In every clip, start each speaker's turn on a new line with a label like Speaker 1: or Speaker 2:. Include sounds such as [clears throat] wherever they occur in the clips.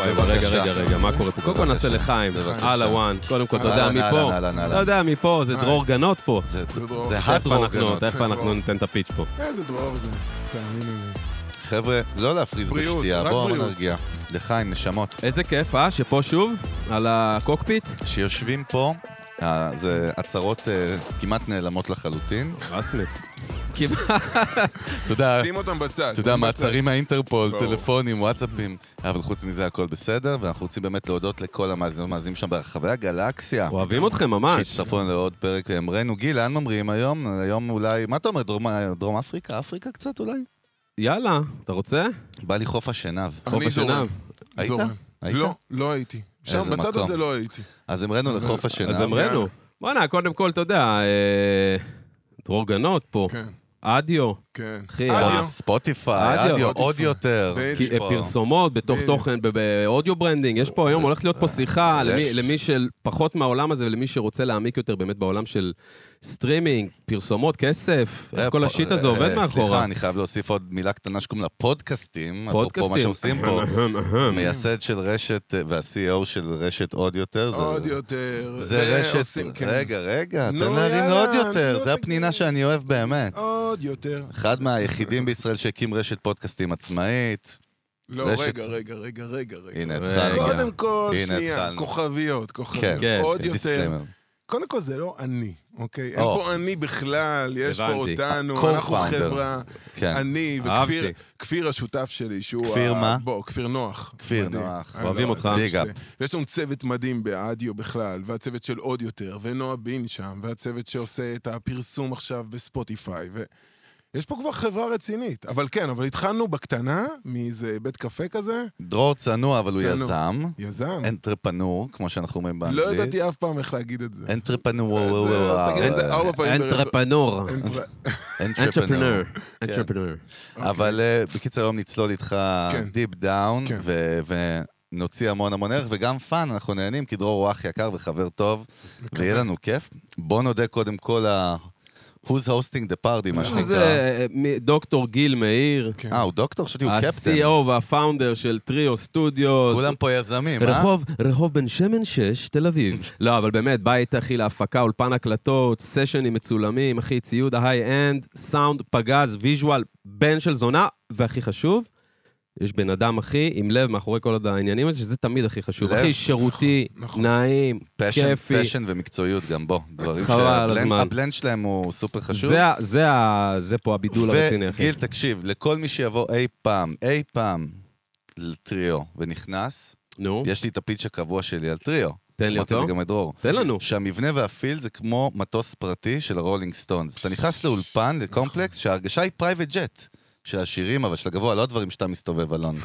Speaker 1: רגע, רגע, מה קורה פה? קודם כל נעשה לחיים.
Speaker 2: בבקשה.
Speaker 1: אהלה וואן, קודם כל, אתה יודע
Speaker 2: אהלן,
Speaker 1: מפה,
Speaker 2: אהלן, אהלן,
Speaker 1: אתה יודע מפה, זה דרור גנות פה.
Speaker 2: זה-
Speaker 3: דרור.
Speaker 2: זה
Speaker 1: תכף אנחנו-
Speaker 2: הדרוגנות.
Speaker 1: תכף אנחנו ניתן את הפיץ' פה.
Speaker 3: איזה דרור זה, תאמיני לי.
Speaker 2: חבר'ה, לא להפריז
Speaker 3: בריאות,
Speaker 2: בשתייה,
Speaker 3: רק
Speaker 2: בואו
Speaker 3: בריאות.
Speaker 2: נרגיע. לחיים, נשמות,
Speaker 1: איזה כיף, אה? שפה שוב, על הקוקפיט.
Speaker 2: שיושבים פה, אה, זה הצהרות אה, כמעט נעלמות לחלוטין.
Speaker 1: רסמי. כמעט.
Speaker 2: אתה יודע,
Speaker 3: שים אותם בצד.
Speaker 2: אה, אתה יודע, מעצרים מהאינטרפול,
Speaker 3: ברור.
Speaker 2: טלפונים, וואטסאפים. אבל חוץ מזה הכל בסדר, ואנחנו רוצים באמת להודות לכל המאזינים והמאזינים שם ברחבי הגלקסיה.
Speaker 1: אוהבים אתכם ממש.
Speaker 2: שהצטרפו לנו לעוד פרק אמרנו. גיל, לאן ממריאים היום? היום אולי, מה אתה אומר, דרום, דרום אפריקה? אפריקה קצת אולי?
Speaker 1: יאללה, אתה רוצה?
Speaker 2: בא לי חוף השנהב.
Speaker 3: אני
Speaker 1: חוף
Speaker 3: זורם.
Speaker 1: השנהב.
Speaker 2: היית?
Speaker 3: זורם.
Speaker 2: היית?
Speaker 3: לא, לא הייתי. שם,
Speaker 2: איזה
Speaker 3: בצד
Speaker 2: מקום.
Speaker 3: הזה לא הייתי.
Speaker 2: אז המראנו לחוף השנהב.
Speaker 1: אז אמרנו. בואנה, קודם כל, אתה יודע, אה, דרור גנות פה,
Speaker 3: כן,
Speaker 1: אדיו,
Speaker 3: כן.
Speaker 1: אחי,
Speaker 2: אה,
Speaker 3: אדיו.
Speaker 2: ספוטיפיי,
Speaker 1: אדיו.
Speaker 2: אדיו, עוד יותר.
Speaker 3: בדיוק.
Speaker 1: כי- אה,
Speaker 2: יש פה-
Speaker 1: פרסומות, בתוך
Speaker 3: בדיוק.
Speaker 1: תוכן, ב- באודיו ברנדינג. יש פה היום, הולכת להיות פה שיחה
Speaker 2: יש.
Speaker 1: למי- למי שפחות מהעולם הזה ולמי שרוצה להעמיק יותר באמת בעולם של סטרימינג, פרסומות, כסף, איך
Speaker 2: אה,
Speaker 1: כל
Speaker 2: פה-
Speaker 1: השיט הזה
Speaker 2: אה,
Speaker 1: עובד
Speaker 2: אה, סליחה,
Speaker 1: מאחורה.
Speaker 2: אני חייב להוסיף עוד מילה קטנה שקוראים לה פודקאסטים. פודקאסטים. אפרופו מה
Speaker 1: פודקאסטים.
Speaker 2: שעושים
Speaker 1: [laughs]
Speaker 2: פה.
Speaker 3: [laughs]
Speaker 2: מייסד של רשת, אה, וה-CEO של רשת עוד יותר. זה-
Speaker 3: עוד יותר.
Speaker 2: זה רשת...
Speaker 3: עושים, כן.
Speaker 2: רגע, רגע,
Speaker 3: נו,
Speaker 2: תן להבין
Speaker 3: יאללה,
Speaker 2: עוד
Speaker 3: נו,
Speaker 2: יותר. זה
Speaker 3: תגיד. אה.
Speaker 2: הפנינה שאני אוהב באמת.
Speaker 3: עוד יותר.
Speaker 2: אחד מהיחידים בישראל שהקים רשת פודקאסטים עצמאית.
Speaker 3: לא,
Speaker 2: רשת.
Speaker 3: רגע, רגע, רגע, רגע, רגע.
Speaker 2: הנה,
Speaker 1: רגע.
Speaker 2: התחלנו.
Speaker 3: קודם כל,
Speaker 2: הנה,
Speaker 3: שנייה,
Speaker 2: התחלנו.
Speaker 3: כוכביות, כוכביות.
Speaker 1: כן,
Speaker 3: עוד יותר.
Speaker 2: דיסקליימר.
Speaker 3: קודם כל, זה לא אני, אוקיי? אין
Speaker 2: או.
Speaker 3: פה אני בכלל, יש פה
Speaker 1: הבנתי.
Speaker 3: אותנו,
Speaker 2: Co-founder.
Speaker 3: אנחנו חברה.
Speaker 2: כן.
Speaker 3: אני
Speaker 1: אהבתי.
Speaker 3: וכפיר, כפיר השותף שלי, שהוא...
Speaker 2: כפיר
Speaker 3: ה-
Speaker 2: מה?
Speaker 3: בוא, כפיר נוח.
Speaker 2: כפיר
Speaker 3: מדהים.
Speaker 2: נוח.
Speaker 3: אני
Speaker 1: אוהבים
Speaker 3: לא-
Speaker 1: אותך.
Speaker 3: זה-
Speaker 2: ביג אפ.
Speaker 3: ויש לנו צוות מדהים באדיו בכלל, והצוות של עוד יותר, ונועה בין שם, והצוות שעושה את הפרסום עכשיו בספוטיפיי, ו... יש פה כבר חברה רצינית, אבל כן, אבל התחלנו בקטנה, מאיזה בית קפה כזה,
Speaker 2: דרור צנוע, אבל הוא
Speaker 3: צנוע.
Speaker 2: יזם.
Speaker 3: יזם.
Speaker 2: אנטרפנור, כמו שאנחנו אומרים
Speaker 3: לא
Speaker 2: באנגלית.
Speaker 3: ידעתי אף פעם איך להגיד את זה.
Speaker 2: אנטרפנור.
Speaker 3: אה,
Speaker 1: לא
Speaker 3: זה- תגיד את זה ארבע פעמים ברצף.
Speaker 1: אנטרפנור.
Speaker 3: אנטרפ-
Speaker 2: אה,
Speaker 1: אנטרפנור.
Speaker 2: כן.
Speaker 1: אנטרפנור.
Speaker 2: אבל אה, בקיצר, היום נצלול איתך
Speaker 3: אוקיי. כן.
Speaker 2: דיפ דאון,
Speaker 3: כן.
Speaker 2: ונוציא המון המון ערך, וגם פאן, אנחנו נהנים, כי דרור הוא אח יקר וחבר טוב, ויהיה לנו כיף. בוא נודה קודם כל ה... Who's hosting the party, מה שנקרא.
Speaker 1: זה אה, E מ- דוקטור גיל מאיר,
Speaker 3: אה, כן.
Speaker 2: אה, הוא דוקטור? חשבתי הוא קפטן.
Speaker 1: ה-CEO והפאונדר של טריו סטודיוס.
Speaker 2: כולם פה יזמים, אה?
Speaker 1: רחוב, רחוב בן שמן 6, תל אביב. [laughs] לא, אבל באמת, בית, אחי, להפקה, אולפן הקלטות, סשנים מצולמים, אחי, ציוד ההיי-אנד, סאונד, פגז, ויז'ואל, בן של זונה, והכי חשוב, יש בן אדם, אחי, עם לב מאחורי כל עוד העניינים האלה, שזה תמיד הכי חשוב.
Speaker 2: לב,
Speaker 1: אחי, שירותי,
Speaker 3: נכון, נכון.
Speaker 1: נעים,
Speaker 2: פשן,
Speaker 1: כיפי.
Speaker 2: פשן ומקצועיות גם בו. דברים
Speaker 1: חבל על
Speaker 2: שהבלנד-
Speaker 1: הזמן.
Speaker 2: הבלנד שלהם הוא סופר חשוב.
Speaker 1: זה ה- זה ה- זה פה הבידול הרציני, אחי.
Speaker 2: וגיל, תקשיב, לכל מי שיבוא אי פעם, אי פעם לטריו ונכנס,
Speaker 1: נו,
Speaker 2: יש לי את הפיץ' הקבוע שלי על טריו.
Speaker 1: תן לי
Speaker 2: אמרתי את
Speaker 1: אותו.
Speaker 2: זה גם לדרור.
Speaker 1: תן לנו.
Speaker 2: שהמבנה והפילד זה כמו מטוס פרטי של הרולינג סטונס. אתה נכנס לאולפן, לקומפלקס,
Speaker 1: נכון.
Speaker 2: שההרגשה היא פרייבט ג'ט. של השירים, אבל של הגבוה, לא הדברים שאתה מסתובב, אלון.
Speaker 1: [laughs]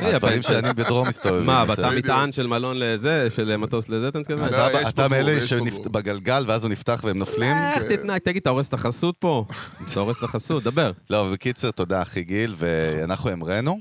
Speaker 1: אה,
Speaker 2: הדברים
Speaker 1: אבל-
Speaker 2: שאני בדרום מסתובב.
Speaker 1: מה,
Speaker 2: יותר.
Speaker 1: ואתה מטען של מלון לזה, של מטוס לזה, אתה מתכוון?
Speaker 3: אתה-
Speaker 2: אתה-
Speaker 3: לא, יש
Speaker 2: אתה
Speaker 3: פה גבול,
Speaker 2: מאלה
Speaker 3: יש פה גבול.
Speaker 2: שבגלגל, ואז הוא נפתח והם נופלים?
Speaker 1: אה, איך תתנהג? תגיד, אתה הורס את החסות [laughs] פה? אתה הורס את החסות, דבר.
Speaker 2: לא, אבל בקיצר, תודה, אחי גיל, ואנחנו המראנו,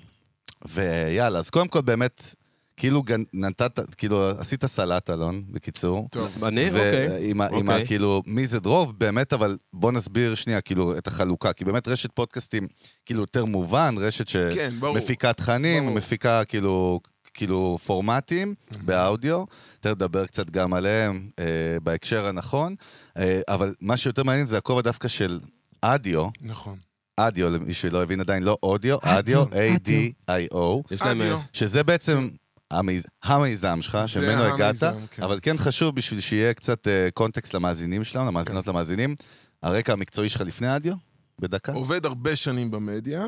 Speaker 2: ויאללה, אז קודם כל באמת, כאילו גנ- נתת, כאילו עשית סלט, אלון, בקיצור.
Speaker 3: טוב.
Speaker 1: אני? אוקיי.
Speaker 2: ועם ה- עם ה-
Speaker 1: אוקיי.
Speaker 2: כאילו, מי זה דרור, באמת, אבל בוא נסביר שנייה, כאילו, את החלוקה, כי באמת רשת פודקאסטים, כאילו, יותר מובן, רשת
Speaker 3: כן, ברור.
Speaker 2: שמפיקה תכנים,
Speaker 3: ברור. Mhm.
Speaker 2: מפיקה כאילו... כאילו פורמטים באודיו, יותר נדבר קצת גם עליהם אה, בהקשר הנכון, אה, אבל מה שיותר מעניין זה הכובע דווקא של אדיו,
Speaker 3: נכון.
Speaker 2: אדיו, למי שלא הבין עדיין, לא אודיו, אדיו, A-D-I-O,
Speaker 1: יש להם... אה,
Speaker 3: אדיו.
Speaker 2: שזה בעצם המיז- המיזם שלך,
Speaker 3: זה
Speaker 2: שממנו הגעת,
Speaker 3: המיזם, כן.
Speaker 2: אבל כן חשוב בשביל שיהיה קצת אה, קונטקסט למאזינים שלנו, למאזינות
Speaker 3: כן.
Speaker 2: למאזינים. הרקע המקצועי שלך לפני אדיו? בדקה?
Speaker 3: עובד הרבה שנים במדיה, אה,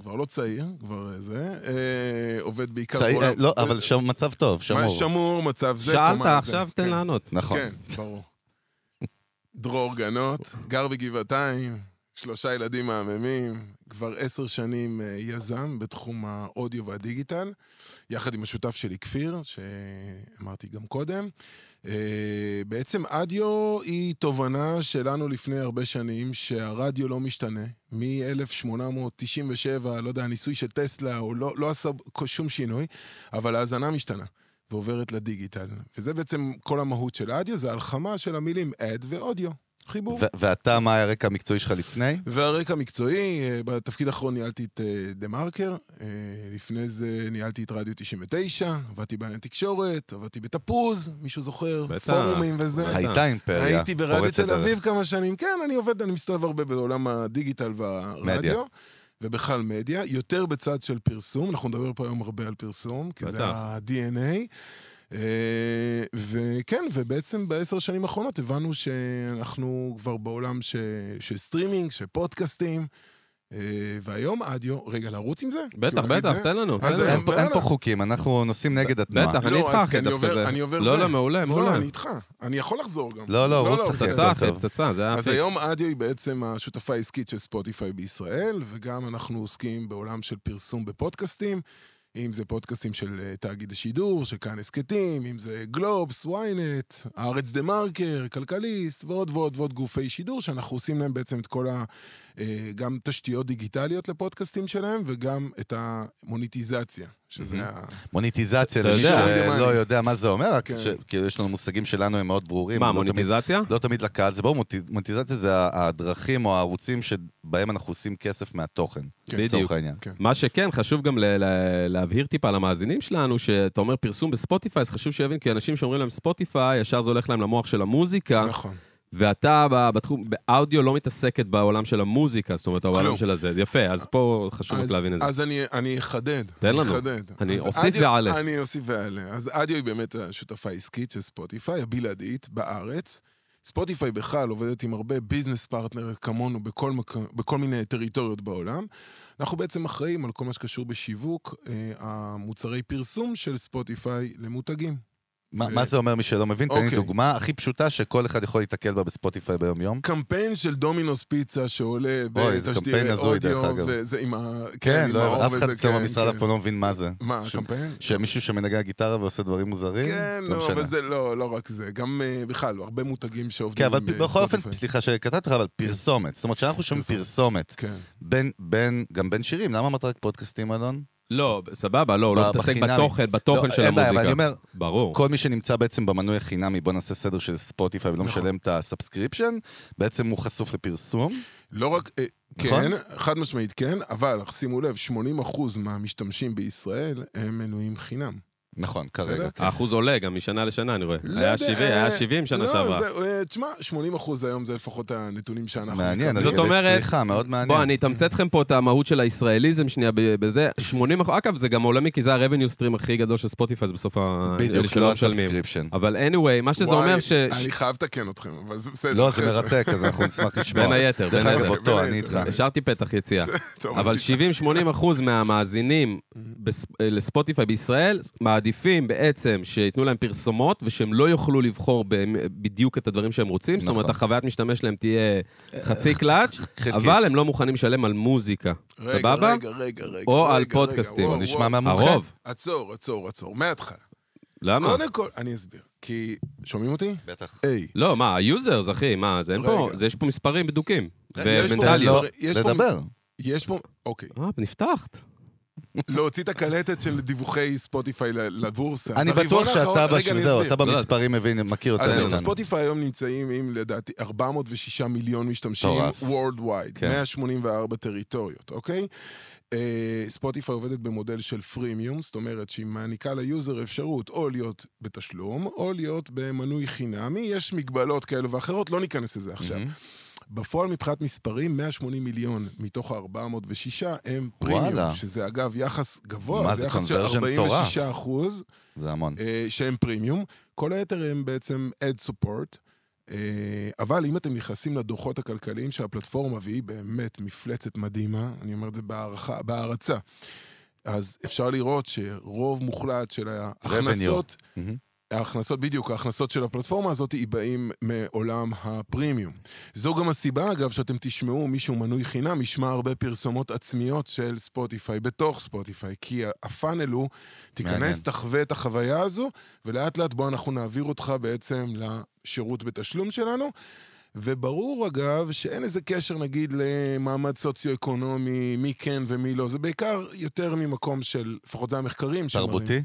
Speaker 3: כבר לא צעיר, כבר אה, זה. אה, עובד בעיקר...
Speaker 2: צעיר, אה,
Speaker 3: בעולם-
Speaker 2: לא, אבל שם- מצב טוב,
Speaker 3: מה,
Speaker 2: שמור.
Speaker 3: שמור, מצב זה.
Speaker 1: שאלת,
Speaker 3: כלומר, זה,
Speaker 1: עכשיו
Speaker 3: כן.
Speaker 1: תן לענות.
Speaker 2: נכון.
Speaker 3: כן, ברור. דרור גנות, גר בגבעתיים, שלושה ילדים מהממים, כבר עשר שנים אה, יזם בתחום האודיו והדיגיטל, יחד עם השותף שלי כפיר, שאמרתי גם קודם. אה, בעצם אדיו היא תובנה שלנו לפני הרבה שנים, שהרדיו לא משתנה. מ-1897, לא יודע, הניסוי של טסלה, הוא לא, לא עשה שום שינוי, אבל ההאזנה משתנה. ועוברת לדיגיטל. וזה בעצם כל המהות של האדיו, זה הלחמה של המילים אד ואודיו. חיבור.
Speaker 2: ו- ואתה, מה היה הרקע המקצועי שלך לפני?
Speaker 3: והרקע המקצועי, אה, בתפקיד האחרון ניהלתי את אה, דה מרקר, אה, לפני זה ניהלתי את רדיו 99, עבדתי בעניין תקשורת, עבדתי בתפוז, מישהו זוכר?
Speaker 1: בטח.
Speaker 3: פורומים וזה.
Speaker 1: בטח.
Speaker 2: הייתה אימפריה.
Speaker 3: הייתי ברדיו
Speaker 2: פורצת
Speaker 3: תל
Speaker 2: דרך.
Speaker 3: אביב כמה שנים. כן, אני עובד, אני מסתובב הרבה בעולם הדיגיטל
Speaker 2: מדיה.
Speaker 3: והרדיו. ובכלל מדיה, יותר בצד של פרסום, אנחנו נדבר פה היום הרבה על פרסום, כי זה
Speaker 1: בטח.
Speaker 3: ה-DNA. אה, וכן, ובעצם בעשר שנים האחרונות הבנו שאנחנו כבר בעולם ש... של סטרימינג, של פודקאסטים, אה, והיום אדיו, רגע, לרוץ עם זה?
Speaker 1: בטח,
Speaker 3: כאילו, להגיד
Speaker 1: בטח,
Speaker 3: זה?
Speaker 1: תן לנו.
Speaker 3: אז
Speaker 1: תן לנו.
Speaker 2: אין פה- אין פה
Speaker 3: בטח.
Speaker 2: חוקים, אנחנו נוסעים נגד התנועה.
Speaker 1: בטח, אני
Speaker 3: לא,
Speaker 1: איתך
Speaker 3: אז
Speaker 1: אחרי
Speaker 3: כי אני
Speaker 1: דווקא
Speaker 3: עובר-
Speaker 1: זה.
Speaker 3: אני עובר
Speaker 1: לא,
Speaker 3: זה.
Speaker 1: לא, מעולה,
Speaker 3: לא, לא,
Speaker 1: מעולה.
Speaker 3: אני איתך. אני יכול לחזור גם. אוקיי.
Speaker 2: לא, לא, הוא צריך
Speaker 3: בסדר.
Speaker 1: פצצה, אחי,
Speaker 2: טוב.
Speaker 1: פצצה, זה היה
Speaker 3: אז
Speaker 1: פיקס.
Speaker 3: היום אדיו היא בעצם השותפה העסקית של ספוטיפיי בישראל, וגם אנחנו עוסקים בעולם של פרסום בפודקאסטים, אם זה פודקאסטים של אה, תאגיד השידור, של כאן הסכתים, אם זה גלובס, ynet, הארץ דה מרקר, כלכליסט, ועוד ועוד ועוד גופי שידור, שאנחנו עושים להם בעצם את כל ה... אה, גם תשתיות דיגיטליות לפודקאסטים שלהם, וגם את המוניטיזציה, שזה ה...
Speaker 2: מוניטיזציה,
Speaker 1: אתה
Speaker 2: למי
Speaker 1: יודע.
Speaker 2: שלא לא יודע מה זה אומר, רק
Speaker 3: כן.
Speaker 2: שכאילו יש לנו מושגים שלנו הם מאוד ברורים.
Speaker 1: מה,
Speaker 2: לא תמיד-
Speaker 1: מוניטיזציה?
Speaker 2: לא תמיד לקהל, זה ברור, מוטי- מוניטיזציה זה ה- הדרכים או הערוצים שבהם אנחנו עושים כסף מהתוכן,
Speaker 3: כן,
Speaker 2: לצורך
Speaker 1: בדיוק.
Speaker 2: העניין.
Speaker 1: מה שכן, חשוב גם ל- ל- להבהיר טיפה למאזינים שלנו, שאתה אומר פרסום בספוטיפיי, אז חשוב שיבין, כי אנשים שאומרים להם ספוטיפיי, ישר זה הולך להם למוח של המוזיקה,
Speaker 3: נכון.
Speaker 1: ואתה ב- בתחום, באודיו לא מתעסקת בעולם של המוזיקה, זאת אומרת, העולם
Speaker 3: כלום.
Speaker 1: של הזה, אז יפה, אז פה חשוב רק
Speaker 3: אז-
Speaker 1: להבין את זה.
Speaker 3: אז אני, אני אחדד.
Speaker 1: תן
Speaker 3: אני
Speaker 1: לנו.
Speaker 3: אחדד.
Speaker 1: אני
Speaker 3: אז
Speaker 1: אוסיף
Speaker 3: אדיו-
Speaker 1: ואעלה.
Speaker 3: אני אוסיף ואעלה. אז אדיו היא באמת השותפה העסקית של ספוטיפיי, הבלעדית בארץ. ספוטיפיי בכלל עובדת עם הרבה ביזנס פרטנר כמונו בכל, מק... בכל מיני טריטוריות בעולם. אנחנו בעצם אחראים על כל מה שקשור בשיווק אה, המוצרי פרסום של ספוטיפיי למותגים.
Speaker 2: מה
Speaker 3: ו-
Speaker 2: מה זה אומר מי שלא מבין? תן לי
Speaker 3: כן. אוקיי.
Speaker 2: דוגמה הכי פשוטה שכל אחד יכול להתקל בה בספוטיפיי ביום-יום.
Speaker 3: קמפיין של דומינוס פיצה שעולה
Speaker 2: אוי, זה קמפיין
Speaker 3: בתשדירי
Speaker 2: הזוי, דרך
Speaker 3: אודיו,
Speaker 2: אגב.
Speaker 3: וזה עם ה...
Speaker 2: כן,
Speaker 3: עם
Speaker 2: לא,
Speaker 3: האור
Speaker 2: אף אחד
Speaker 3: וזה,
Speaker 2: אצלנו
Speaker 3: כן,
Speaker 2: במשרד
Speaker 3: כן.
Speaker 2: אף פעם לא מבין מה זה.
Speaker 3: מה,
Speaker 2: ש-
Speaker 3: הקמפיין?
Speaker 2: שמישהו שמנגן גיטרה ועושה דברים מוזרים?
Speaker 3: כן,
Speaker 2: לא
Speaker 3: לא,
Speaker 2: משנה.
Speaker 3: אבל זה לא, לא רק זה. גם אה, בכלל, הרבה מותגים שעובדים
Speaker 2: כן, אבל
Speaker 3: עם, אה,
Speaker 2: בכל אופן,
Speaker 3: ספוטיפיי. כן.
Speaker 2: סליחה שקטעתי אותך, אבל פרסומת. זאת אומרת, כשאנחנו שומעים
Speaker 3: פרסומת.
Speaker 2: פרסומת,
Speaker 3: כן.
Speaker 2: בין, בין, גם בין שירים, למה אמרת רק פודקאסטים, אלון?
Speaker 1: לא, סבבה, לא, הוא לא
Speaker 2: ב-
Speaker 1: מתעסק
Speaker 2: בחינמי.
Speaker 1: בתוכן, בתוכן
Speaker 2: לא,
Speaker 1: של
Speaker 2: אין בעיה, אבל אני
Speaker 1: המוזיקה.
Speaker 2: אומר,
Speaker 1: ברור.
Speaker 2: כל מי שנמצא בעצם במנוי החינמי, בוא נעשה סדר של ספוטיפיי ולא
Speaker 1: נכון.
Speaker 2: משלם את הסאבסקריפשן, בעצם הוא חשוף לפרסום.
Speaker 3: לא רק... אה,
Speaker 2: נכון?
Speaker 3: כן, חד משמעית כן, אבל שימו לב, 80% מהמשתמשים בישראל הם מנויים חינם.
Speaker 2: נכון,
Speaker 3: בסדר?
Speaker 2: כרגע.
Speaker 1: האחוז עולה גם משנה לשנה, אני רואה.
Speaker 3: לא
Speaker 1: היה
Speaker 3: יודע,
Speaker 1: 70,
Speaker 3: אה,
Speaker 1: היה 70 שנה
Speaker 3: לא,
Speaker 1: שעברה.
Speaker 3: זה, אה, תשמע, 80% היום זה לפחות הנתונים שאנחנו...
Speaker 2: מעניין,
Speaker 3: מקבלים.
Speaker 1: נכון. זאת
Speaker 2: לגבי
Speaker 1: אומרת-
Speaker 2: צריכה, מאוד מעניין.
Speaker 1: בוא, אני אתמצת לכם פה את המהות של הישראליזם שנייה ב- בזה. 80 אחוז, אגב, זה גם עולה מכי זה הרבניו סטרים הכי גדול של ספוטיפיי, זה בסוף ה... אלה
Speaker 2: בדיוק,
Speaker 1: שלא
Speaker 2: לא
Speaker 1: משלמים.
Speaker 2: הסאבסקריפשן.
Speaker 1: אבל anyway, מה שזה
Speaker 3: וואי,
Speaker 1: אומר ש...
Speaker 3: אני חייב לתקן אתכם, אבל זה בסדר.
Speaker 2: לא, זה
Speaker 3: חבר'ה.
Speaker 2: מרתק, אז אנחנו נשמח לשמוע.
Speaker 1: בין היתר, בין
Speaker 2: דרך אגב,
Speaker 1: היתר.
Speaker 2: אותו,
Speaker 3: בין
Speaker 2: אני איתך.
Speaker 3: היתר.
Speaker 1: השארתי פתח יציאה.
Speaker 3: טוב,
Speaker 1: אבל
Speaker 3: עשית.
Speaker 1: 70-80 אחוז מהמאזינים בס- לספוטיפיי בישראל מעדיפים בעצם שייתנו להם פרסומות ושהם לא יוכלו לבחור במ- בדיוק את הדברים שהם רוצים. זאת
Speaker 2: נכון.
Speaker 1: אומרת, החוויית משתמש להם תהיה
Speaker 3: אה,
Speaker 1: חצי קלאץ',
Speaker 2: חלקית.
Speaker 1: אבל הם לא מוכנים לשלם על מוזיקה.
Speaker 3: רגע,
Speaker 1: סבבה?
Speaker 3: רגע, רגע, רגע.
Speaker 1: או
Speaker 3: רגע,
Speaker 1: על
Speaker 3: רגע,
Speaker 1: פודקאסטים.
Speaker 3: וואו,
Speaker 2: נשמע
Speaker 3: וואו.
Speaker 2: מהמומחה.
Speaker 1: הרוב.
Speaker 3: עצור, עצור, עצור, מההתחלה.
Speaker 1: למה?
Speaker 3: קודם כל, אני אסביר. כי... שומעים אותי?
Speaker 2: בטח.
Speaker 3: היי.
Speaker 1: לא, מה, היוזרס, אחי, מה, זה אין
Speaker 3: רגע.
Speaker 1: פה, זה יש פה מספרים בדוקים.
Speaker 3: רגע, יש פה-
Speaker 1: ומנטליות.
Speaker 2: לא,
Speaker 3: יש פה-
Speaker 2: לדבר.
Speaker 3: יש פה, אוקיי,
Speaker 1: אה, נפתחת.
Speaker 3: להוציא את הקלטת של דיווחי ספוטיפיי ל- לבורסה. אז
Speaker 2: אני
Speaker 3: הרבעון
Speaker 2: בטוח שאתה
Speaker 3: האחרון- רגע,
Speaker 2: בשביל
Speaker 3: אני
Speaker 2: זהו,
Speaker 3: אסביר.
Speaker 2: אתה במספרים מבין, מכיר יותר.
Speaker 3: אז
Speaker 1: תן
Speaker 3: זהו,
Speaker 1: לנו.
Speaker 2: מאיתנו.
Speaker 3: ספוטיפיי היום נמצאים עם לדעתי 406 מיליון משתמשים
Speaker 2: מטורף.
Speaker 3: Worldwide,
Speaker 2: כן.
Speaker 3: 184 טריטוריות, אוקיי? אה, ספוטיפיי עובדת במודל של פרימיום, זאת אומרת שהיא מעניקה ליוזר אפשרות או להיות בתשלום, או להיות במנוי חינמי, יש מגבלות כאלו ואחרות, לא ניכנס לזה עכשיו. בפועל מבחינת מספרים, 180 מיליון מתוך ה-406 הם פרימיום,
Speaker 2: וואלה.
Speaker 3: וואלה. שזה אגב יחס
Speaker 2: מה
Speaker 3: גבוה, זה
Speaker 2: זה,
Speaker 3: יחס של
Speaker 2: conversion
Speaker 3: 46 אחוז
Speaker 2: זה המון.
Speaker 3: אה, שהם פרימיום, כל היתר הם בעצם ad support. אה, אבל אם אתם נכנסים לדוחות הכלכליים של הפלטפורמה, והיא באמת מפלצת מדהימה, אני אומר את זה בהערכה, בהערצה, אז אפשר לראות שרוב מוחלט של ההכנסות,
Speaker 2: מהמם.
Speaker 3: ההכנסות, בדיוק, ההכנסות של הפלטפורמה הזאת היא באים מעולם הפרימיום. זו גם הסיבה, אגב, שאתם תשמעו מישהו מנוי חינם, ישמע הרבה פרסומות עצמיות של ספוטיפיי, בתוך ספוטיפיי, כי הפאנל הוא,
Speaker 2: מעניין.
Speaker 3: תיכנס, תחווה את החוויה הזו, ולאט לאט בוא אנחנו נעביר אותך בעצם לשירות בתשלום שלנו. וברור, אגב, שאין איזה קשר, נגיד, למעמד סוציו-אקונומי, מי כן ומי לא. זה בעיקר יותר ממקום של, לפחות זה המחקרים שמראים.
Speaker 2: תרבותי?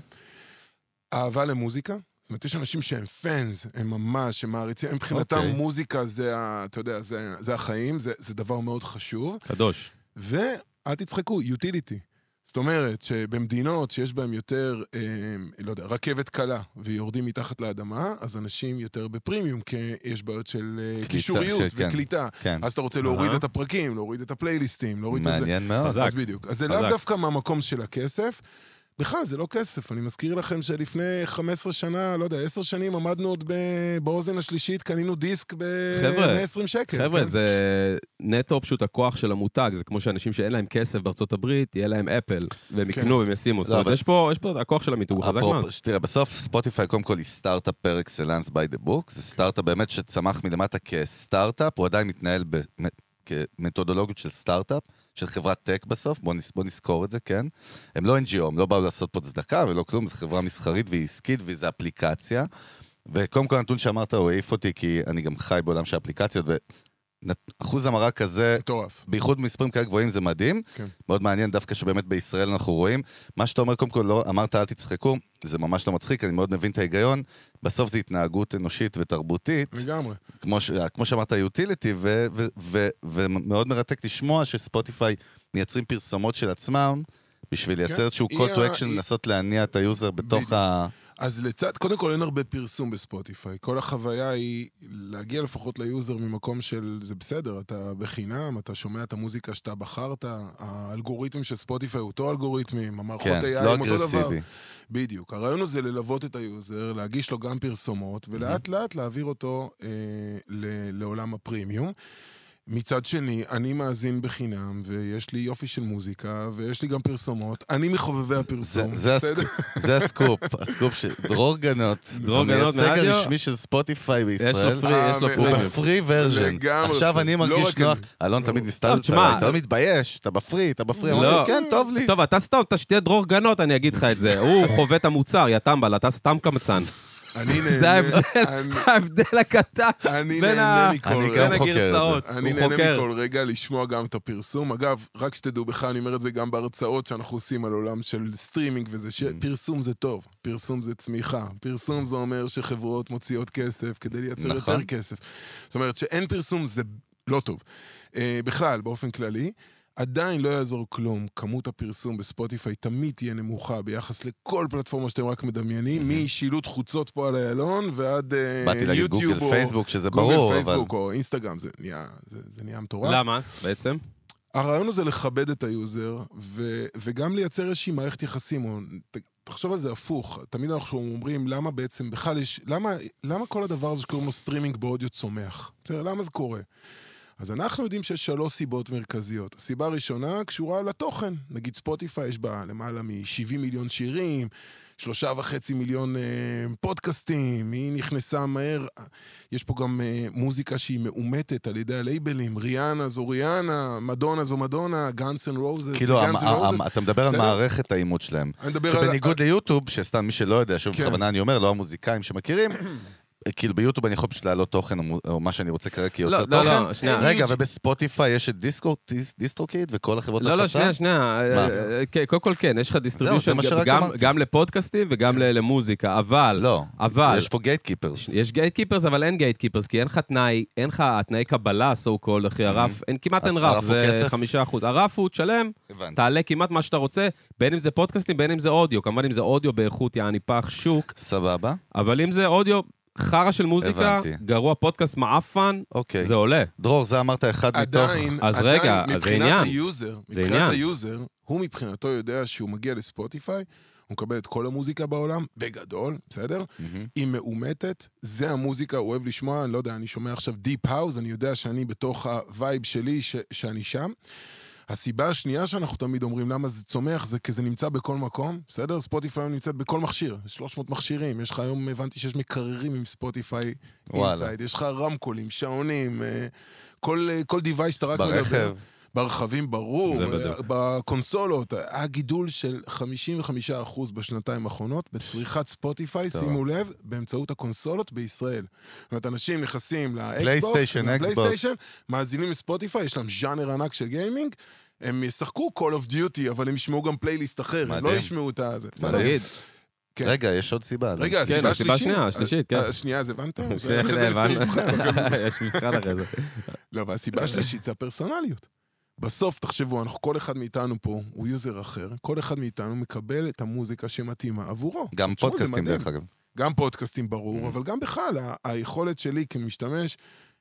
Speaker 3: אהבה למוזיקה, זאת אומרת, יש אנשים שהם פאנס, הם ממש, הם מעריצים, הם מבחינתם
Speaker 2: אוקיי.
Speaker 3: מוזיקה זה, ה- אתה יודע, זה, זה החיים, זה, זה דבר מאוד חשוב.
Speaker 1: קדוש.
Speaker 3: ואל תצחקו, utility. זאת אומרת, שבמדינות שיש בהן יותר, אה, לא יודע, רכבת קלה, ויורדים מתחת לאדמה, אז אנשים יותר בפרימיום, כי יש בעיות של אה,
Speaker 2: קליטה,
Speaker 3: קישוריות
Speaker 2: של- כן.
Speaker 3: וקליטה.
Speaker 2: כן.
Speaker 3: אז אתה רוצה להוריד
Speaker 1: אהה.
Speaker 3: את הפרקים, להוריד את הפלייליסטים, להוריד את זה.
Speaker 2: מעניין מאוד.
Speaker 1: חזק.
Speaker 3: אז בדיוק. אז זה לאו
Speaker 1: חזק.
Speaker 3: דווקא מהמקום של הכסף. בכלל, זה לא כסף. אני מזכיר לכם שלפני 15 שנה, לא יודע, 10 שנים, עמדנו עוד ב- באוזן השלישית, קנינו דיסק
Speaker 1: חבר'ה,
Speaker 3: ב-120 שקל.
Speaker 1: חבר'ה,
Speaker 3: כן?
Speaker 1: זה נטו פשוט הכוח של המותג, זה כמו שאנשים שאין להם כסף בארצות הברית, יהיה להם אפל, והם
Speaker 3: כן.
Speaker 1: יקנו והם ישימו. זאת אומרת,
Speaker 2: לא, אבל-
Speaker 1: יש פה, יש פה, הכוח של המיתוג הוא חזק
Speaker 2: אפרופו-
Speaker 1: מאוד.
Speaker 2: תראה, בסוף ספוטיפיי קודם כל היא סטארט-אפ פר אקסלנס by the book, זה סטארט-אפ באמת שצמח מלמטה כסטארט-אפ, הוא עדיין מתנהל ב- מ- כמתודולוגיות של סטארט-אפ, של חברת טק בסוף, בואו נז, בוא נזכור את זה, כן? הם לא NGO, הם לא באו לעשות פה צדקה ולא כלום, זו חברה מסחרית והיא עסקית וזו אפליקציה. וקודם כל הנתון שאמרת הוא העיף אותי, כי אני גם חי בעולם של אפליקציות, ואחוז המרה כזה
Speaker 3: מטורף.
Speaker 2: בייחוד במספרים כאלה גבוהים זה מדהים.
Speaker 3: כן.
Speaker 2: מאוד מעניין דווקא שבאמת בישראל אנחנו רואים. מה שאתה אומר, קודם כל, לא אמרת אל תצחקו, זה ממש לא מצחיק, אני מאוד מבין את ההיגיון. בסוף זה התנהגות אנושית ותרבותית,
Speaker 3: לגמרי.
Speaker 2: כמו, ש... כמו שאמרת, utility, ו... ו... ו... ומאוד מרתק לשמוע שספוטיפיי מייצרים פרסומות של עצמם. בשביל לייצר
Speaker 3: כן.
Speaker 2: איזשהו
Speaker 3: היא
Speaker 2: call
Speaker 3: ה-
Speaker 2: to action,
Speaker 3: היא-
Speaker 2: לנסות להניע את היוזר בתוך
Speaker 3: בדיוק.
Speaker 2: ה...
Speaker 3: אז לצד, קודם כל אין הרבה פרסום בספוטיפיי. כל החוויה היא להגיע לפחות ליוזר ממקום של זה בסדר, אתה בחינם, אתה שומע את המוזיקה שאתה בחרת, האלגוריתם של ספוטיפיי הוא אותו אלגוריתמים, המערכות
Speaker 2: כן,
Speaker 3: AI
Speaker 2: לא
Speaker 3: הם אותו דבר.
Speaker 2: אגרסיבי.
Speaker 3: בדיוק. הרעיון הוא זה ללוות את היוזר, להגיש לו גם פרסומות, ולאט לאט להעביר אותו אה, ל- לעולם הפרימיום. מצד שני, אני מאזין בחינם, ויש לי יופי של מוזיקה, ויש לי גם פרסומות. אני מחובבי
Speaker 2: זה,
Speaker 3: הפרסום.
Speaker 2: זה,
Speaker 3: בסדר?
Speaker 2: הסקופ, זה הסקופ, הסקופ של דרור גנות,
Speaker 1: דרור גנות
Speaker 2: המייצג
Speaker 1: מהדיו.
Speaker 2: הרשמי של ספוטיפיי בישראל.
Speaker 1: יש לו פרי, יש לו
Speaker 3: אה,
Speaker 2: הוא
Speaker 1: פרי.
Speaker 2: בפרי ורז'ן.
Speaker 3: לגמרי.
Speaker 2: עכשיו אני
Speaker 3: לא
Speaker 2: מרגיש
Speaker 3: רק
Speaker 2: נוח.
Speaker 3: אני.
Speaker 2: אלון תמיד נסתלת,
Speaker 1: תשמע,
Speaker 2: אתה לא מתבייש, אתה בפרי, אתה בפרי.
Speaker 1: לא.
Speaker 2: אמרתי, כן, טוב לי.
Speaker 1: טוב, אתה סתם, אתה שתהיה דרור גנות, אני אגיד לך את זה.
Speaker 3: [laughs]
Speaker 1: הוא חווה את המוצר, יא טמבל, אתה סתם קמצן.
Speaker 3: אני נהנה.
Speaker 1: זה ההבדל,
Speaker 3: [laughs] אני-
Speaker 1: [laughs] ההבדל הקטן
Speaker 3: אני
Speaker 1: בין ה-
Speaker 3: נהנה מכל
Speaker 2: אני
Speaker 3: רגע.
Speaker 2: גם
Speaker 1: בין
Speaker 2: לא חוקר את זה.
Speaker 1: הגרסאות.
Speaker 3: אני
Speaker 1: הוא
Speaker 3: נהנה
Speaker 1: חוקר.
Speaker 3: מכל רגע לשמוע גם את הפרסום. אגב, רק שתדעו בכלל, אני אומר את זה גם בהרצאות שאנחנו עושים על עולם של סטרימינג וזה,
Speaker 2: Mm.
Speaker 3: שפרסום זה טוב, פרסום זה צמיחה, פרסום זה אומר שחברות מוציאות כסף כדי לייצר
Speaker 2: נכון.
Speaker 3: יותר כסף. זאת אומרת שאין פרסום זה לא טוב. אה, בכלל, באופן כללי. עדיין לא יעזור כלום, כמות הפרסום בספוטיפיי תמיד תהיה נמוכה ביחס לכל פלטפורמה שאתם רק מדמיינים, משילוט חוצות פה על איילון ועד אה, יוטיוב
Speaker 2: Mm-hmm. באתי להגיד גוגל,
Speaker 3: או-
Speaker 2: פייסבוק, שזה
Speaker 3: גוגל,
Speaker 2: ברור, אבל...
Speaker 3: פייסבוק או אינסטגרם, זה נהיה, זה, זה נהיה מטורף.
Speaker 1: למה, בעצם?
Speaker 3: הרעיון הוא זה לכבד את היוזר, ו, וגם לייצר איזושהי מערכת יחסים. או, ת, תחשוב על זה הפוך, תמיד אנחנו אומרים למה בעצם בכלל יש, למה, למה כל הדבר הזה שקוראים לו סטרימינג באודיו צומח? בסדר, למה זה קורה? אז אנחנו יודעים שיש שלוש סיבות מרכזיות. הסיבה הראשונה קשורה לתוכן. נגיד ספוטיפיי יש בה למעלה מ-70 מיליון שירים, שלושה וחצי מיליון אה, פודקאסטים, היא נכנסה מהר. יש פה גם אה, מוזיקה שהיא מאומתת על ידי הלייבלים, ריאנה זו ריאנה, מדונה זו מדונה, גאנס אנד רוזס,
Speaker 2: כאילו,
Speaker 3: גאנס
Speaker 2: המ-
Speaker 3: אנד רוזס.
Speaker 2: המ- אתה מדבר על
Speaker 3: לא בסדר?
Speaker 2: מערכת האימות שלהם.
Speaker 3: אני מדבר על...
Speaker 2: שבניגוד ליוטיוב, שסתם מי שלא יודע, שוב
Speaker 3: כן.
Speaker 2: בכוונה אני אומר, לא המוזיקאים שמכירים, [clears throat] כאילו ביוטיוב אני יכול פשוט להעלות תוכן, או- או מה שאני רוצה כרגע, כי
Speaker 1: לא,
Speaker 2: יוצר
Speaker 1: לא, לא,
Speaker 2: תוכן.
Speaker 1: שנייה.
Speaker 2: רגע, ובספוטיפיי יש את דיסקו- דיס- דיסטרוקיד וכל החברות
Speaker 1: לא, לא,
Speaker 2: הפצה?
Speaker 1: שנייה, שנייה.
Speaker 2: מה?
Speaker 1: אה, אה, כן, קודם כל כן, יש לך
Speaker 2: זה
Speaker 1: דיסטריביושן
Speaker 2: מה שרק אמרתי. כן.
Speaker 1: גם לפודקאסטים וגם ל- למוזיקה, אבל...
Speaker 2: לא,
Speaker 1: אבל...
Speaker 2: יש פה גייט קיפרס.
Speaker 1: יש גייט קיפרס, אבל אין גייט קיפרס, כי אין לך תנאי, אין לך תנאי קבלה, סו קולד, אחי, הרף, אין כמעט אין
Speaker 2: הרף
Speaker 1: רף,
Speaker 2: הוא
Speaker 1: זה
Speaker 2: כסף?
Speaker 1: חמישה אחוז. הרף הוא, תשלם,
Speaker 2: הבנתי.
Speaker 1: תעלה כמעט מה שאתה רוצה, בין אם זה פודקאסטים, בין אם זה אודיו. כמובן אם זה אודיו באיכות, יעני פח שוק,
Speaker 2: סבבה,
Speaker 1: אבל אם זה אודיו, חרא של מוזיקה,
Speaker 2: הבנתי.
Speaker 1: גרוע פודקאסט מעפן,
Speaker 2: אוקיי.
Speaker 1: זה עולה.
Speaker 2: דרור, זה אמרת אחד מתוך...
Speaker 3: עדיין,
Speaker 1: אז
Speaker 3: עדיין,
Speaker 1: רגע, אז זה
Speaker 3: מבחינת
Speaker 1: עניין.
Speaker 3: היוזר,
Speaker 1: זה
Speaker 3: מבחינת
Speaker 1: עניין.
Speaker 3: היוזר, הוא מבחינתו יודע שהוא מגיע לספוטיפיי, הוא מקבל את כל המוזיקה בעולם, בגדול, בסדר?
Speaker 2: מהמם.
Speaker 3: היא מאומתת, זה המוזיקה, הוא אוהב לשמוע, אני לא יודע, אני שומע עכשיו דיפ האוז, אני יודע שאני בתוך הווייב שלי, ש- שאני שם. הסיבה השנייה שאנחנו תמיד אומרים למה זה צומח, זה כי זה נמצא בכל מקום, בסדר? ספוטיפיי היום נמצאת בכל מכשיר, 300 מכשירים, יש לך היום, הבנתי שיש מקררים עם ספוטיפיי
Speaker 2: וואלה.
Speaker 3: אינסייד, יש לך רמקולים, שעונים, אה, כל, אה, כל דיווייס שאתה רק מדבר.
Speaker 2: ברכב.
Speaker 3: ברכבים, ברור,
Speaker 1: זה בדיוק.
Speaker 3: אה, בקונסולות, היה גידול של 55% בשנתיים האחרונות בצריכת ספוטיפיי,
Speaker 2: טוב.
Speaker 3: שימו לב, באמצעות הקונסולות בישראל. זאת אומרת, אנשים נכנסים לאקסבוקס,
Speaker 2: פלייסטיישן,
Speaker 3: לפלייסטיישן, מאזינים לספוטיפיי, יש להם ז'אנר ענק של גיימינג, הם ישחקו Call of Duty, אבל הם ישמעו גם פלייליסט אחר, הם לא
Speaker 2: מדהים.
Speaker 3: ישמעו את הזה.
Speaker 1: מה
Speaker 3: בסדר?
Speaker 1: נגיד?
Speaker 3: כן.
Speaker 2: רגע, יש עוד סיבה. לא?
Speaker 3: רגע,
Speaker 1: כן,
Speaker 3: הסיבה
Speaker 1: הסיבה
Speaker 3: השלישית...
Speaker 1: השנייה, השלישית, [laughs] כן.
Speaker 3: השנייה, אז הבנתם? זה-
Speaker 1: איך
Speaker 3: אחרי
Speaker 1: זה
Speaker 3: זה
Speaker 1: הבנת?
Speaker 3: ניסיון מבחן, אחרי זה
Speaker 1: יש מבחן אחרי זה.
Speaker 3: לא, והסיבה השלישית זה הפרסונליות. בסוף, תחשבו, אנחנו, כל אחד מאיתנו פה הוא יוזר אחר, כל אחד מאיתנו מקבל את המוזיקה שמתאימה עבורו.
Speaker 2: גם
Speaker 3: תשמעו, זה
Speaker 2: פודקאסטים,
Speaker 3: מדהים.
Speaker 2: דרך אגב.
Speaker 3: גם פודקאסטים ברור, אבל גם בכלל, ה- היכולת שלי כמשתמש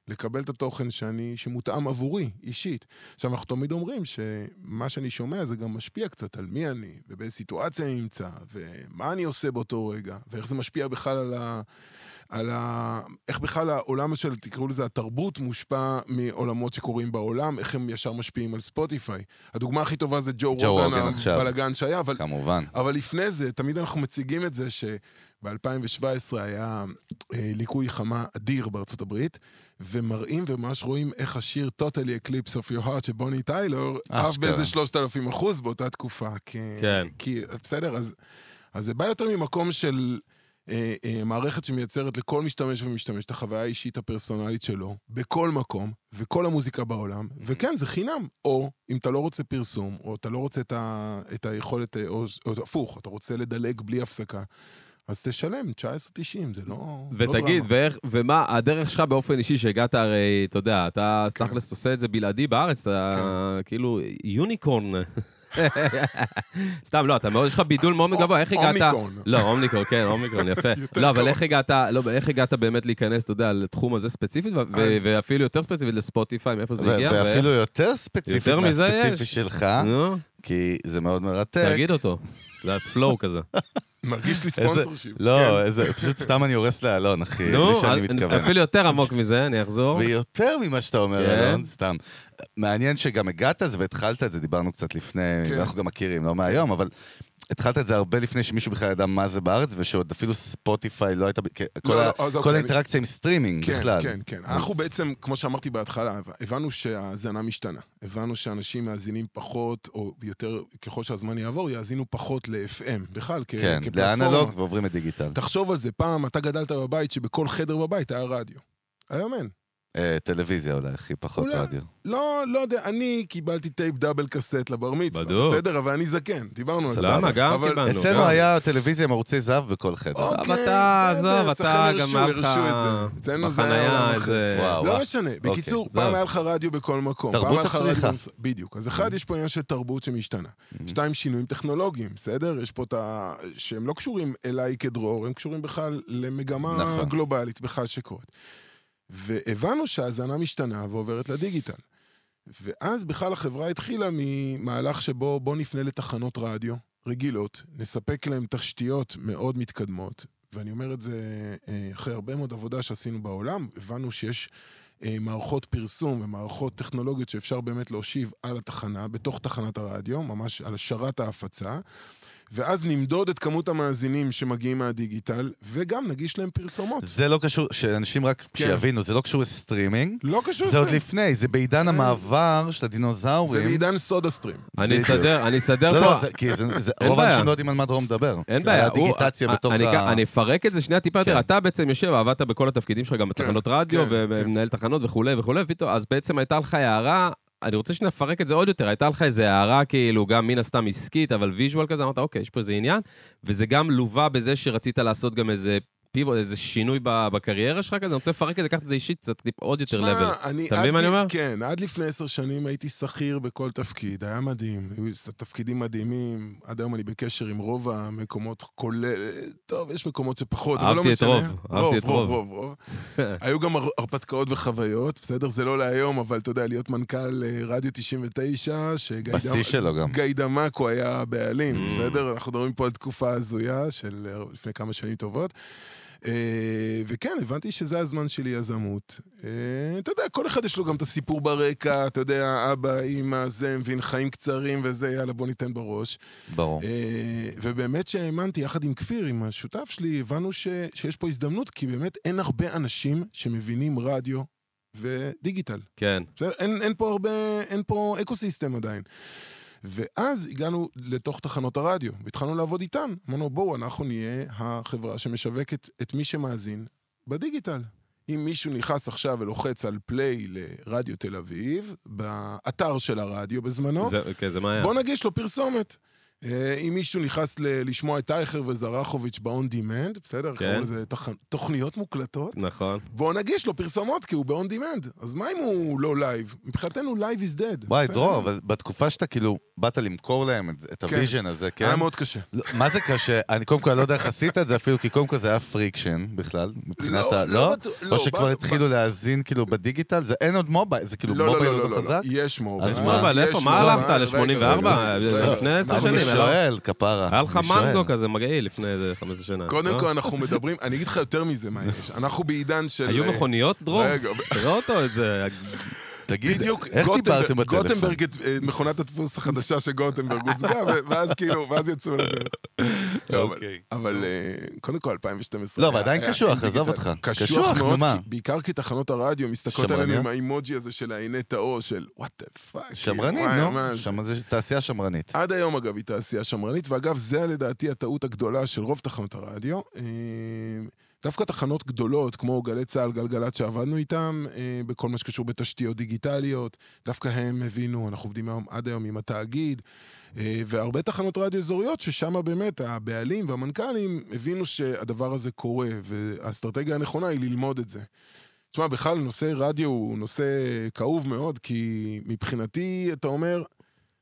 Speaker 3: לקבל את התוכן שאני, שמותאם עבורי, אישית. עכשיו, אנחנו תמיד אומרים שמה שאני שומע זה גם משפיע קצת על מי אני, ובאיזה סיטואציה אני נמצא, ומה אני עושה באותו רגע, ואיך זה משפיע בכלל על ה... על ה... איך בכלל העולם של, תקראו לזה, התרבות מושפע מעולמות שקורים בעולם, איך הם ישר משפיעים על ספוטיפיי. הדוגמה הכי טובה זה ג'ו,
Speaker 2: ג'ו רוגן
Speaker 3: רוגן,
Speaker 2: עכשיו.
Speaker 3: הבלאגן שהיה, אבל
Speaker 2: כמובן.
Speaker 3: אבל לפני זה, תמיד אנחנו מציגים את זה שב-2017 היה אה, ליקוי חמה אדיר בארצות הברית, ומראים וממש רואים איך השיר Totally Eclipse of Your Heart של בוני טיילור עף
Speaker 2: אשכרה.
Speaker 3: באיזה 3,000 אחוז באותה תקופה. כי,
Speaker 1: כן.
Speaker 3: כי, בסדר, אז, אז זה בא יותר ממקום של אה, אה, מערכת שמייצרת לכל משתמש ומשתמש את החוויה האישית הפרסונלית שלו, בכל מקום, וכל המוזיקה בעולם, וכן, זה חינם. או אם אתה לא רוצה פרסום, או אתה לא רוצה את, ה, את היכולת, אה, או, או הפוך, אתה רוצה לדלג בלי הפסקה, אז תשלם 19.90, זה לא, לא
Speaker 1: ותגיד,
Speaker 3: דרמה.
Speaker 1: ואיך, ומה הדרך שלך באופן אישי שהגעת הרי, אתה יודע, אתה
Speaker 3: כן.
Speaker 1: סלחלס עושה את זה בלעדי בארץ, אתה כאילו יוניקורן. סתם, לא, אתה מאוד, יש לך בידול מאוד
Speaker 3: א-
Speaker 1: גבוה, איך הגעת...
Speaker 3: אומיקרון.
Speaker 1: לא, אומיקרון, כן, אומיקרון, יפה.
Speaker 3: [laughs] יותר
Speaker 1: לא, אבל
Speaker 3: קרוב.
Speaker 1: איך הגעת, לא, איך הגעת באמת להיכנס, אתה יודע, לתחום הזה ספציפית, ו- ו-
Speaker 3: אז-
Speaker 1: ואפילו יותר ספציפית לספוטיפיי, מאיפה זה
Speaker 2: ו-
Speaker 1: הגיע?
Speaker 2: ואפילו יותר ספציפי
Speaker 1: יותר מזה
Speaker 2: מהספציפי
Speaker 1: יש.
Speaker 2: שלך,
Speaker 1: ואיך- נו,
Speaker 2: כי זה מאוד
Speaker 3: אה,
Speaker 2: מרתק.
Speaker 1: תגיד אותו. זה הפלואו
Speaker 3: [laughs]
Speaker 1: כזה.
Speaker 3: מרגיש לי
Speaker 2: איזה-
Speaker 3: ספונסר שיפ.
Speaker 2: לא, איזה- פשוט סתם אני הורס לאלון, אחי, בלי
Speaker 1: נו,
Speaker 2: שאני
Speaker 1: אל-
Speaker 2: מתכוון.
Speaker 1: אפילו יותר עמוק מזה, אני אחזור.
Speaker 2: ויותר ממה שאתה אומר,
Speaker 1: כן.
Speaker 2: אלון, סתם. מעניין שגם הגעת לזה והתחלת את זה, דיברנו קצת לפני,
Speaker 3: כן.
Speaker 2: אנחנו גם מכירים, לא מהיום, אבל התחלת את זה הרבה לפני שמישהו בכלל ידע מה זה בארץ, ושעוד אפילו ספוטיפיי לא הייתה... ב- כי כל
Speaker 3: לא,
Speaker 2: ה-
Speaker 3: אז אוקיי,
Speaker 2: כל
Speaker 3: אני-
Speaker 2: האינטראקציה עם סטרימינג
Speaker 3: כן,
Speaker 2: בכלל.
Speaker 3: כן, כן. אנחנו בעצם, כמו שאמרתי בהתחלה, הב- הבנו שההאזנה משתנה. הבנו שאנשים מאזינים פחות, או יותר, ככל שהזמן יעבור, יאזינו פחות ל-FM, בכלל, כ-
Speaker 2: כן,
Speaker 3: כפלטפורמה.
Speaker 2: לאנלוג ועוברים לדיגיטל.
Speaker 3: תחשוב על זה, פעם אתה גדלת בבית שבכל חדר בבית היה רדיו. היום אין.
Speaker 2: אה, טלוויזיה אולי, הכי פחות
Speaker 3: אולי.
Speaker 2: רדיו.
Speaker 3: לא, לא יודע, אני קיבלתי טייפ דאבל קסט לבר מצווה.
Speaker 1: בדוק.
Speaker 3: בסדר, אבל אני זקן, דיברנו על זה.
Speaker 1: למה? גם
Speaker 3: אבל
Speaker 1: קיבלנו.
Speaker 2: אצלנו
Speaker 1: גם.
Speaker 2: היה טלוויזיה עם ערוצי זהב בכל חדר.
Speaker 3: לא אוקיי,
Speaker 1: אבל אתה,
Speaker 3: בסדר,
Speaker 1: עזוב,
Speaker 3: אצלכם
Speaker 1: אתה
Speaker 3: הרשו,
Speaker 1: גם היה לך...
Speaker 3: הרשו את זה. אצלנו זה היה
Speaker 1: בחנייה
Speaker 3: עולם אחר.
Speaker 1: איזה...
Speaker 2: אה, וואו. אוקיי,
Speaker 3: לא משנה. בקיצור,
Speaker 2: זהו.
Speaker 3: פעם היה לך רדיו בכל מקום.
Speaker 2: תרבות
Speaker 3: פעם היה לך רדיו
Speaker 2: הצריכה. Mm.
Speaker 3: במס- בדיוק. אז אחד, יש פה עניין של תרבות שמשתנה. שתיים, שינויים טכנולוגיים, בסדר? יש פה את ה... שהם לא קשורים אליי כדרור, הם קשורים בכלל למגמה
Speaker 2: נכון.
Speaker 3: גלובלית בכלל שקורית. והבנו שההאזנה משתנה ועוברת לדיגיטל. ואז בכלל החברה התחילה ממהלך שבו בוא נפנה לתחנות רדיו רגילות, נספק להם תשתיות מאוד מתקדמות, ואני אומר את זה אה, אחרי הרבה מאוד עבודה שעשינו בעולם, הבנו שיש אה, מערכות פרסום ומערכות טכנולוגיות שאפשר באמת להושיב על התחנה, בתוך תחנת הרדיו, ממש על שרת ההפצה, ואז נמדוד את כמות המאזינים שמגיעים מהדיגיטל, וגם נגיש להם פרסומות.
Speaker 2: זה לא קשור, שאנשים רק שיבינו, זה לא קשור לסטרימינג.
Speaker 3: כן. לא קשור
Speaker 2: זה עוד
Speaker 3: לזה.
Speaker 2: לפני, זה בעידן המעבר של הדינוזאורים.
Speaker 3: זה בעידן סודה סטרים.
Speaker 1: אני
Speaker 2: בדיוק.
Speaker 1: אסדר, אני אסדר
Speaker 2: לא,
Speaker 1: פה...
Speaker 2: לא, זה- כי זה- זה-
Speaker 1: אין
Speaker 2: רוב
Speaker 1: בעיה.
Speaker 2: האנשים לא יודעים על מה דרום מדבר.
Speaker 1: אין
Speaker 2: על
Speaker 1: בעיה. הוא-
Speaker 2: הדיגיטציה
Speaker 1: אני-
Speaker 2: בתוך
Speaker 1: אני-
Speaker 2: ה...
Speaker 1: אני אפרק את זה שנייה טיפה
Speaker 2: כן.
Speaker 1: יותר. אתה בעצם יושב, עבדת בכל התפקידים שלך, גם בתחנות רדיו,
Speaker 3: כן,
Speaker 1: ומנהל תחנות וכולי וכולי, ופתאום, אז בעצם הייתה לך הערה, אני רוצה שנפרק את זה עוד יותר, הייתה לך איזו הערה, כאילו, גם מן הסתם עסקית, אבל ויז'ואל כזה, אמרת, אוקיי, יש פה איזה עניין, וזה גם לווה בזה שרצית לעשות גם איזה פיבוט, איזה שינוי ב- בקריירה שלך כזה, אני רוצה לפרק את זה, לקחת את זה אישית קצת טיפ- עוד יותר לבל.
Speaker 3: תשמע, אני...
Speaker 1: אתה
Speaker 3: עד
Speaker 1: מבין מה אני
Speaker 3: גיל-
Speaker 1: אומר?
Speaker 3: כן, עד לפני עשר שנים הייתי שכיר בכל תפקיד, היה מדהים. היו לי תפקידים מדהימים, עד היום אני בקשר עם רוב המקומות, כולל... טוב, יש מקומות שפחות, אבל לא
Speaker 1: אהבתי את
Speaker 3: משנה.
Speaker 1: רוב, אהבתי את
Speaker 3: רוב,
Speaker 1: רוב.
Speaker 3: רוב, רוב. היו גם הר- הרפתקאות וחוויות, בסדר, זה לא להיום, אבל אתה יודע, להיות מנכ"ל אה, רדיו 99, שגיא דם-
Speaker 2: בשיא שלו גם.
Speaker 3: גיא דמקו היה הבעלים,
Speaker 1: Mm.
Speaker 3: בסדר? אנחנו מדברים פה על תקופה הזויה של אה, לפני כמה שנים טובות. אה, וכן, הבנתי שזה הזמן שלי יזמות. אה, אתה יודע, כל אחד יש לו גם את הסיפור ברקע, אתה יודע, אבא, אימא, זה, מבין, חיים קצרים וזה, יאללה, בוא ניתן בראש.
Speaker 2: ברור.
Speaker 3: אה, ובאמת שהאמנתי, יחד עם כפיר, עם השותף שלי, הבנו ש, שיש פה הזדמנות, כי באמת אין הרבה אנשים שמבינים רדיו ודיגיטל.
Speaker 1: כן.
Speaker 3: בסדר? אין, אין פה הרבה, אין פה אקו-סיסטם עדיין. ואז הגענו לתוך תחנות הרדיו, והתחלנו לעבוד איתן. אמרנו, בואו, אנחנו נהיה החברה שמשווקת את מי שמאזין בדיגיטל. אם מישהו נכנס עכשיו ולוחץ על פליי לרדיו תל אביב, באתר של הרדיו בזמנו,
Speaker 1: זה- אוקיי, זה מה היה.
Speaker 3: בוא נגיש לו פרסומת. אה, אם מישהו נכנס ל- לשמוע את טייכר וזרחוביץ' ב-on demand, בסדר?
Speaker 1: כן.
Speaker 3: קראו לזה תח- תוכניות מוקלטות.
Speaker 1: נכון.
Speaker 3: בואו נגיש לו פרסומות, כי הוא ב-on demand. אז מה אם הוא לא לייב? מבחינתנו לייב is dead.
Speaker 2: וואי,
Speaker 3: בסדר?
Speaker 2: דרור, אבל בתקופה שאתה כאילו באת למכור להם את- את
Speaker 3: כן.
Speaker 2: הוויז'ן הזה, כן?
Speaker 3: היה מאוד קשה.
Speaker 2: לא, מה זה קשה? אני קודם כל לא יודע איך עשית את זה אפילו, כי קודם כל זה היה פריקשן בכלל, מבחינת
Speaker 3: לא,
Speaker 2: ה...
Speaker 3: לא
Speaker 2: לא?
Speaker 3: בטוח-
Speaker 2: או
Speaker 3: לא,
Speaker 2: שכבר
Speaker 3: ב-
Speaker 2: התחילו להאזין כאילו בדיגיטל? זה אין עוד מובייל, זה כאילו
Speaker 3: לא, לא,
Speaker 2: מובייל
Speaker 3: לא,
Speaker 2: עוד
Speaker 3: לא,
Speaker 2: לא
Speaker 3: לא.
Speaker 2: חזק?
Speaker 3: יש מובייל.
Speaker 2: אז
Speaker 1: מה, אבל
Speaker 3: יש
Speaker 1: איפה, מה
Speaker 3: מובייל.
Speaker 1: הלכת
Speaker 3: רגע,
Speaker 1: ל-84?
Speaker 3: רגע, רגע.
Speaker 1: לא, לפני עשר
Speaker 2: אני
Speaker 1: שנים, אלא-
Speaker 2: [laughs] שואל, כפרה.
Speaker 1: היה לך
Speaker 2: אני שואל.
Speaker 1: מנגו כזה מגעיל לפני איזה 15 שנה.
Speaker 3: קודם
Speaker 1: לא?
Speaker 3: כל אנחנו מדברים, אני אגיד לך יותר מזה מה יש. אנחנו בעידן של...
Speaker 1: היו
Speaker 3: אה,
Speaker 1: מכוניות, דרור?
Speaker 3: רגע,
Speaker 1: תראה אותו, את זה...
Speaker 2: תגיד,
Speaker 3: בדיוק,
Speaker 2: איך
Speaker 3: גוטנברג-
Speaker 2: דיברתם בטלפון?
Speaker 3: גוטנברג, את אה, מכונת הדפוס
Speaker 2: [laughs]
Speaker 3: החדשה שגוטנברג הוצגה, ו- ואז כאילו, ואז יצאו לדרך. לא, אבל-
Speaker 2: אוקיי.
Speaker 3: אבל אה, קודם כל, 2012...
Speaker 2: לא,
Speaker 3: היה-
Speaker 2: אבל עדיין
Speaker 3: היה
Speaker 2: קשוח,
Speaker 3: אין
Speaker 2: עזוב
Speaker 3: דיגיטל.
Speaker 2: אותך.
Speaker 3: קשוח
Speaker 2: קשוח, נו,
Speaker 3: מאוד,
Speaker 2: מה?
Speaker 3: כי- בעיקר כי תחנות הרדיו מסתכלות
Speaker 2: שמרניה?
Speaker 3: עלינו עם האימוג'י הזה של העיני טהור, של וואט דה פאק.
Speaker 2: שמרנים,
Speaker 3: כאילו,
Speaker 2: נו. שם זה תעשייה שמרנית.
Speaker 3: עד היום, אגב, היא תעשייה שמרנית, ואגב, זה לדעתי הטעות הגדולה של רוב תחנות הרדיו. אה, דווקא תחנות גדולות, כמו גלי צה"ל, גלגלצ, שעבדנו איתם, אה, בכל מה שקשור בתשתיות דיגיטליות, דווקא הם הבינו, אנחנו עובדים היום, עד היום עם התאגיד, אה, והרבה תחנות רדיו אזוריות, ששם באמת הבעלים והמנכ"לים הבינו שהדבר הזה קורה, והאסטרטגיה הנכונה היא ללמוד את זה. תשמע, בכלל, נושא רדיו הוא נושא כאוב מאוד, כי מבחינתי, אתה אומר,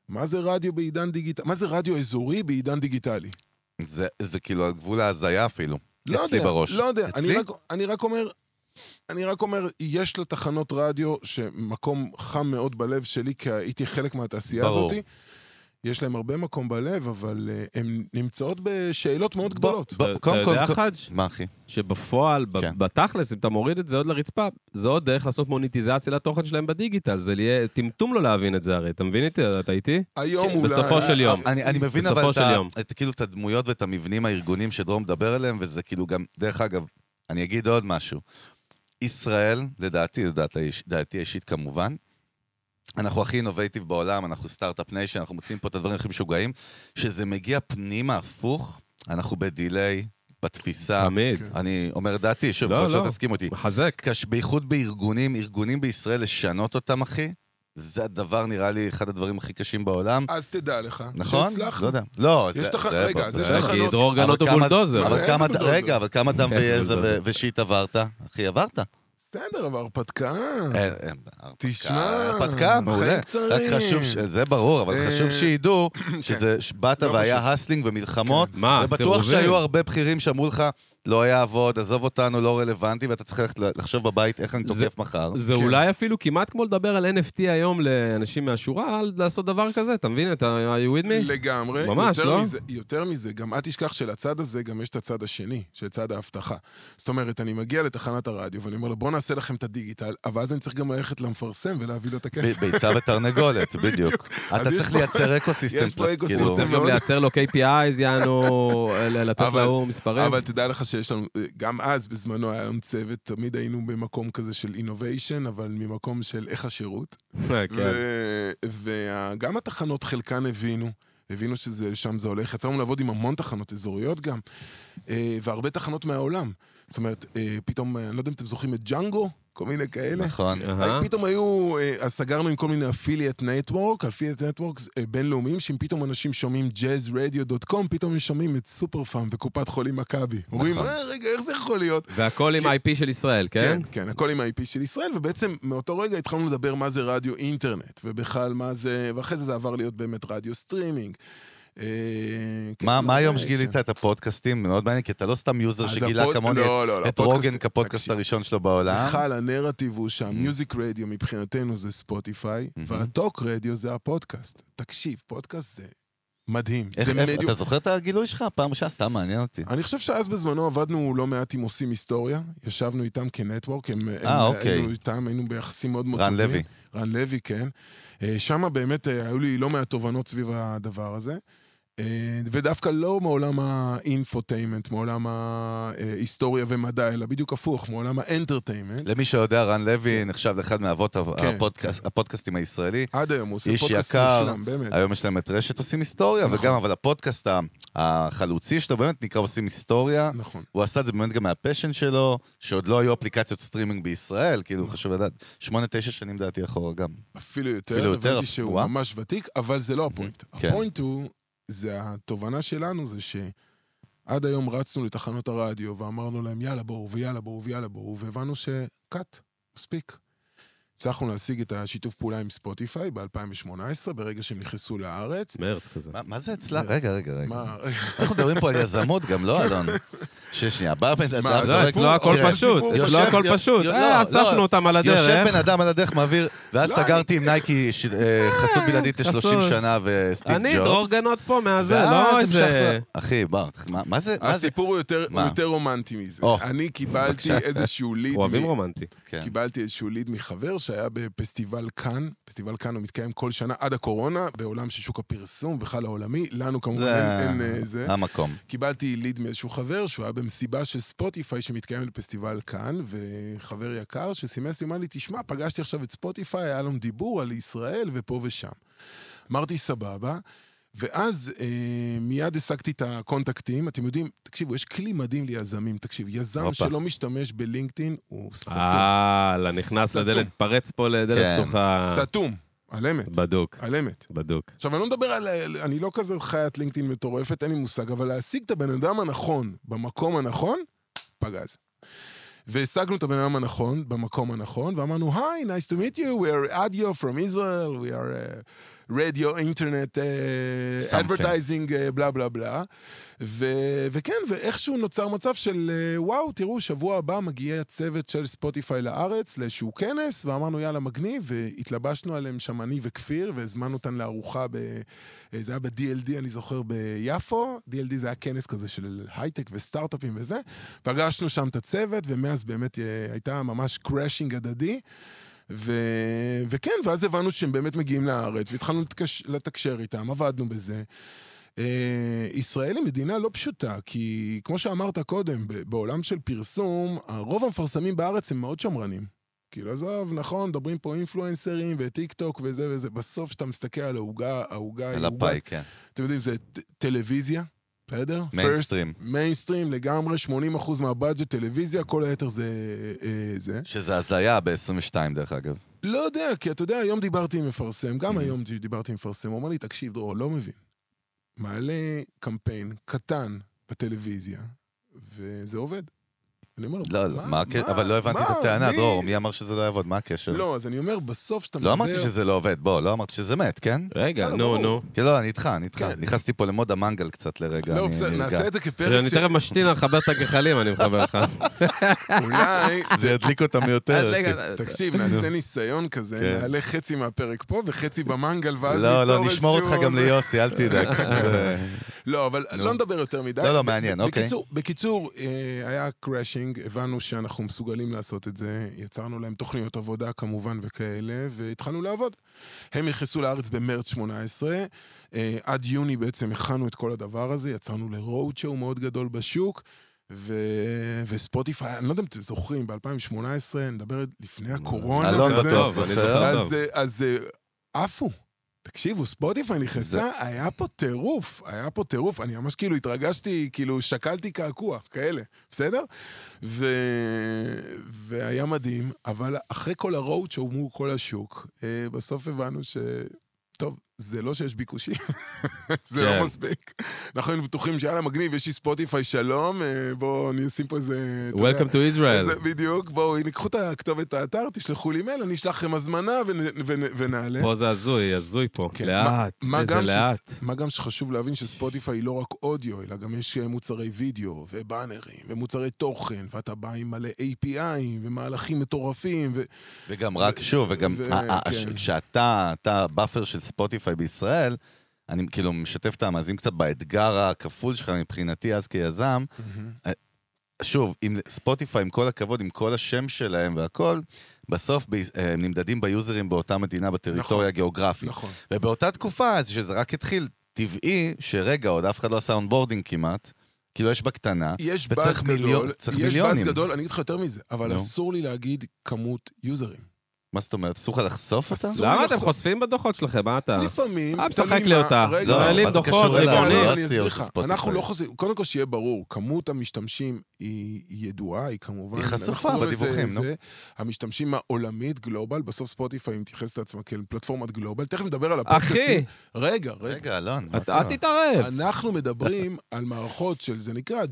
Speaker 3: מה זה רדיו בעידן דיגיטלי? מה זה רדיו אזורי בעידן דיגיטלי?
Speaker 2: זה- זה כאילו על גבול ההזיה אפילו.
Speaker 3: לא
Speaker 2: אצלי
Speaker 3: יודע,
Speaker 2: בראש.
Speaker 3: לא יודע. אני
Speaker 2: אצלי?
Speaker 3: רק, אני רק אומר, אני רק אומר, יש לתחנות רדיו שמקום חם מאוד בלב שלי, כי הייתי חלק מהתעשייה
Speaker 2: ברור.
Speaker 3: הזאת. יש להם הרבה מקום בלב, אבל uh, הן נמצאות בשאלות מאוד גדולות.
Speaker 2: בוא,
Speaker 1: אתה
Speaker 2: קודם כל...
Speaker 1: יודע,
Speaker 2: קודם-
Speaker 1: חאג',
Speaker 2: מה, אחי?
Speaker 1: שבפועל, ב-
Speaker 2: כן.
Speaker 1: בתכלס, אם אתה מוריד את זה עוד לרצפה, זה עוד דרך לעשות מוניטיזציה לתוכן שלהם בדיגיטל. זה יהיה טמטום לא להבין את זה הרי. אתה מבין איתי? אתה איתי?
Speaker 2: כן,
Speaker 3: היום אולי... אה,
Speaker 1: בסופו של יום.
Speaker 2: אני, אני מבין
Speaker 1: בסופו
Speaker 2: אבל
Speaker 1: של
Speaker 2: את, ה-
Speaker 1: יום.
Speaker 2: את, כאילו, את הדמויות ואת המבנים הארגוניים שדרור מדבר עליהם, וזה כאילו גם, דרך אגב, אני אגיד עוד משהו. ישראל, לדעתי, לדעתי, האיש- דעתי האישית כמובן, אנחנו הכי אינובייטיב בעולם, אנחנו סטארט-אפ ניישן, אנחנו מוצאים פה את הדברים הכי משוגעים. כשזה מגיע פנימה הפוך, אנחנו בדיליי,
Speaker 3: אה,
Speaker 2: בתפיסה.
Speaker 3: כן.
Speaker 1: תמיד.
Speaker 2: אני אומר דעתי, שוב,
Speaker 1: לא,
Speaker 2: יכול להיות
Speaker 1: לא.
Speaker 2: שתסכים אותי.
Speaker 1: מחזק.
Speaker 2: קש- בייחוד בארגונים, ארגונים בישראל, לשנות אותם, אחי, זה הדבר, נראה לי, אחד הדברים הכי קשים בעולם.
Speaker 3: אז תדע לך.
Speaker 2: נכון?
Speaker 3: שהצלחנו.
Speaker 2: לא יודע. לא,
Speaker 3: יש
Speaker 2: זה...
Speaker 3: תח-
Speaker 2: זה-
Speaker 3: רגע, אז
Speaker 2: זה-
Speaker 3: יש
Speaker 2: זה-
Speaker 3: תחנות-
Speaker 1: אה, כי דרור
Speaker 2: אבל
Speaker 1: גנות הוא
Speaker 2: כמה-
Speaker 1: בולדוזר.
Speaker 2: אבל
Speaker 3: איזה
Speaker 2: כמה-
Speaker 3: בולדוזר?
Speaker 2: רגע, אבל כמה דם
Speaker 1: איזה
Speaker 2: ויזע ו-
Speaker 1: בולדוזר? אה,
Speaker 2: ושיט עברת? אחי, עברת.
Speaker 3: בסדר, אבל הרפתקה.
Speaker 2: אין- אין- הרפתקה-
Speaker 3: אה, תשמע,
Speaker 2: הרפתקה,
Speaker 3: חיים
Speaker 2: מעולה. רק
Speaker 3: קצרים.
Speaker 2: חשוב, ש- זה ברור, אבל
Speaker 3: אה,
Speaker 2: חשוב שידעו
Speaker 3: כן.
Speaker 2: שזה, שבאת
Speaker 3: לא
Speaker 2: והיה הסלינג ומלחמות.
Speaker 1: כן. מה,
Speaker 2: ובטוח
Speaker 1: סירובים?
Speaker 2: שהיו הרבה בכירים שאמרו לך, לא יעבוד, עזוב אותנו, לא רלוונטי, ואתה צריך ללכת ל- לחשוב בבית איך אני
Speaker 1: זה-
Speaker 2: תוקף מחר.
Speaker 1: זה
Speaker 3: כן.
Speaker 1: אולי אפילו כמעט כמו לדבר על NFT היום לאנשים מהשורה, על לעשות דבר כזה, אתה מבין? אתה, are you with me?
Speaker 3: לגמרי.
Speaker 1: ממש,
Speaker 3: יותר
Speaker 1: לא?
Speaker 3: מזה, יותר מזה, גם אל תשכח שלצד הזה גם יש את הצד השני, של צד האבטחה. זאת אומרת, אני מגיע לתחנת הרדיו ואני אומר לו, בוא נעשה לכם את הדיגיטל, אבל אז אני צריך גם ללכת למפרסם ולהביא לו את הכסף.
Speaker 2: ב- ביצה
Speaker 3: [laughs]
Speaker 2: ותרנגולת, בדיוק. אתה
Speaker 3: אז יש
Speaker 2: צריך
Speaker 3: פה-
Speaker 2: לייצר אקוסיסטם.
Speaker 3: יש פה
Speaker 2: כאילו.
Speaker 1: הוא
Speaker 3: אקוסיסטם.
Speaker 1: צריך גם
Speaker 3: מאוד.
Speaker 1: לייצר לו KPIs, יענו, לתת
Speaker 3: אבל-
Speaker 1: להוא מספרים.
Speaker 3: אבל תדע לך שיש לנו, אה, גם אז בזמנו היה לנו צוות, תמיד היינו במקום כזה של אינוביישן, אבל ממקום של איך השירות.
Speaker 1: כן.
Speaker 3: וגם התחנות חלקן הבינו, הבינו שזה, שם זה הולך. יצא לנו לעבוד עם המון תחנות אזוריות גם, אה, והרבה תחנות מהעולם. זאת אומרת, אה, פתאום, אה, אני לא יודע אם אתם זוכרים את ג'אנגו, כל מיני כאלה.
Speaker 2: נכון.
Speaker 1: אהה.
Speaker 3: אז פתאום היו, אה, אז סגרנו עם כל מיני אפילייט נטוורק, אפילייט נטוורק אה, בינלאומיים, שאם פתאום אנשים שומעים jazzradio.com, פתאום הם שומעים את סופר פארם וקופת חולים מכבי. אומרים, אה, רגע, איך זה יכול להיות?
Speaker 1: והכל עם IP של ישראל, כן?
Speaker 3: כן, כן, הכל עם ה-IP של ישראל, ובעצם מאותו רגע התחלנו לדבר מה זה רדיו אינטרנט, ובכלל מה זה, ואחרי זה זה עבר להיות באמת רדיו סטרימינג. אה, כן,
Speaker 2: מה
Speaker 3: לא
Speaker 2: מה היום
Speaker 3: יודע,
Speaker 2: שגילית
Speaker 3: שם.
Speaker 2: את הפודקאסטים? מאוד מעניין, כי אתה לא סתם יוזר
Speaker 3: אז
Speaker 2: שגילה
Speaker 3: הפוד-
Speaker 2: כמוני
Speaker 3: לא, לא,
Speaker 2: את
Speaker 3: לא, הפודקאסט-
Speaker 2: רוגן כפודקאסט
Speaker 3: תקשיב.
Speaker 2: הראשון Mm. שלו בעולם.
Speaker 3: בכלל, הנרטיב הוא שהמיוזיק רדיו מבחינתנו זה ספוטיפיי,
Speaker 2: Mm-hmm.
Speaker 3: והטוק רדיו זה הפודקאסט. תקשיב, פודקאסט זה מדהים.
Speaker 2: איך-
Speaker 3: זה אה,
Speaker 2: איך-
Speaker 3: מדיום-
Speaker 2: אתה זוכר את הגילוי שלך? פעם ראשונה סתם מעניין אותי.
Speaker 3: אני חושב שאז בזמנו עבדנו לא מעט עם עושים היסטוריה, ישבנו איתם כנטוורק, הם, הם
Speaker 2: אה, אוקיי.
Speaker 3: היינו איתם, היינו ביחסים מאוד מאוד
Speaker 2: רן
Speaker 3: טובים.
Speaker 2: לוי.
Speaker 3: רן לוי, כן. שם באמת אה, היו לי לא מעט תובנות סביב הדבר הזה. אה, ודווקא לא מעולם האינפוטיימנט, מעולם ההיסטוריה ומדע, אלא בדיוק הפוך, מעולם האנטרטיימנט.
Speaker 2: למי שיודע, רן לוי נחשב לאחד מאבות ה-
Speaker 3: כן,
Speaker 2: הפודקאסט- הפודקאסטים הישראלי.
Speaker 3: עד היום הוא עושה
Speaker 2: איש
Speaker 3: פודקאסט
Speaker 2: יקר.
Speaker 3: מושלם, באמת.
Speaker 2: היום יש להם את רשת עושים היסטוריה,
Speaker 3: נכון.
Speaker 2: וגם, אבל הפודקאסט ה- החלוצי שלו באמת נקרא עושים היסטוריה.
Speaker 3: נכון.
Speaker 2: הוא עשה את זה באמת גם מהפשן שלו, שעוד לא היו אפליקציות סטרימינג בישראל, כאילו,
Speaker 3: נכון.
Speaker 2: חשוב לדעת. שמונה, תשע שנים דעתי אחורה גם.
Speaker 3: אפילו יותר,
Speaker 2: אפילו יותר,
Speaker 3: הבנתי שהוא
Speaker 2: וואו.
Speaker 3: ממש ותיק, אבל זה לא הפוינט.
Speaker 2: כן.
Speaker 3: הפוינט הוא זה התובנה שלנו, זה שעד היום רצנו לתחנות הרדיו ואמרנו להם יאללה בואו ויאללה בואו ויאללה בואו, והבנו שקאט, מספיק. הצלחנו להשיג את השיתוף פעולה עם ספוטיפיי ב-2018, ברגע שהם נכנסו לארץ.
Speaker 1: מרץ כזה.
Speaker 2: מה- מה זה אצלה? רגע, רגע, רגע.
Speaker 3: מה,
Speaker 2: אנחנו מדברים פה על יזמות גם, לא, אלון? שש שנייה, בא בן אדם...
Speaker 3: מה, זה
Speaker 1: לא,
Speaker 2: זורק-
Speaker 1: אצלו הכל
Speaker 2: תראה,
Speaker 1: פשוט,
Speaker 3: הסיפור-
Speaker 1: אצלו
Speaker 2: יושב-
Speaker 1: הכל
Speaker 2: יו-
Speaker 1: פשוט.
Speaker 2: יו-
Speaker 1: אה,
Speaker 2: לא,
Speaker 1: אספנו
Speaker 2: לא.
Speaker 1: אותם על
Speaker 2: יושב
Speaker 1: הדרך.
Speaker 2: בן אדם על הדרך, מעביר, ואז
Speaker 3: לא,
Speaker 2: סגרתי עם נייקי ש- אה, חסות בלעדית
Speaker 1: חסות.
Speaker 2: ל-30 שנה וסטיב ג'ובס. אה,
Speaker 1: אני, דרור גנות פה מהזה,
Speaker 2: ואז
Speaker 1: לא
Speaker 2: המשכנו-
Speaker 1: איזה...
Speaker 2: אחי, בר, מה- מה זה? מה זה?
Speaker 3: הסיפור הוא יותר- הוא
Speaker 2: מה?
Speaker 3: יותר רומנטי מזה.
Speaker 2: או.
Speaker 3: אני קיבלתי
Speaker 2: [laughs] בבקשה.
Speaker 3: איזשהו ליד
Speaker 1: אוהבים
Speaker 3: מ-
Speaker 1: רומנטי.
Speaker 2: כן.
Speaker 3: קיבלתי איזשהו ליד מחבר שהיה בפסטיבל כאן. פסטיבל כאן הוא מתקיים כל שנה עד הקורונה, בעולם של שוק הפרסום בכלל העולמי. לנו כמובן
Speaker 2: זה-
Speaker 3: אין- אין אה, זה.
Speaker 2: המקום.
Speaker 3: קיבלתי ליד מאיזשהו חבר שהוא היה במסיבה של ספוטיפיי שמתקיימת בפסטיבל כאן, וחבר יקר שסימס לי, אמר לי, תשמע, פגשתי עכשיו את ספוטיפיי, היה לנו דיבור על ישראל ופה ושם. אמרתי, סבבה. ואז אה, מיד השגתי את הקונטקטים, אתם יודעים, תקשיבו, יש כלי מדהים ליזמים, תקשיב, יזם
Speaker 2: הופה. אה,
Speaker 3: שלא משתמש בלינקדאין הוא סתום,
Speaker 1: הלאה, אה, נכנס
Speaker 3: סתום.
Speaker 1: לדלת, פרץ פה לדלת
Speaker 2: כן,
Speaker 1: פתוחה.
Speaker 3: סתום, על אמת,
Speaker 1: בדוק,
Speaker 3: על אמת.
Speaker 1: בדוק.
Speaker 3: עכשיו, אני לא מדבר על... אני לא כזה חיית לינקדאין מטורפת, אין לי מושג, אבל להשיג את הבן אדם הנכון במקום הנכון, פגז. והשגנו את הבן אדם הנכון במקום הנכון, ואמרנו, היי, nice to meet you, we are audio from Israel, we are uh, radio, internet, uh,
Speaker 2: Something.
Speaker 3: advertising, uh, בלה בלה בלה. ו- וכן, ואיכשהו נוצר מצב של, אה, וואו, תראו, שבוע הבא מגיע צוות של ספוטיפיי לארץ לאיזשהו כנס, ואמרנו, יאללה, מגניב, והתלבשנו עליהם שם אני וכפיר, והזמנו אותן לארוחה, ב... אה, זה היה ב-DLD, אני זוכר, ביפו. DLD זה היה כנס כזה של הייטק וסטארט-אפים וזה. פגשנו שם את הצוות, ומאז באמת אה, הייתה ממש קראשינג הדדי. ו... וכן, ואז הבנו שהם באמת מגיעים לארץ, והתחלנו לתקש... לתקשר איתם, עבדנו בזה. אה, ישראל היא מדינה לא פשוטה, כי כמו שאמרת קודם, ב- בעולם של פרסום, הרוב המפרסמים בארץ הם מאוד שמרנים. כאילו, עזוב, נכון, מדברים פה אינפלואנסרים וטיק טוק וזה וזה, בסוף כשאתה מסתכל על העוגה, העוגה היא
Speaker 2: על
Speaker 3: עוגה,
Speaker 2: הפאי, כן.
Speaker 3: אתם יודעים, זה ט- טלוויזיה, בסדר?
Speaker 2: מיינסטרים.
Speaker 3: First, מיינסטרים לגמרי, 80% מהבאג'ט טלוויזיה, כל היתר זה... אה, זה.
Speaker 2: שזה הזיה ב-22, דרך אגב.
Speaker 3: לא יודע, כי אתה יודע, היום דיברתי עם מפרסם, גם
Speaker 2: Mhm.
Speaker 3: היום דיברתי עם מפרסם, הוא אמר לי, תקשיב, דרור, לא מבין. מעלה קמפיין קטן בטלוויזיה, וזה עובד. אני אומר לו,
Speaker 2: לא, לא, מה הקשר? אבל לא הבנתי
Speaker 3: מה?
Speaker 2: את הטענה,
Speaker 3: מי?"
Speaker 2: דרור, מי אמר שזה לא יעבוד? מה הקשר?
Speaker 3: לא, אז אני אומר, בסוף שאתה מדבר...
Speaker 2: לא אמרתי שזה לא עובד, בוא, לא אמרתי שזה מת, כן?
Speaker 1: רגע,
Speaker 3: לא,
Speaker 1: נו,
Speaker 3: ברור.
Speaker 1: נו.
Speaker 2: כן, לא, אני איתך, אני איתך.
Speaker 3: כן.
Speaker 2: נכנסתי פה למוד המנגל קצת לרגע.
Speaker 3: לא,
Speaker 2: אני
Speaker 3: בסדר,
Speaker 2: נרגע.
Speaker 3: נעשה את זה כפרק
Speaker 1: אני
Speaker 3: ש...
Speaker 1: תכף משתין, אני מחבר את הגחלים, אני מחבר לך. [laughs]
Speaker 3: אולי...
Speaker 2: זה ידליק אותם
Speaker 1: אה,
Speaker 2: יותר. כאילו. אחי.
Speaker 1: רגע,
Speaker 3: תקשיב, נעשה ניסיון כזה,
Speaker 2: כן.
Speaker 3: נעלה חצי מהפרק פה וחצי במנגל, ואז
Speaker 2: לא, לא,
Speaker 3: איזשהו-
Speaker 2: נשמור אותך גם ליוסי, אל תדאג.
Speaker 3: [laughs]
Speaker 2: זה-
Speaker 3: לא, אבל לא נדבר יותר מדי.
Speaker 2: לא, לא, מעניין, אוקיי.
Speaker 3: בקיצור, בקיצור, אה, היה קראשינג, הבנו שאנחנו מסוגלים לעשות את זה, יצרנו להם תוכניות עבודה כמובן וכאלה, והתחלנו לעבוד. הם נכנסו לארץ במרץ 18, אה, עד יוני בעצם הכנו את כל הדבר הזה, יצרנו לרוד שואו מאוד גדול בשוק. ו... וספוטיפיי, אני לא יודע אם אתם זוכרים, ב-2018, נדבר לפני הקורונה.
Speaker 2: אלון
Speaker 3: וזה,
Speaker 2: לא, בטוח,
Speaker 1: טוב, אני זוכר.
Speaker 2: זוכר?
Speaker 3: אז, אה, אז אה, עפו. תקשיבו, ספוטיפיי נכנסה, היה פה טירוף, היה פה טירוף. אני ממש כאילו התרגשתי, כאילו שקלתי קעקוע, כאלה, בסדר? ו... והיה מדהים, אבל אחרי כל הרואוד שאומרו כל השוק, אה, בסוף הבנו ש... טוב, זה לא שיש ביקושים, [laughs] זה
Speaker 1: כן.
Speaker 3: לא מספיק. אנחנו היינו בטוחים שיאללה, מגניב, יש לי ספוטיפיי, שלום, אה, בואו, אני אשים פה איזה... אתה יודע,
Speaker 1: Welcome to Israel.
Speaker 3: זה
Speaker 2: כן.
Speaker 3: בדיוק, בואו, הנה, קחו את הכתובת האתר, תשלחו לי מייל, אני אשלח לכם הזמנה ונ- ונ- ונעלה.
Speaker 1: פה זה הזוי, הזוי פה.
Speaker 3: כן,
Speaker 1: לאט,
Speaker 3: מה- מה
Speaker 1: איזה
Speaker 3: גם ש-
Speaker 1: לאט.
Speaker 3: מה גם שחשוב להבין שספוטיפיי היא לא רק אודיו, אלא גם יש אה, מוצרי וידאו, ובאנרים, ומוצרי תוכן, ואתה בא עם מלא API, ומהלכים מטורפים, ו...
Speaker 2: וגם רק שוב, וגם
Speaker 3: ו-
Speaker 2: ה- ה-
Speaker 3: כן.
Speaker 2: ש- כשאתה אתה באפר של ספוטיפיי בישראל, אני כאילו משתף את המאזינים קצת באתגר הכפול שלך מבחינתי אז כיזם. שוב, עם ספוטיפיי, עם כל הכבוד, עם כל השם שלהם והכל, בסוף ב- אה, הם נמדדים ביוזרים באותה מדינה
Speaker 3: נכון.
Speaker 2: בטריטוריה הגיאוגרפית.
Speaker 3: נכון.
Speaker 2: ובאותה תקופה, אז שזה רק התחיל, טבעי שרגע, עוד אף אחד לא עשה אונבורדינג כמעט, כאילו יש בקטנה,
Speaker 3: יש
Speaker 2: וצריך
Speaker 3: באז
Speaker 2: מיליון-
Speaker 3: גדול,
Speaker 2: צריך
Speaker 3: יש באז
Speaker 2: מיליונים.
Speaker 3: גדול, אני אגיד לך יותר מזה, אבל
Speaker 2: נו.
Speaker 3: אסור לי להגיד כמות יוזרים.
Speaker 2: מה זאת אומרת? אסור לך לחשוף אותה?
Speaker 3: אסור.
Speaker 1: למה אתם
Speaker 3: לחשוף.
Speaker 1: חושפים בדוחות שלכם? מה אתה?
Speaker 3: לפעמים,
Speaker 1: אה, משחק
Speaker 3: תלוי
Speaker 1: לי
Speaker 3: מה-
Speaker 1: אותה.
Speaker 3: רגע,
Speaker 2: לא,
Speaker 3: רגע,
Speaker 1: מעלים
Speaker 2: מה זה
Speaker 1: דוחות,
Speaker 2: קשור אליי?
Speaker 1: רבעונים.
Speaker 2: לא
Speaker 3: אני אסביר
Speaker 2: עשינו
Speaker 3: לך.
Speaker 2: ספוטיפיי.
Speaker 3: אנחנו לא חוזרים, קודם כל שיהיה ברור, כמות המשתמשים היא היא ידועה, היא כמובן...
Speaker 2: היא חשופה
Speaker 3: אנחנו קוראים לזה-
Speaker 2: בדיווחים, נו.
Speaker 3: זה- המשתמשים העולמית גלובל, בסוף ספוטיפיי מתייחסת לעצמה כאל פלטפורמת גלובל, תכף נדבר על הפודקאסטים.
Speaker 1: אחי,
Speaker 3: רגע, רגע.
Speaker 2: רגע, אלון, מה
Speaker 1: אתה- אל
Speaker 2: קרה?
Speaker 1: תתערב.
Speaker 3: אנחנו מדברים על מערכות של, זה נקרא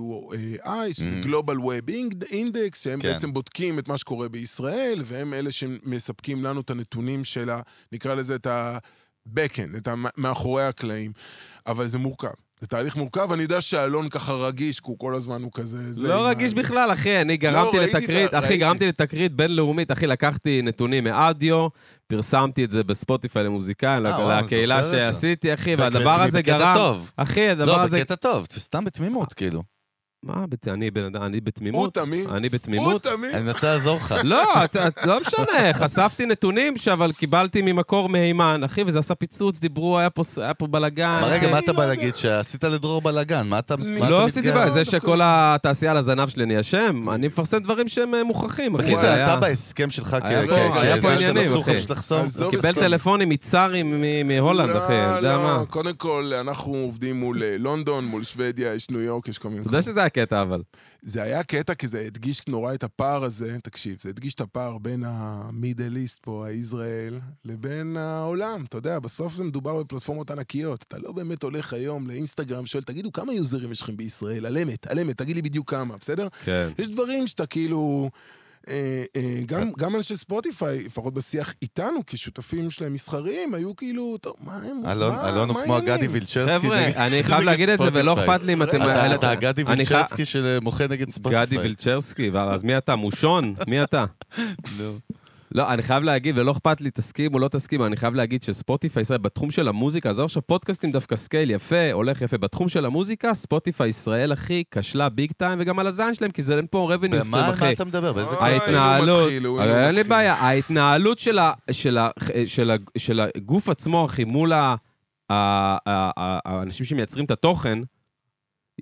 Speaker 3: JWI, שזה
Speaker 1: Mm-hmm.
Speaker 2: Mhm.
Speaker 3: Global Web Index, שהם
Speaker 2: כן.
Speaker 3: בעצם בודקים את מה שקורה בישראל, והם אלה שמספקים לנו את הנתונים של ה... נקרא לזה את ה-Backend, את המ- מאחורי הקלעים. אבל זה מורכב. זה תהליך מורכב, אני יודע שאלון ככה רגיש, כי הוא כל הזמן הוא כזה... זה עם
Speaker 1: לא
Speaker 3: ה-
Speaker 1: רגיש בכלל, אחי,
Speaker 2: לא,
Speaker 1: אני גרמתי
Speaker 3: ראיתי את
Speaker 1: לתקרית,
Speaker 3: ה-
Speaker 1: אחי,
Speaker 3: ראיתי.
Speaker 1: גרמתי לתקרית בינלאומית, אחי, לקחתי נתונים מאדיו, פרסמתי את זה בספוטיפיי למוזיקאים,
Speaker 2: אה, וואו, אני
Speaker 1: לקהילה
Speaker 2: זוכר את זה.
Speaker 1: שעשיתי, אחי,
Speaker 2: בקטע-
Speaker 1: והדבר הזה
Speaker 2: בקטע
Speaker 1: גרם...
Speaker 2: טוב.
Speaker 1: אחי, הדבר
Speaker 2: לא,
Speaker 1: הזה...
Speaker 2: בקטע טוב, סתם בתמימות, כאילו.
Speaker 1: מה, בת- אני בן אדם, אני
Speaker 3: הוא
Speaker 1: בתמימות?
Speaker 3: תמים.
Speaker 1: אני
Speaker 3: הוא
Speaker 1: בתמימות?
Speaker 3: תמים.
Speaker 2: אני מנסה לעזור לך.
Speaker 1: לא, אז- אז לא משנה, חשפתי נתונים שאבל קיבלתי ממקור מהימן, אחי, וזה עשה פיצוץ, דיברו, היה פה ס- היה פה בלאגן.
Speaker 2: מה, רגע,
Speaker 3: אני
Speaker 2: מה אתה
Speaker 3: לא
Speaker 2: בא
Speaker 3: יודע.
Speaker 2: להגיד? שעשית לדרור בלאגן, מה אתה מה אתה מתגאה?
Speaker 1: לא עשיתי בעיה, זה
Speaker 3: דווקא.
Speaker 1: שכל התעשייה על הזנב שלי אני אשם, אני מפרסם דברים שהם אה, מוכחים, אחי.
Speaker 2: בקיצר,
Speaker 1: זה היה-
Speaker 2: אתה בהסכם שלך כ-
Speaker 1: היה
Speaker 2: כ-
Speaker 1: פה-
Speaker 2: כ-
Speaker 1: היה
Speaker 2: כ-
Speaker 1: פה
Speaker 2: זה לא
Speaker 1: עניינים,
Speaker 2: שאסור לך
Speaker 1: אחי.
Speaker 2: בשביל לחשוף.
Speaker 3: עזוב,
Speaker 1: קיבל
Speaker 3: בסדר.
Speaker 1: טלפונים מצארים מ- מהולנד, אחי, אתה יודע
Speaker 3: לא,
Speaker 1: מה.
Speaker 3: לא, קודם כל, אנחנו עובדים מול אה, לונדון, מול שוודיה, יש ניו יורק, יש כל מיני...
Speaker 1: אתה יודע שזה הקטע, אבל.
Speaker 3: זה היה קטע, כי זה הדגיש נורא את הפער הזה, תקשיב, זה הדגיש את הפער בין המידל איסט פה, הישראל, לבין העולם. אתה יודע, בסוף זה מדובר בפלטפורמות ענקיות. אתה לא באמת הולך היום לאינסטגרם, שואל, תגידו, כמה יוזרים יש לכם בישראל? על אמת, על אמת, תגיד לי בדיוק כמה, בסדר?
Speaker 1: כן.
Speaker 3: יש דברים שאתה כאילו... אה, אה, גם,
Speaker 2: כן.
Speaker 3: גם אנשי ספוטיפיי, לפחות בשיח איתנו, כשותפים שלהם מסחריים, היו כאילו, טוב, מה הם,
Speaker 2: אלון,
Speaker 3: מה,
Speaker 2: אלון הוא
Speaker 3: מה
Speaker 2: כמו
Speaker 3: העניינים?"
Speaker 2: הגדי וילצ'רסקי.
Speaker 1: חבר'ה,
Speaker 2: נגד-
Speaker 1: אני
Speaker 2: נגד
Speaker 1: חייב להגיד את זה, ולא
Speaker 2: ספוטיפיי.
Speaker 1: אכפת לי אם אתם...
Speaker 2: אתה-
Speaker 1: אלה-
Speaker 2: אתה הגדי
Speaker 1: אני חי-
Speaker 2: וילצ'רסקי שמוחה נגד ספוטיפיי.
Speaker 1: גדי וילצ'רסקי, אז מי אתה? מושון? מי אתה? לא, אני חייב להגיד, ולא אכפת לי, תסכים או לא תסכים, אני חייב להגיד שספוטיפיי ישראל, בתחום של המוזיקה, עזוב עכשיו פודקאסטים דווקא סקייל יפה, הולך יפה, בתחום של המוזיקה, ספוטיפיי ישראל, אחי, כשלה ביג טיים, וגם על הזין שלהם, כי זה אין פה רבניו
Speaker 2: ומה
Speaker 1: סטרים,
Speaker 2: על מה
Speaker 1: אחי.
Speaker 2: אתה מדבר? באיזה
Speaker 3: אה,
Speaker 2: קטע?
Speaker 1: ההתנהלות,
Speaker 3: מתחיל, הוא-
Speaker 1: הרי
Speaker 3: הוא
Speaker 1: אין לי
Speaker 3: מתחיל.
Speaker 2: כאילו.
Speaker 1: בעיה, ההתנהלות של ה- של ה- של ה- של הגוף עצמו, אחי, מול ה- ה- ה- ה- האנשים שמייצרים את התוכן,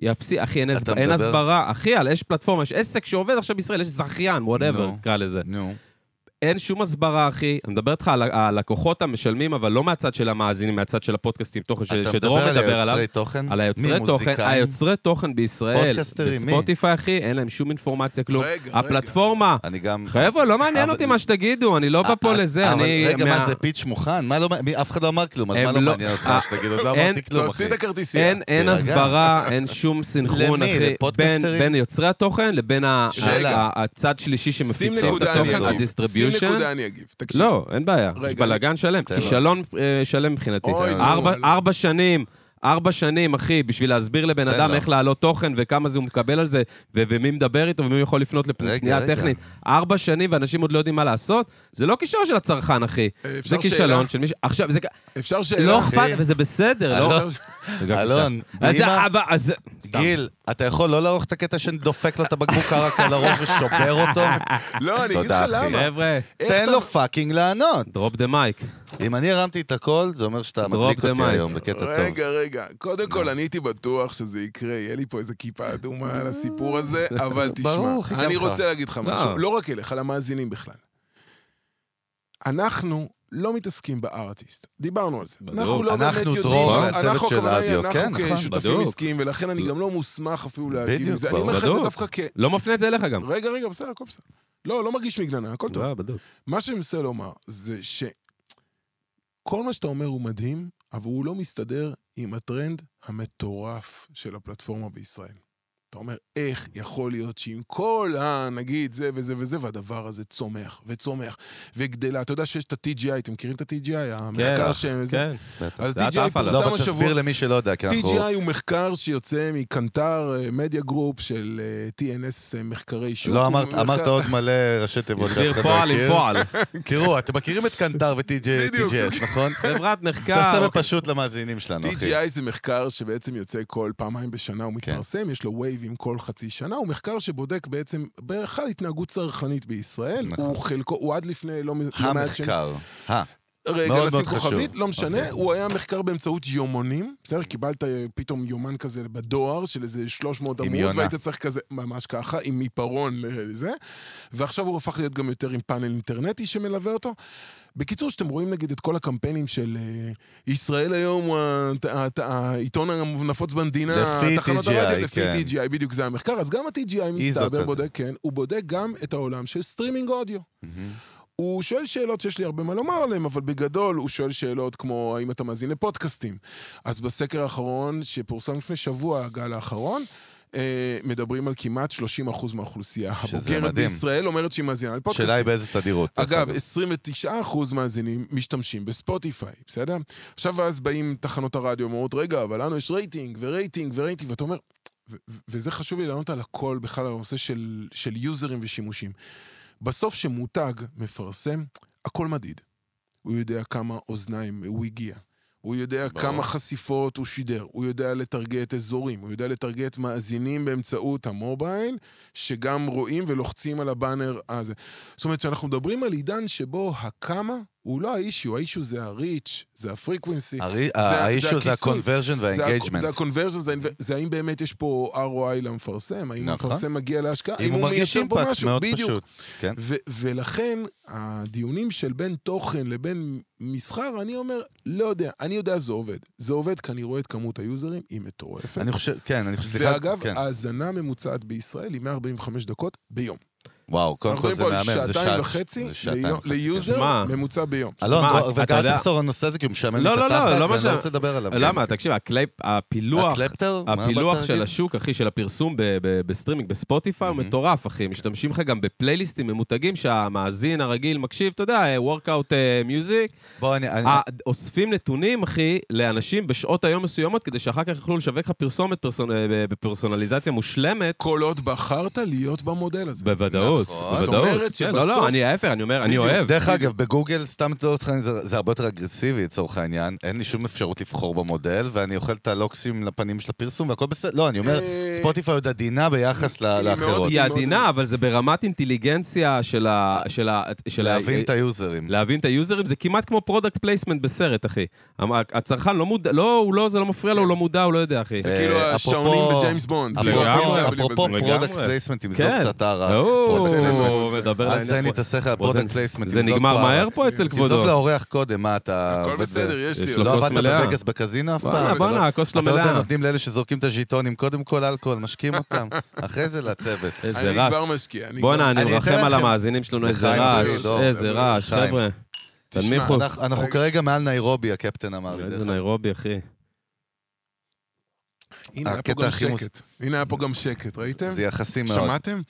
Speaker 1: יפסיק, אחי, אין הסב-
Speaker 2: אתה
Speaker 1: אין
Speaker 2: מדבר?
Speaker 1: הסברה. אחי, על יש פלטפורמה, יש עסק שעובד עכשיו בישראל, יש זכיין, וואטאבר,
Speaker 2: נו.
Speaker 1: נקרא לזה.
Speaker 2: נו.
Speaker 1: אין שום הסברה, אחי. אני מדבר איתך על ה- הלקוחות המשלמים, אבל לא מהצד של המאזינים, מהצד של הפודקאסטים, תוכן ש-
Speaker 2: אתה
Speaker 1: שדרור
Speaker 2: מדבר על
Speaker 1: מדבר עליו.
Speaker 2: היוצרי תוכן?
Speaker 1: על
Speaker 2: מי,
Speaker 1: היוצרי תוכן,
Speaker 2: מוזיקאים?
Speaker 1: היוצרי תוכן בישראל,
Speaker 2: פודקאסטרים, מי?
Speaker 1: בספוטיפיי, אחי, אין להם שום אינפורמציה, כלום.
Speaker 3: רגע, רגע.
Speaker 1: הפלטפורמה,
Speaker 2: אני גם...
Speaker 1: חבר'ה, לא מעניין
Speaker 2: אבל-
Speaker 1: אותי מה שתגידו, אני לא בא פה
Speaker 2: אה,
Speaker 1: לזה, אני...
Speaker 2: אבל רגע,
Speaker 1: מה-
Speaker 2: מה זה פיץ' מוכן? מה לא... מע- מי- אף אחד לא אמר כלום, אז
Speaker 1: הם
Speaker 2: מה לא
Speaker 1: לא-
Speaker 2: מעניין אותך
Speaker 1: אה,
Speaker 2: שתגיד? עוד לא
Speaker 1: אין-
Speaker 2: אמרתי כלום, אחי.
Speaker 3: תוציא את הכרטיסייה.
Speaker 1: אין, אין
Speaker 2: תירגע.
Speaker 1: הסברה, אין שום סנכרון,
Speaker 2: למי?
Speaker 1: אחי,
Speaker 2: לפודקסטרים?
Speaker 1: בין, בין יוצרי התוכן לבין ה,
Speaker 2: שאלה.
Speaker 1: ה, ה, הצד שלישי
Speaker 3: שים
Speaker 1: שמפיצים את
Speaker 3: נקודה אני
Speaker 1: התוכן,
Speaker 3: אגיב. שים
Speaker 1: הדיסטריביושן.
Speaker 3: נקודה אני אגיב. תקשיב.
Speaker 1: לא, אין בעיה,
Speaker 3: רגע,
Speaker 1: יש בלאגן שלם,
Speaker 2: תן לו.
Speaker 1: כישלון אה, שלם מבחינתי.
Speaker 3: אוי,
Speaker 2: נו,
Speaker 1: ארבע-
Speaker 3: לא.
Speaker 1: ארבע שנים. ארבע שנים, אחי, בשביל להסביר לבן
Speaker 2: תן
Speaker 1: אדם
Speaker 2: לו.
Speaker 1: איך להעלות תוכן וכמה זה הוא מקבל על זה, ו- ומי מדבר איתו ומי יכול לפנות
Speaker 2: רגע,
Speaker 1: לפנייה
Speaker 2: רגע.
Speaker 1: טכנית. ארבע שנים ואנשים עוד לא יודעים מה לעשות, זה לא כישלון של הצרכן, אחי.
Speaker 3: אה, אפשר
Speaker 1: זה כישלון
Speaker 3: שאלה?
Speaker 1: של מי ש... עכשיו, זה... כ-
Speaker 3: אפשר שאלה?
Speaker 1: לא
Speaker 2: אחי.
Speaker 1: אכפת, וזה בסדר, לא...
Speaker 2: אלון, אלון,
Speaker 1: אז זה
Speaker 2: באמא-
Speaker 1: אבא, אז... סתם.
Speaker 2: גיל, אתה יכול לא לערוך את הקטע שדופק לו את הבקבוק קרק על הראש ושובר אותו?
Speaker 3: לא, אני אגיד לך
Speaker 2: תודה, אחי.
Speaker 3: למה.
Speaker 1: חבר'ה,
Speaker 3: [laughs] איך
Speaker 2: תן
Speaker 3: אתה-
Speaker 2: לו פאקינג לענות.
Speaker 1: דרופ דה מייק.
Speaker 2: אם אני הרמתי את הכל, זה אומר שאתה
Speaker 1: דרופ
Speaker 2: מדליק
Speaker 1: the
Speaker 2: אותי
Speaker 1: mic.
Speaker 2: היום בקטע טוב.
Speaker 3: רגע, רגע. קודם כל, אני הייתי בטוח שזה יקרה, יהיה לי פה איזה כיפה אדומה על הסיפור הזה, אבל תשמע,
Speaker 2: ברור, חיכה
Speaker 3: אני
Speaker 2: לך.
Speaker 3: רוצה להגיד לך
Speaker 1: לא.
Speaker 3: משהו, לא רק אליך, למאזינים בכלל. אנחנו לא מתעסקים בארטיסט, דיברנו על זה.
Speaker 1: בדיוק.
Speaker 3: אנחנו לא באמת
Speaker 2: אנחנו
Speaker 3: יודעים,
Speaker 2: דרור,
Speaker 3: אנחנו-
Speaker 2: הצוות של
Speaker 3: הכוונה היא,
Speaker 2: האדיו, כן,
Speaker 3: אנחנו
Speaker 2: נכון.
Speaker 3: כשותפים
Speaker 1: בדיוק.
Speaker 3: עסקיים, ולכן אני גם לא מוסמך אפילו להגיד
Speaker 2: בדיוק,
Speaker 3: את זה. אני
Speaker 2: ברור.
Speaker 3: אומר לך את זה
Speaker 1: בדיוק.
Speaker 3: דווקא כ...
Speaker 1: לא מפנה את זה אליך גם.
Speaker 3: רגע, רגע, בסדר, הכל בסדר. לא, לא מרגיש מגננה, הכל טוב.
Speaker 1: לא, בדיוק.
Speaker 3: מה שאני מנסה לומר זה שכל מה שאתה אומר הוא מדהים, אבל הוא לא מסתדר עם הטרנד המטורף של הפלטפורמה בישראל. אתה אומר, איך יכול להיות שעם כל ה... נגיד זה וזה וזה, והדבר הזה צומח וצומח וגדלה. אתה יודע שיש את ה-TGI, אתם מכירים את ה-TGI? המחקר שהם... זה-
Speaker 1: כן.
Speaker 3: אז
Speaker 1: זה
Speaker 3: TGI
Speaker 1: הטאף עליו.
Speaker 2: לא,
Speaker 3: פורסם
Speaker 2: אבל תסביר
Speaker 3: השבוע...
Speaker 2: למי שלא יודע, כי אנחנו...
Speaker 3: TGI הוא מחקר שיוצא מקנטר אה, מדיה גרופ של אה, TNS אה, מחקרי שוק.
Speaker 2: לא
Speaker 3: הוא
Speaker 2: אמרת,
Speaker 3: מחקר-
Speaker 2: אמרת עוד מלא ראשי תיבות
Speaker 1: הסביר
Speaker 2: שאף אחד לא
Speaker 1: פועל עם
Speaker 2: הכיר.
Speaker 1: פועל.
Speaker 2: תראו, אתם מכירים את קנטר
Speaker 3: בדיוק. אוקיי.
Speaker 2: ו-TGS, נכון?
Speaker 1: חברת
Speaker 2: תעשה
Speaker 1: מחקר.
Speaker 2: בפשוט למאזינים שלנו, אחי.
Speaker 3: TGI זה מחקר שבעצם יוצא כל פעמיים בשנה, הוא מתפרסם, יש לו וייבים כל חצי שנה, הוא מחקר שבודק בעצם בכלל התנהגות צרכנית בישראל,
Speaker 2: נכון.
Speaker 3: הוא חלקו, הוא עד לפני לא מ- לא מעט שנים.
Speaker 2: המחקר. ה.
Speaker 3: רגע,
Speaker 2: מאוד
Speaker 3: לשים
Speaker 2: מאוד חשוב.
Speaker 3: כוכבית, לא משנה.
Speaker 2: אוקיי.
Speaker 3: הוא היה מחקר באמצעות יומונים, בסדר? קיבלת אה, פתאום יומן כזה בדואר של איזה 300
Speaker 2: עם
Speaker 3: עמוד,
Speaker 2: יונה.
Speaker 3: והיית צריך כזה, ממש ככה, עם עיפרון לזה. ועכשיו הוא הפך להיות גם יותר עם פאנל אינטרנטי שמלווה אותו. בקיצור, שאתם רואים נגיד את כל הקמפיינים של אה, ישראל היום, הוא הת- הת- העיתון הנפוץ במדינה,
Speaker 2: לפי
Speaker 3: תחנות
Speaker 2: TGI,
Speaker 3: הרדיו, לפי
Speaker 2: כן.
Speaker 3: TGI, בדיוק זה המחקר, אז גם ה-TGI
Speaker 2: איזו
Speaker 3: מסתבר
Speaker 2: כזה.
Speaker 3: בודק, כן, הוא בודק גם את העולם של סטרימינג אודיו. הוא שואל שאלות שיש לי הרבה מה לומר עליהן, אבל בגדול הוא שואל שאלות כמו האם אתה מאזין לפודקאסטים. אז בסקר האחרון, שפורסם לפני שבוע, הגל האחרון, אה, מדברים על כמעט 30% מהאוכלוסייה
Speaker 2: שזה
Speaker 3: הבוגרת
Speaker 2: מדהים.
Speaker 3: בישראל אומרת שהיא מאזינה
Speaker 2: השאלה היא
Speaker 3: לפודקאסטים.
Speaker 2: באיזה תדירות. דרך
Speaker 3: אגב, 29% מהאזינים משתמשים בספוטיפיי, בסדר? עכשיו אז באים תחנות הרדיו, אומרות, רגע, אבל לנו יש רייטינג ורייטינג ורייטינג, ואתה אומר, ו- ו- וזה חשוב לי לענות על הכל, בכלל על הנושא של, של יוזרים ושימושים. בסוף שמותג מפרסם, הכל מדיד. הוא יודע כמה אוזניים הוא הגיע. הוא יודע
Speaker 2: ברור.
Speaker 3: ברור. כמה חשיפות הוא שידר, הוא יודע לטרגט אזורים, הוא יודע לטרגט מאזינים באמצעות המובייל, שגם רואים ולוחצים על הבאנר הזה. זאת אומרת, כשאנחנו מדברים על עידן שבו הכמה הוא לא האישיו, האישיו זה הריץ', זה הפריקוונסי.
Speaker 2: הרי-
Speaker 3: זה
Speaker 2: האישיו זה
Speaker 3: הכיסוי.
Speaker 2: ה-conversion
Speaker 3: זה ה-
Speaker 2: וה-engagement.
Speaker 3: זה ה-conversion, זה ה- זה האם באמת יש פה ROI למפרסם, האם
Speaker 2: נכון.
Speaker 3: המפרסם מגיע להשקעה,
Speaker 2: אם הוא מרגיש
Speaker 3: מייצר פה
Speaker 2: אימפקט
Speaker 3: משהו,
Speaker 2: מאוד
Speaker 3: בדיוק.
Speaker 2: פשוט. כן.
Speaker 3: ו- ולכן הדיונים של בין תוכן לבין מסחר, אני אומר, לא יודע, אני יודע זה עובד. זה עובד כי אני רואה את כמות היוזרים, היא מטורפת.
Speaker 2: אני חושב, כן, אני חושב, סליחה.
Speaker 3: ואגב,
Speaker 2: כן.
Speaker 3: ההאזנה הממוצעת בישראל היא 145 דקות ביום.
Speaker 2: וואו, קודם
Speaker 3: אנחנו
Speaker 2: כל זה
Speaker 3: מדברים פה
Speaker 2: מהמם,
Speaker 3: על
Speaker 2: זה
Speaker 3: שעתיים
Speaker 2: שעת-
Speaker 3: וחצי
Speaker 2: זה שעתיים
Speaker 3: ליו-
Speaker 2: וחצי, כן.
Speaker 3: ליוזר
Speaker 1: שמע.
Speaker 3: ממוצע ביום.
Speaker 2: אלון,
Speaker 1: שמע,
Speaker 2: בוא-
Speaker 1: אתה
Speaker 2: וכאל
Speaker 1: יודע-
Speaker 2: תחזור לנושא הזה, כי הוא משעמם לי
Speaker 1: לא,
Speaker 2: את
Speaker 1: לא,
Speaker 2: התחת,
Speaker 1: לא, לא
Speaker 2: ואני לא
Speaker 1: משעמם.
Speaker 2: רוצה לדבר עליו.
Speaker 1: למה? תקשיב, הקלייפ, הפילוח,
Speaker 2: הקלפטר? מה
Speaker 1: הפילוח
Speaker 2: בתרגיל?
Speaker 1: של השוק, אחי, של הפרסום ב- ב- בסטרימינג, בספוטיפיי, הוא
Speaker 2: מהמם.
Speaker 1: מטורף, אחי. משתמשים לך גם בפלייליסטים ממותגים שהמאזין הרגיל מקשיב, אתה יודע, וורקאוט מיוזיק.
Speaker 2: בוא, אני...
Speaker 1: כן.
Speaker 2: אני-
Speaker 1: אוספים נתונים, אחי, לאנשים בשעות היום מסוימות, כדי שאחר כך יוכלו לשווק לך פרסומת פרסונ- אה, בפרסונליזציה מושלמת.
Speaker 3: כל עוד בחרת להיות במודל הזה.
Speaker 1: בוודאות, בוודאות.
Speaker 2: נכון.
Speaker 3: זאת אומרת
Speaker 1: כן, לא,
Speaker 3: שבסוף-
Speaker 1: לא, אני ההפך, אני אומר, אני
Speaker 2: בדיוק.
Speaker 1: אוהב.
Speaker 2: דרך אגב, בגוגל, סתם לצורך העניין, זה- זה הרבה יותר אגרסיבי לצורך העניין. אין לי שום אפשרות לבחור במודל, ואני אוכל את הלוקסים לפנים של הפרסום, והכל בסדר. לא, אני אומר,
Speaker 3: אה,
Speaker 2: ספוטיפיי עוד עדינה ביחס ל-
Speaker 3: היא מאוד
Speaker 2: לאחרות.
Speaker 1: היא
Speaker 3: מאוד-
Speaker 1: עדינה, אבל זה ברמת אינטליגנציה של ה... של ה- של ה-
Speaker 2: להבין את היוזרים.
Speaker 1: להבין אה, את היוזרים זה כמעט כמו פרודקט פלייסמנט בסרט, אחי. המ- הצרכן לא מודע, לא, הוא לא, זה לא מפריע לו, הוא לא מודע, הוא לא יודע, אחי.
Speaker 3: זה
Speaker 2: אה,
Speaker 3: כאילו
Speaker 2: אפרופו-
Speaker 3: השעונים בגיימס בונד.
Speaker 2: אפרופו-
Speaker 1: לגמרי.
Speaker 2: אפרופו
Speaker 1: לגמרי.
Speaker 2: פרודקט פלייסמנט, אם זו
Speaker 1: כן.
Speaker 2: קצת הרע.
Speaker 1: הוא
Speaker 3: פרודקט-
Speaker 1: מדבר
Speaker 2: אל
Speaker 1: לעניין
Speaker 2: תציין לי
Speaker 1: פה.
Speaker 2: את השכל,
Speaker 1: בוא, זה-
Speaker 2: הפרודקט פלייסמנט.
Speaker 1: זה נגמר מהר פה אצל
Speaker 2: תבזוק
Speaker 1: כבודו.
Speaker 2: לאורח קודם, מה אתה...
Speaker 3: הכל
Speaker 2: עובד ב-
Speaker 3: בסדר, יש
Speaker 1: יש
Speaker 3: לי.
Speaker 1: לו
Speaker 2: לא
Speaker 1: כוס
Speaker 2: עבדת
Speaker 1: מלאה.
Speaker 2: בווגאס בקזינו אף
Speaker 1: בואנה,
Speaker 2: פעם?
Speaker 1: בואנה, הכוס שלו
Speaker 2: אתה יודע,
Speaker 1: מלאה.
Speaker 2: נותנים לאלה שזורקים את הז'יטונים קודם כל אלכוהול, משקים אותם,
Speaker 1: [laughs]
Speaker 2: אחרי זה לצוות.
Speaker 1: איזה
Speaker 3: אני
Speaker 1: רעש.
Speaker 3: כבר משקיע. אני
Speaker 1: בואנה,
Speaker 3: כבר-
Speaker 1: אני
Speaker 2: אני
Speaker 1: מרחם
Speaker 2: אתן
Speaker 1: על
Speaker 2: לכם.
Speaker 1: המאזינים שלנו, איזה
Speaker 2: לחיים, לא,
Speaker 1: רעש,
Speaker 3: לחיים.
Speaker 1: איזה רעש,
Speaker 2: לחיים.
Speaker 1: חבר'ה.
Speaker 3: תשמע,
Speaker 1: תנמיכו.
Speaker 2: אנחנו אנחנו כרגע מעל ניירובי, הקפטן אמר לי.
Speaker 1: איזה
Speaker 2: דרך
Speaker 1: ניירובי, אחי.
Speaker 3: הנה, היה פה
Speaker 2: הקטע
Speaker 3: גם
Speaker 2: הכי מוס-
Speaker 3: שקט. הנה, היה פה גם שקט, ראיתם?
Speaker 2: אגב. זה יחסי מאוד.
Speaker 3: שמעתם?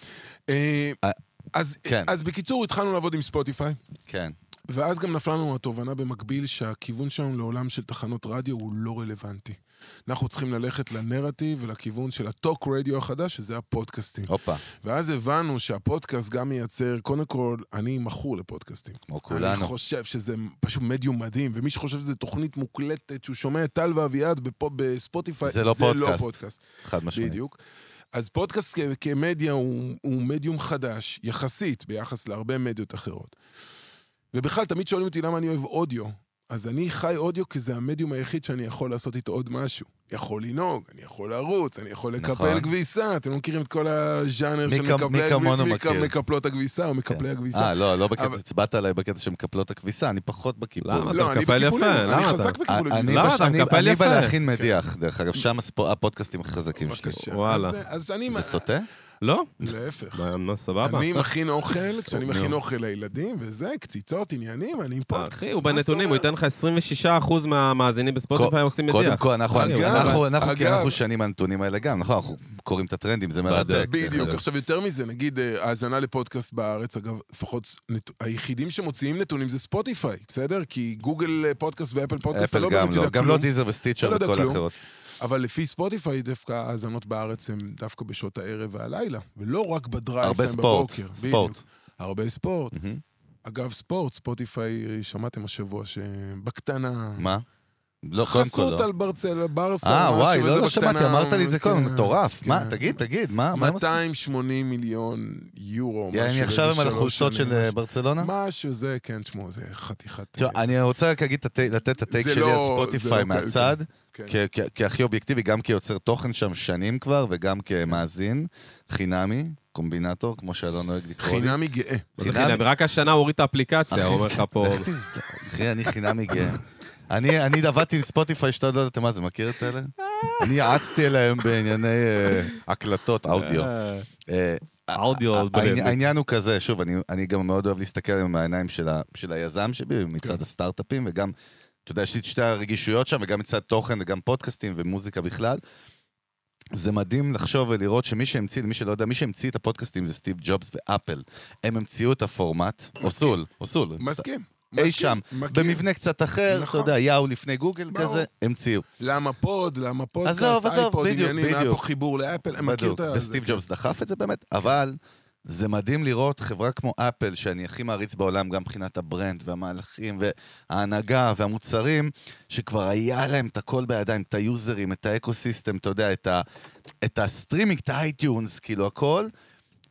Speaker 3: אה,
Speaker 2: אה,
Speaker 3: אז-
Speaker 2: כן.
Speaker 3: אז בקיצור, התחלנו לעבוד עם ספוטיפיי,
Speaker 2: כן.
Speaker 3: ואז גם נפלה לנו התובנה במקביל שהכיוון שלנו לעולם של תחנות רדיו הוא לא רלוונטי. אנחנו צריכים ללכת לנרטיב ולכיוון של הטוק רדיו החדש, שזה הפודקאסטים.
Speaker 2: הופה,
Speaker 3: ואז הבנו שהפודקאסט גם מייצר, קודם כל, אני מכור לפודקאסטים.
Speaker 2: כמו
Speaker 3: אני
Speaker 2: כולנו.
Speaker 3: חושב שזה פשוט מדיום מדהים, ומי שחושב שזה תוכנית מוקלטת, שהוא שומע את טל ואביעד בפו- בספוטיפיי,
Speaker 2: זה לא
Speaker 3: לא
Speaker 2: פודקאסט.
Speaker 3: פודקאסט.
Speaker 2: חד משמעית.
Speaker 3: בדיוק. אז פודקאסט כ- כמדיה הוא, הוא מדיום חדש, יחסית, ביחס להרבה מדיות אחרות. ובכלל, תמיד שואלים אותי למה אני אוהב אודיו. אז אני חי אודיו כי זה המדיום היחיד שאני יכול לעשות איתו עוד משהו. יכול לנהוג, אני יכול לרוץ, אני יכול לקפל
Speaker 2: נכון.
Speaker 3: כביסה. אתם לא מכירים את כל הז'אנר
Speaker 2: מי
Speaker 3: של
Speaker 2: כמ- מי
Speaker 3: מקפלי הגב-
Speaker 2: כמונו
Speaker 3: מי
Speaker 2: מכיר.
Speaker 3: מקפלות הכביסה או
Speaker 2: כן.
Speaker 3: מקפלי הכביסה.
Speaker 2: אה, לא, לא בקטע,
Speaker 3: אבל-
Speaker 2: הצבעת עליי בקטע שמקפלות הכביסה, אני פחות בקיפול. אה,
Speaker 1: למה?
Speaker 3: לא,
Speaker 1: אתה
Speaker 3: אני
Speaker 1: מקפל יפה,
Speaker 3: בקיפולים, אני
Speaker 1: למה אתה-
Speaker 3: חזק בקיפולים.
Speaker 2: אני
Speaker 1: למה?
Speaker 2: בש-
Speaker 1: אתה
Speaker 2: אני-
Speaker 1: מקפל
Speaker 2: אני בא
Speaker 1: יפה.
Speaker 2: להכין מדיח, דרך אגב, שם הספו- הפודקאסטים הכי חזקים שלי.
Speaker 3: כן. בבקשה.
Speaker 1: וואלה.
Speaker 3: אז- אז אני...
Speaker 2: זה סוטה?
Speaker 1: לא?
Speaker 3: להפך.
Speaker 1: מה, מה, סבבה. אה,
Speaker 3: אני מכין אוכל, כשאני
Speaker 2: נו.
Speaker 3: מכין אוכל לילדים, וזה, קציצות, עניינים, אני עם פודקאסט.
Speaker 1: אה, אחי, הוא
Speaker 3: מה זאת
Speaker 1: בנתונים, הוא
Speaker 3: אומרת?
Speaker 1: ייתן לך 26% מהמאזינים בספוטיפיי עושים מדיח. אה,
Speaker 2: קודם כל, אנחנו,
Speaker 1: אגב,
Speaker 2: אנחנו, אנחנו, כי
Speaker 3: אגב-
Speaker 2: אנחנו שנים מהנתונים האלה גם, נכון? אנחנו קוראים את הטרנדים, זה מרתק.
Speaker 1: בדיוק.
Speaker 3: בדיוק.
Speaker 1: אגב.
Speaker 3: עכשיו, יותר מזה, נגיד, אה, האזנה לפודקאסט בארץ, אגב, לפחות נת- היחידים שמוציאים נתונים זה ספוטיפיי, בסדר? כי גוגל אה, פודקאסט ואפל פודקאסט, אתה
Speaker 2: אפל
Speaker 3: לא
Speaker 2: גם
Speaker 3: באמת
Speaker 2: לא,
Speaker 3: יודע
Speaker 2: גם לא
Speaker 3: כלום.
Speaker 2: דיזר וסטיצ'ר
Speaker 3: אתה לא יודע
Speaker 2: וכל
Speaker 3: כלום.
Speaker 2: האחרות.
Speaker 3: אבל לפי ספוטיפיי, דווקא ההאזנות בארץ הן דווקא בשעות הערב והלילה, ולא רק בדרייב
Speaker 2: הרבה
Speaker 3: טיים
Speaker 2: ספורט,
Speaker 3: בבוקר.
Speaker 2: ספורט.
Speaker 3: בדיוק. הרבה ספורט.
Speaker 2: מהמם.
Speaker 3: אגב, ספורט, ספוטיפיי, שמעתם השבוע שבקטנה...
Speaker 2: מה? לא, קודם כל
Speaker 3: חסות
Speaker 2: לא.
Speaker 3: על ברצל, ברסה,
Speaker 2: אה,
Speaker 3: משהו
Speaker 2: וואי,
Speaker 3: וזה
Speaker 2: לא, לא שמעתי,
Speaker 3: בקטנה,
Speaker 2: אמרת לי את זה קודם,
Speaker 3: כן,
Speaker 2: מטורף.
Speaker 3: כן.
Speaker 2: מה, תגיד, תגיד, מה, מה הם עושים?
Speaker 3: 280 מיליון יורו, משהו
Speaker 2: יעני,
Speaker 3: באיזה
Speaker 2: עכשיו הם על
Speaker 3: שלוש
Speaker 2: החולצות
Speaker 3: שנים,
Speaker 2: של אה, ברצלונה? אה,
Speaker 3: משהו זה, כן, תשמעו, זה חתיכת... אה,
Speaker 2: תשמע, אני רוצה רק להגיד, את הטי- לתת את הטייק
Speaker 3: זה
Speaker 2: שלי
Speaker 3: לא-
Speaker 2: על
Speaker 3: זה
Speaker 2: ספוטיפיי
Speaker 3: לא-
Speaker 2: מהצד,
Speaker 3: כן.
Speaker 2: כ- כ- כהכי אובייקטיבי, גם כיוצר תוכן שם שנים כבר, וגם
Speaker 3: כן.
Speaker 2: כמאזין, חינמי, קומבינטור, כמו שאלון נוהג לקרוא לי.
Speaker 3: חינמי גאה.
Speaker 1: מה זה חינם? רק השנה הוא הוריד את האפליקציה, הוא אומר לך פה...
Speaker 2: לך תזד- אחי, אני חינמי גאה. אני, אני עבדתי עם ספוטיפיי שאתה לא יודעת מה זה, מכיר את אלה? אני יעצתי אליהם בענייני אה, הקלטות, אודיו.
Speaker 1: אה,
Speaker 2: אה,
Speaker 1: אודיו,
Speaker 2: ה-
Speaker 1: בלב.
Speaker 2: העני- העניין הוא כזה, שוב, אני, אני גם מאוד אוהב להסתכל עליהם מהעיניים של, ה, של היזם שבי, מצד
Speaker 3: כן.
Speaker 2: הסטארט-אפים, וגם, אתה יודע, יש לי את שתי הרגישויות שם, וגם מצד תוכן, וגם פודקאסטים ומוזיקה בכלל. זה מדהים לחשוב ולראות שמי שהמציא, למי שלא יודע, מי שהמציא את הפודקאסטים זה סטיב ג'ובס ואפל. הם המציאו את הפורמט, אוסול, אוסול.
Speaker 3: מסכים.
Speaker 2: אי
Speaker 3: מסכים,
Speaker 2: שם,
Speaker 3: מכיר.
Speaker 2: במבנה קצת אחר, אתה
Speaker 3: נכון.
Speaker 2: יודע, יאו לפני גוגל
Speaker 3: ברור.
Speaker 2: כזה, המציאו.
Speaker 3: למה פוד, למה פודקאסט,
Speaker 2: עזוב, עזוב,
Speaker 3: אייפוד,
Speaker 2: בדיוק,
Speaker 3: עניינים, היה
Speaker 2: בדיוק.
Speaker 3: פה חיבור לאפל, אני מכיר
Speaker 2: בדיוק,
Speaker 3: את ה... כן.
Speaker 2: וסטיב ג'ובס דחף את זה באמת, אבל זה מדהים לראות חברה כמו אפל, שאני הכי מעריץ בעולם, גם מבחינת הברנד והמהלכים וההנהגה והמוצרים, שכבר היה להם את הכל בידיים, את היוזרים, את האקו-סיסטם, אתה יודע, את, ה, את הסטרימינג, את האייטיונס, כאילו הכל,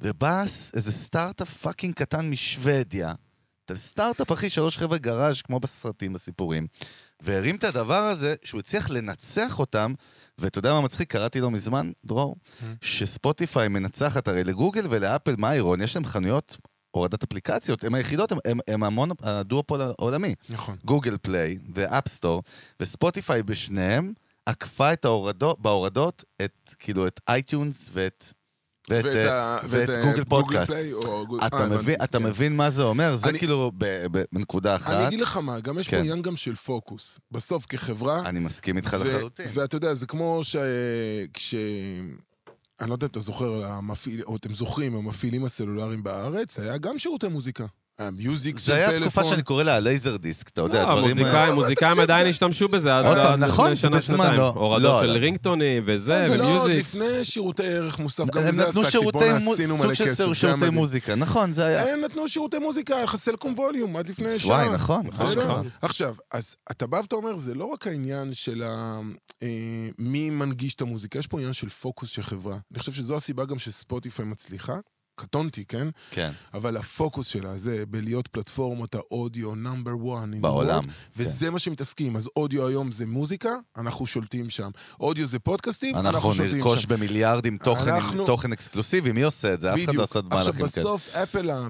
Speaker 2: ובא ס- איזה סטארט-אפ פאקינג קטן משוודיה, אתה סטארט-אפ, אחי, שלוש חבר'ה גראז' כמו בסרטים, בסיפורים, והרים את הדבר הזה, שהוא הצליח לנצח אותם, ואתה יודע מה מצחיק? קראתי לא מזמן, דרור, שספוטיפיי מנצחת, הרי לגוגל ולאפל, מה האירון? יש להם חנויות הורדת אפליקציות, הם היחידות, הם, הם, הם המון, הדואופול העולמי.
Speaker 3: נכון.
Speaker 2: גוגל פליי ואפ סטור, וספוטיפיי בשניהם עקפה את ההורדות, בהורדות, את, כאילו, את אייטיונס ואת... ואת,
Speaker 3: ואת
Speaker 2: אה,
Speaker 3: ה-
Speaker 2: ואת
Speaker 3: אה,
Speaker 2: גוגל פודקאסט.
Speaker 3: פליי או גוגל- אה,
Speaker 2: אתה,
Speaker 3: הבנתי,
Speaker 2: מבין, אתה
Speaker 3: כן.
Speaker 2: מבין מה זה אומר? זה
Speaker 3: אני-
Speaker 2: כאילו ב- ב- בנקודה אחת.
Speaker 3: אני אגיד לך מה, גם יש פה
Speaker 2: כן.
Speaker 3: עניין גם של פוקוס. בסוף, כחברה,
Speaker 2: אני מסכים איתך
Speaker 3: ו-
Speaker 2: לחלוטין.
Speaker 3: ואתה יודע, זה כמו ש... כש... אני לא יודע אם אתה זוכר, המפעיל, או אתם זוכרים, המפעילים הסלולריים בארץ, היה גם שירותי מוזיקה. היה מיוזיק של
Speaker 2: זה
Speaker 3: פלאפון.
Speaker 2: היה תקופה שאני קורא לה הלייזר דיסק, אתה יודע, אה,
Speaker 1: לא,
Speaker 2: הדברים האלה.
Speaker 1: המוזיקאים, מוזיקאים
Speaker 3: תקשיב,
Speaker 1: עדיין
Speaker 3: זה-
Speaker 1: השתמשו בזה, אז לא-
Speaker 2: עוד פעם,
Speaker 1: עד
Speaker 2: נכון,
Speaker 1: לפני
Speaker 2: זה
Speaker 1: שנה,
Speaker 2: בזמן,
Speaker 1: שנתיים.
Speaker 2: לא.
Speaker 1: הורדות
Speaker 2: לא,
Speaker 1: של
Speaker 2: לא.
Speaker 1: רינגטונים וזה,
Speaker 3: לא, עוד
Speaker 1: ומיוזיקס.
Speaker 3: לפני שירותי ערך מוסף, גם
Speaker 2: הם
Speaker 3: בזה
Speaker 2: נתנו
Speaker 3: עסקתי,
Speaker 2: שירותי,
Speaker 3: בואנה,
Speaker 2: מו-
Speaker 3: עשינו
Speaker 2: סוג
Speaker 3: מלא
Speaker 2: של
Speaker 3: כסף.
Speaker 2: סיר-
Speaker 3: זה היה
Speaker 2: שירותי
Speaker 3: מדהים.
Speaker 2: מוזיקה, נכון, זה היה.
Speaker 3: הם נתנו שירותי מוזיקה, היה לך סלקום ווליום עד לפני שעה.
Speaker 2: וואי, נכון, נכון.
Speaker 3: בסדר?
Speaker 2: נכון.
Speaker 3: אה, לא. עכשיו, אז אתה בא ואתה אומר, זה לא רק העניין של ה... אה, מי מנגיש את המוזיקה, יש פה עניין של פוקוס של חברה. אני חושב שזו הסיבה גם שספוטיפיי מצליחה. קטונתי, כן?
Speaker 2: כן,
Speaker 3: אבל הפוקוס שלה זה בלהיות פלטפורמות האודיו נאמבר 1
Speaker 2: בעולם. כן.
Speaker 3: וזה מה שמתעסקים. אז אודיו היום זה מוזיקה, אנחנו שולטים שם. אודיו זה פודקאסטים, אנחנו,
Speaker 2: אנחנו
Speaker 3: שולטים שם.
Speaker 2: נרכוש במיליארדים תוכן עם
Speaker 3: אנחנו-
Speaker 2: תוכן אקסקלוסיבי, מי עושה את זה? אף אחד לא
Speaker 3: בדיוק.
Speaker 2: עשה
Speaker 3: עכשיו,
Speaker 2: מהלכים כאלה.
Speaker 3: בסוף אפל, ה-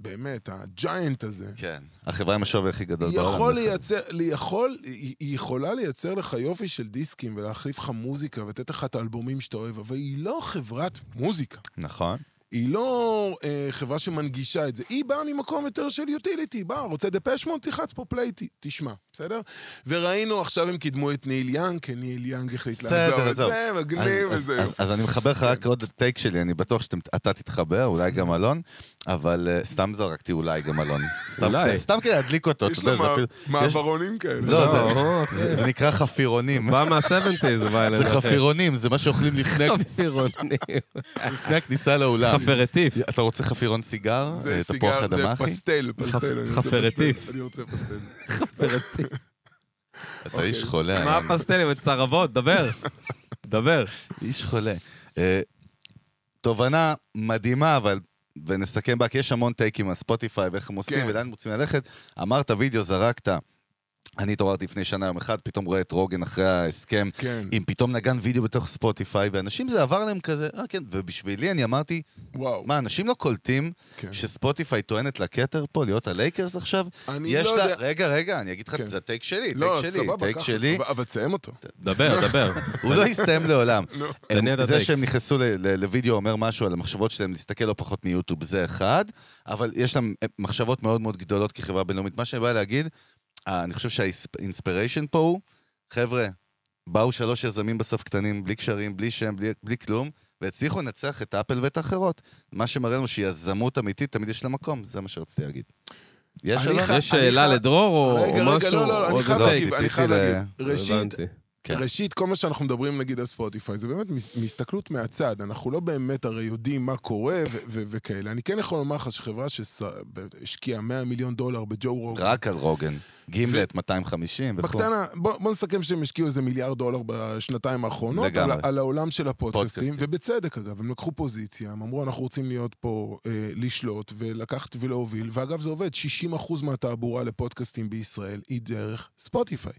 Speaker 3: באמת, הג'יינט הזה,
Speaker 2: כן, החברה עם השווי הכי גדול בעולם.
Speaker 3: יכול
Speaker 2: דרך אגב.
Speaker 3: לייצר, לי- יכול, היא היא יכולה לייצר לך יופי של דיסקים ולהחליף לך מוזיקה ולתת לך את האלבומים שאתה אוהב, אבל היא לא חברת מוזיקה.
Speaker 2: נכון.
Speaker 3: היא לא אה, חברה שמנגישה את זה, היא באה ממקום יותר של יוטיליטי, באה, רוצה דפשמון, תלחץ פה פליי, ת- תשמע, בסדר? וראינו, עכשיו הם קידמו את ניל יאנג, כי ניל יאנג החליט
Speaker 2: בסדר,
Speaker 3: לעזוב את
Speaker 2: עזוב.
Speaker 3: זה, מגניב
Speaker 2: אז-
Speaker 3: וזה. כן.
Speaker 2: אז- אז אני מחבר לך רק עוד טייק שלי, אני בטוח שאתה תתחבר, אולי גם אלון, אבל אה, סתם זרקתי אולי גם אלון. סתם-
Speaker 1: אולי.
Speaker 2: סתם כדי להדליק אותו, אתה
Speaker 3: יש
Speaker 2: יודע,
Speaker 3: לו
Speaker 2: זה
Speaker 3: מע-
Speaker 2: אפילו... יש-
Speaker 3: מעברונים כאלה.
Speaker 2: לא, זה-
Speaker 1: לא,
Speaker 2: זה- זה נקרא חפירונים.
Speaker 1: בא מה-70's, אבל...
Speaker 2: זה חפירונים, זה מה שאוכלים
Speaker 1: [laughs]
Speaker 2: לפני
Speaker 1: חפירונים.
Speaker 2: לפני הכניסה לאולם.
Speaker 1: חפרטיף.
Speaker 2: אתה רוצה חפירון סיגר?
Speaker 3: זה
Speaker 2: אה, תפוח
Speaker 3: סיגר, זה
Speaker 2: אדמה, אחי?
Speaker 3: פסטל, פסטל. אני רוצה
Speaker 1: חפרטיף.
Speaker 3: פסטל, אני רוצה פסטל.
Speaker 1: חפרטיף.
Speaker 2: אתה איש
Speaker 3: אוקיי.
Speaker 2: חולה.
Speaker 1: מה
Speaker 2: אני-
Speaker 1: הפסטלים? את צרבות, דבר. דבר.
Speaker 2: איש חולה. אה, תובנה מדהימה, אבל... ונסכם בה, כי יש המון טייקים על ספוטיפיי ואיך הם עושים
Speaker 3: כן.
Speaker 2: ולאן הם רוצים ללכת. אמרת וידאו, זרקת. אני התעוררתי לפני שנה יום אחד, פתאום רואה את רוגן אחרי ההסכם,
Speaker 3: כן,
Speaker 2: עם פתאום נגן וידאו בתוך ספוטיפיי, ואנשים זה עבר להם כזה, אה כן, ובשבילי אני אמרתי,
Speaker 3: וואו.
Speaker 2: מה, אנשים לא קולטים
Speaker 3: כן.
Speaker 2: שספוטיפיי טוענת לכתר פה, להיות הלייקרס עכשיו?
Speaker 3: אני
Speaker 2: יש
Speaker 3: לא
Speaker 2: לה...
Speaker 3: יודע-
Speaker 2: רגע, רגע, אני אגיד לך,
Speaker 3: כן.
Speaker 2: זה הטייק שלי,
Speaker 3: לא,
Speaker 2: טייק שלי,
Speaker 3: סבבה,
Speaker 2: טייק
Speaker 3: ככה.
Speaker 2: שלי.
Speaker 3: אבל- אבל תסיים אותו.
Speaker 1: דבר, דבר.
Speaker 2: הוא לא יסתיים לעולם.
Speaker 3: נו.
Speaker 2: הם-
Speaker 1: תניע את
Speaker 2: זה
Speaker 1: הטייק.
Speaker 2: שהם נכנסו ל- ל- לוידאו אומר משהו על המחשבות שלהם להסתכל לא פחות מיוטיוב, זה אחד, אבל יש להם אה, מחשבות מאוד מאוד גדולות כחברה בינלאומית. מה שאני בא להגיד, אה, אני חושב שהאינספיריישן פה הוא, חבר'ה, באו שלוש יזמים בסוף קטנים, בלי קשרים, בלי שם, בלי, בלי כלום, והצליחו לנצח את אפל ואת האחרות. מה שמראה לנו שיזמות אמיתית תמיד יש לה מקום, זה מה שרציתי להגיד. יש
Speaker 3: אני
Speaker 2: אלון?
Speaker 3: חי-
Speaker 1: יש שאלה לדרור או או
Speaker 3: רגע,
Speaker 1: משהו?
Speaker 3: רגע, לא, לא, לא,
Speaker 1: או
Speaker 3: אני חייב
Speaker 1: זה
Speaker 2: לא,
Speaker 3: להגיב,
Speaker 1: טייק?
Speaker 3: אני חייב
Speaker 2: ציפיתי ל-
Speaker 3: להגיב. ראשית,
Speaker 1: הבנתי.
Speaker 2: כן.
Speaker 3: ראשית, כל מה שאנחנו מדברים, נגיד, על ספוטיפיי, זה באמת מס- מהסתכלות מהצד. אנחנו לא באמת הרי יודעים מה קורה ו- ו- וכאלה. אני כן יכול לומר לך שחברה שהשקיעה 100 מיליון דולר בג'ו רוגן,
Speaker 2: רק על רוגן. גימלט 250 וכו'.
Speaker 3: בקטנה, בוא, בוא נסכם שהם השקיעו איזה מיליארד דולר בשנתיים האחרונות,
Speaker 2: לגמרי.
Speaker 3: על, על העולם של הפודקאסטים,
Speaker 2: פודקאסטים.
Speaker 3: ובצדק אגב, הם לקחו פוזיציה, הם אמרו אנחנו רוצים להיות פה, אה, לשלוט ולקחת ולהוביל, ואגב זה עובד, 60% מהתעבורה לפודקאסטים בישראל היא דרך ספוטיפיי,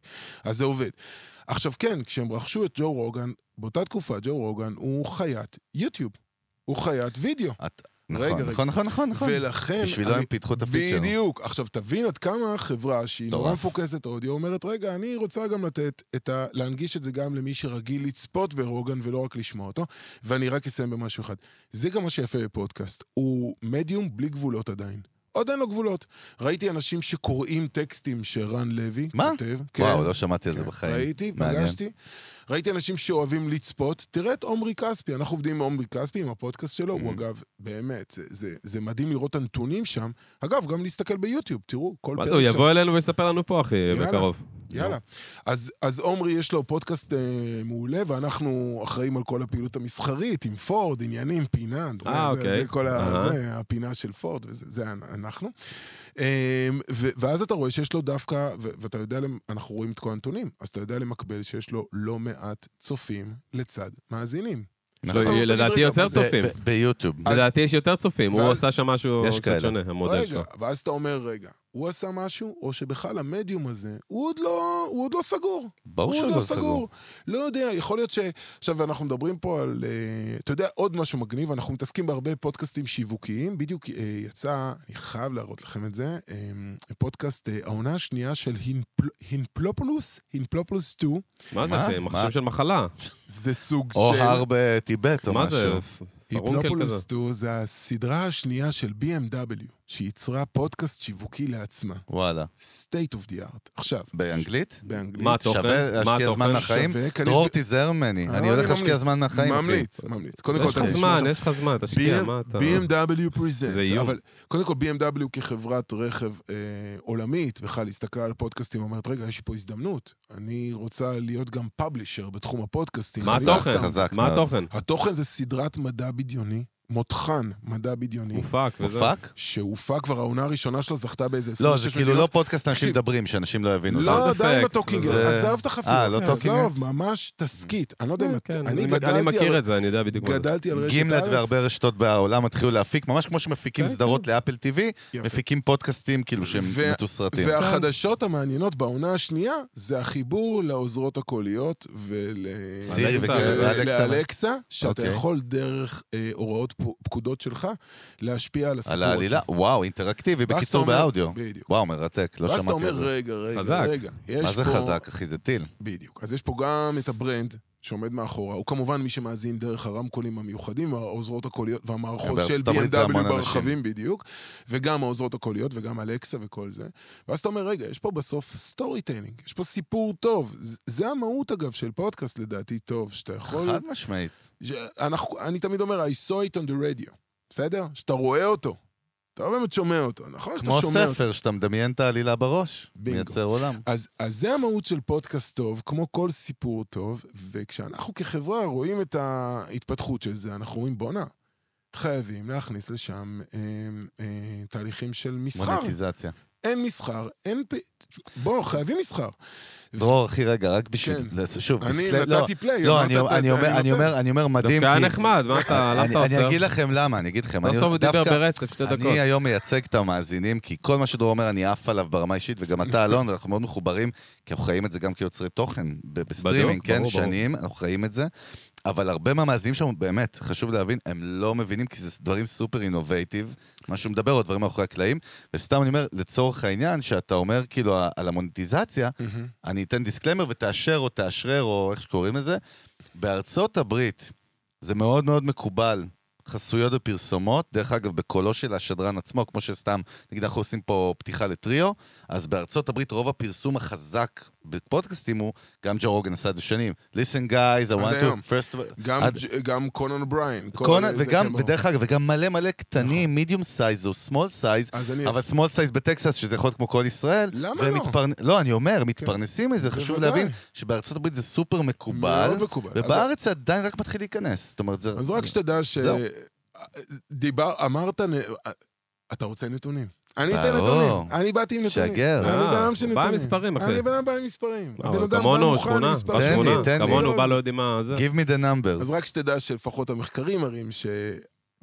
Speaker 3: אז זה עובד. עכשיו כן, כשהם רכשו את ג'ו רוגן, באותה תקופה ג'ו רוגן הוא חיית יוטיוב, הוא חיית וידאו.
Speaker 2: את-
Speaker 3: רגע,
Speaker 2: נכון,
Speaker 3: רגע.
Speaker 2: נכון, נכון, נכון, נכון.
Speaker 3: ולכן...
Speaker 2: בשבילו
Speaker 3: אני-
Speaker 2: הם פיתחו את הפיצ'ר.
Speaker 3: בדיוק. עכשיו, תבין עד כמה חברה שהיא נורא
Speaker 2: מטורף.
Speaker 3: מפוקסת אודיו אומרת, רגע, אני רוצה גם לתת את ה... להנגיש את זה גם למי שרגיל לצפות ברוגן ולא רק לשמוע אותו. ואני רק אסיים במשהו אחד. זה גם מה שיפה בפודקאסט. הוא מדיום בלי גבולות עדיין. עוד אין לו גבולות. ראיתי אנשים שקוראים טקסטים שרן לוי
Speaker 2: מה?
Speaker 3: כותב.
Speaker 2: וואו, לא שמעתי על זה
Speaker 3: כן,
Speaker 2: בחיים.
Speaker 3: ראיתי,
Speaker 2: מעניין.
Speaker 3: פגשתי. ראיתי אנשים שאוהבים לצפות. תראה את עומרי כספי, אנחנו עובדים עם עומרי כספי, עם הפודקאסט שלו,
Speaker 1: Mm-hmm.
Speaker 3: הוא אגב, באמת, זה- זה- זה מדהים לראות את הנתונים שם. אגב, גם להסתכל ביוטיוב, תראו, כל
Speaker 1: מה
Speaker 3: פרק
Speaker 1: זה, הוא
Speaker 3: שם.
Speaker 1: יבוא אלינו ויספר לנו פה, אחי,
Speaker 3: יאללה.
Speaker 1: בקרוב.
Speaker 3: יאללה. אז, אז עומרי יש לו פודקאסט אה, מעולה, ואנחנו אחראים על כל הפעילות המסחרית, עם פורד, עניינים, פינה. זה,
Speaker 1: אה,
Speaker 3: זה,
Speaker 1: אוקיי.
Speaker 3: זה כל ה...
Speaker 1: אהה.
Speaker 3: זה הפינה של פורד, וזה זה אנ- אנחנו. אה, ו, ואז אתה רואה שיש לו דווקא, ו, ואתה יודע, למ- אנחנו רואים את כל הנתונים, אז אתה יודע למקבל שיש לו לא מעט צופים לצד מאזינים.
Speaker 2: נכון.
Speaker 3: לא, תגיד,
Speaker 1: לדעתי
Speaker 3: רגע,
Speaker 1: יותר
Speaker 3: זה-
Speaker 2: זה
Speaker 1: צופים.
Speaker 2: ב- ביוטיוב.
Speaker 1: לדעתי יש יותר צופים, הוא
Speaker 3: ואז-
Speaker 1: עשה שם משהו
Speaker 2: יש
Speaker 1: קצת
Speaker 2: כאלה.
Speaker 1: שונה, המודל
Speaker 3: רגע,
Speaker 1: שלו.
Speaker 3: ואז אתה אומר, רגע, הוא עשה משהו, או שבכלל המדיום הזה, הוא עוד לא, הוא עוד לא סגור.
Speaker 2: ברור
Speaker 3: הוא
Speaker 2: שהוא
Speaker 3: עוד
Speaker 2: לא סגור.
Speaker 3: לא יודע, יכול להיות ש... עכשיו, אנחנו מדברים פה על... אה, אתה יודע, עוד משהו מגניב, אנחנו מתעסקים בהרבה פודקאסטים שיווקיים. בדיוק אה, יצא, אני חייב להראות לכם את זה, אה, פודקאסט, אה, העונה השנייה של הינפל- הינפלופולוס, הינפלופולוס 2,
Speaker 1: מה זה,
Speaker 2: מה?
Speaker 1: אחי?
Speaker 2: מה?
Speaker 1: מחשב של מחלה.
Speaker 3: זה סוג
Speaker 2: או
Speaker 3: של...
Speaker 2: הר בטיבט או
Speaker 1: מה זה?
Speaker 2: משהו.
Speaker 1: פרונקל כזה.
Speaker 3: היפנופולוס 2 זה הסדרה השנייה של BMW, שייצרה פודקאסט שיווקי לעצמה.
Speaker 2: וואלה.
Speaker 3: state of the art. עכשיו,
Speaker 2: באנגלית?
Speaker 3: באנגלית.
Speaker 1: מה התוכן?
Speaker 2: שווה
Speaker 1: מה
Speaker 2: להשקיע זמן
Speaker 1: התוכן?
Speaker 2: מהחיים?
Speaker 3: שווה, כנס-
Speaker 2: דרור תיזהר ממני,
Speaker 3: אה,
Speaker 2: אני הולך
Speaker 3: אני
Speaker 2: להשקיע
Speaker 3: ממליץ.
Speaker 2: זמן מהחיים. אחי.
Speaker 3: ממליץ, ממליץ. קודם כל,
Speaker 1: יש לך
Speaker 3: אתה
Speaker 1: זמן, יש לך זמן, תשקיע, מה אתה...
Speaker 3: BMW
Speaker 1: זה
Speaker 3: פרזנט,
Speaker 1: איום.
Speaker 3: אבל קודם כל BMW כחברת רכב אה, עולמית בכלל הסתכלה על הפודקאסטים ואומרת, רגע, יש לי פה הזדמנות, אני רוצה להיות גם פאבלישר בתחום הפודקאסטים.
Speaker 1: מה
Speaker 3: אני לא
Speaker 1: התוכן?
Speaker 3: סתם-
Speaker 2: חזק
Speaker 1: מה
Speaker 2: מאוד.
Speaker 1: התוכן?
Speaker 3: התוכן זה סדרת מדע בדיוני, מותחן מדע בדיוני,
Speaker 1: מופק וזה.
Speaker 2: הופק?
Speaker 3: שהופק כבר העונה הראשונה שלו זכתה באיזה 26
Speaker 2: לא, זה כאילו לא פודקאסט אנשים
Speaker 3: תקשיב.
Speaker 2: מדברים, שאנשים לא יבינו. זה
Speaker 3: לא,
Speaker 1: sound
Speaker 3: די עם
Speaker 1: effects,
Speaker 3: הטוקינג,
Speaker 2: זה-
Speaker 3: עזוב את
Speaker 2: אה,
Speaker 3: החפירות,
Speaker 2: לא טוקינגס?
Speaker 3: עזוב, ממש תסכית, אני לא יודע אם, את-
Speaker 1: כן,
Speaker 3: אני
Speaker 1: אני
Speaker 3: גדלתי
Speaker 1: אני מכיר
Speaker 3: על-
Speaker 1: את זה, אני יודע בדיוק מה זה.
Speaker 3: גדלתי על רשת
Speaker 2: גימלט
Speaker 3: א',
Speaker 2: והרבה רשתות בעולם התחילו להפיק, ממש כמו שמפיקים
Speaker 1: כן,
Speaker 2: סדרות לאפל TV,
Speaker 3: יפה.
Speaker 2: מפיקים פודקאסטים כאילו שהם
Speaker 3: ו-
Speaker 2: מתוסרטים.
Speaker 3: והחדשות המעניינות בעונה השנייה זה החיבור לעוזרות הקוליות ול...
Speaker 2: סירי
Speaker 1: אלכסה,
Speaker 2: וכאלה,
Speaker 1: אה,
Speaker 2: אלכסה.
Speaker 3: לאלקסה, שאתה
Speaker 2: אוקיי.
Speaker 3: יכול דרך אה, הוראות פו- פקודות שלך להשפיע על הסיפור
Speaker 2: על העלילה, וואו, אינטראקטיבי,
Speaker 3: ואז אתה
Speaker 2: בקיצור
Speaker 3: אומר-
Speaker 2: באודיו.
Speaker 3: בדיוק.
Speaker 2: וואו, מרתק, לא
Speaker 3: ואז אתה
Speaker 2: שמעתי
Speaker 3: אומר,
Speaker 2: על זה.
Speaker 3: רגע, רגע,
Speaker 1: חזק.
Speaker 3: רגע. יש
Speaker 2: מה זה
Speaker 3: פה-
Speaker 2: חזק, אחי? זה טיל.
Speaker 3: בדיוק. אז יש פה גם את הברנד שעומד מאחורה, הוא כמובן מי שמאזין דרך הרמקולים המיוחדים, העוזרות הקוליות והמערכות של
Speaker 2: בארצות הברית זה
Speaker 3: BMW
Speaker 2: המון אנשים.
Speaker 3: ברכבים בדיוק, וגם העוזרות הקוליות וגם אלקסה וכל זה. ואז אתה אומר, רגע, יש פה בסוף סטורי טיילינג, יש פה סיפור טוב. ז- זה המהות, אגב, של פודקאסט לדעתי טוב, שאתה יכול...
Speaker 2: חד משמעית.
Speaker 3: ש- אנחנו, אני תמיד אומר, I saw it on the radio, בסדר? שאתה רואה אותו. אתה לא באמת שומע אותו, נכון? שאתה
Speaker 2: כמו
Speaker 3: שומע אותו.
Speaker 2: ספר, שאתה מדמיין את העלילה בראש,
Speaker 3: בינגו.
Speaker 2: מייצר עולם.
Speaker 3: אז, אז זה המהות של פודקאסט טוב, כמו כל סיפור טוב, וכשאנחנו כחברה רואים את ההתפתחות של זה, אנחנו אומרים, בואנה, חייבים להכניס לשם אה, אה, תהליכים של מסחר.
Speaker 2: מוניטיזציה.
Speaker 3: אין מסחר, אין... פ- בוא, חייבים מסחר.
Speaker 2: דרור, אחי, רגע, רק בשביל...
Speaker 3: כן.
Speaker 2: לעשות- שוב,
Speaker 3: אני
Speaker 2: דיסקלי- לא,
Speaker 3: נתתי פליי,
Speaker 2: לא,
Speaker 3: אמרת,
Speaker 2: אני
Speaker 3: אתה-
Speaker 2: אומר- אני
Speaker 3: אתה-
Speaker 2: אומר- אני
Speaker 3: נותן.
Speaker 2: אומר- אני אומר מדהים,
Speaker 1: דווקא היה
Speaker 2: כי-
Speaker 1: נחמד, מה אתה, למה
Speaker 2: אני-
Speaker 1: אתה
Speaker 2: אני
Speaker 1: עוצר?
Speaker 2: אגיד לכם למה, אני אגיד לכם. אני-
Speaker 1: בסוף הוא דיבר
Speaker 2: דווקא-
Speaker 1: ברצף שתי דקות.
Speaker 2: אני היום מייצג את המאזינים, כי כל מה שדור אומר, אני עף עליו ברמה האישית, וגם
Speaker 1: [laughs]
Speaker 2: אתה, אלון, אנחנו מאוד מחוברים, כי אנחנו חיים את זה גם כיוצרי תוכן, ב- בסטרימינג,
Speaker 1: בדיוק,
Speaker 2: כן,
Speaker 1: ברור, ברור.
Speaker 2: שנים, אנחנו חיים את זה. אבל הרבה מהמאזינים שם, באמת, חשוב להבין, הם לא מבינים, כי זה דברים סופר אינובייטיב, מה שהוא מדבר, או דברים מאחורי הקלעים. וסתם אני אומר, לצורך העניין, שאתה אומר כאילו ה- על המוניטיזציה, אני אתן דיסקלמר ותאשר או תאשרר, או איך שקוראים לזה. בארצות הברית זה מאוד מאוד מקובל, חסויות ופרסומות, דרך אגב, בקולו של השדרן עצמו, כמו שסתם, נגיד אנחנו עושים פה פתיחה לטריו, אז בארצות הברית רוב הפרסום החזק בפודקאסטים הוא, גם ג'ו רוגן עשה את זה שנים. Listen guys, I
Speaker 3: עד
Speaker 2: want
Speaker 3: היום.
Speaker 2: to... first...
Speaker 3: גם
Speaker 2: עד-
Speaker 3: ג'- גם קונן אובריין. כל
Speaker 2: קונן,
Speaker 3: זה,
Speaker 2: וגם,
Speaker 3: כן, ברור.
Speaker 2: ודרך אגב, וגם מלא מלא קטנים,
Speaker 3: נכון.
Speaker 2: מידיום סייז או סמול סייז,
Speaker 3: אז אני...
Speaker 2: אבל small size בטקסס, שזה יכול להיות כמו כל ישראל.
Speaker 3: למה
Speaker 2: והם
Speaker 3: לא?
Speaker 2: מתפרנ- לא, אני אומר, מתפרנסים מזה, חשוב
Speaker 3: בוודאי.
Speaker 2: להבין שבארצות הברית זה סופר מקובל,
Speaker 3: מאוד מקובל. אז-
Speaker 2: ובארץ זה עדיין רק מתחיל להיכנס. זאת אומרת, זה...
Speaker 3: אז רק
Speaker 2: זה-
Speaker 3: שתדע ש...
Speaker 2: זהו.
Speaker 3: דיבר, אמרת, נ- אתה רוצה נתונים. אני אתן
Speaker 2: ברור.
Speaker 3: נתונים. אני באתי עם נתונים.
Speaker 2: שגר.
Speaker 3: אני
Speaker 1: אה,
Speaker 3: בן אדם של
Speaker 1: הוא
Speaker 3: נתונים.
Speaker 1: בא עם מספרים, אחי.
Speaker 3: אני בן אדם בא עם מספרים.
Speaker 1: לא,
Speaker 3: הבן
Speaker 1: אבל
Speaker 3: אדם בא
Speaker 1: כמונו,
Speaker 3: מוכן עם
Speaker 1: שכונה,
Speaker 3: מספרים.
Speaker 2: תן לי,
Speaker 1: בשכונה.
Speaker 2: תן לי.
Speaker 1: כמונו בא, לא יודעים מה זה.
Speaker 2: Give me the numbers.
Speaker 3: אז רק שתדע שלפחות המחקרים מראים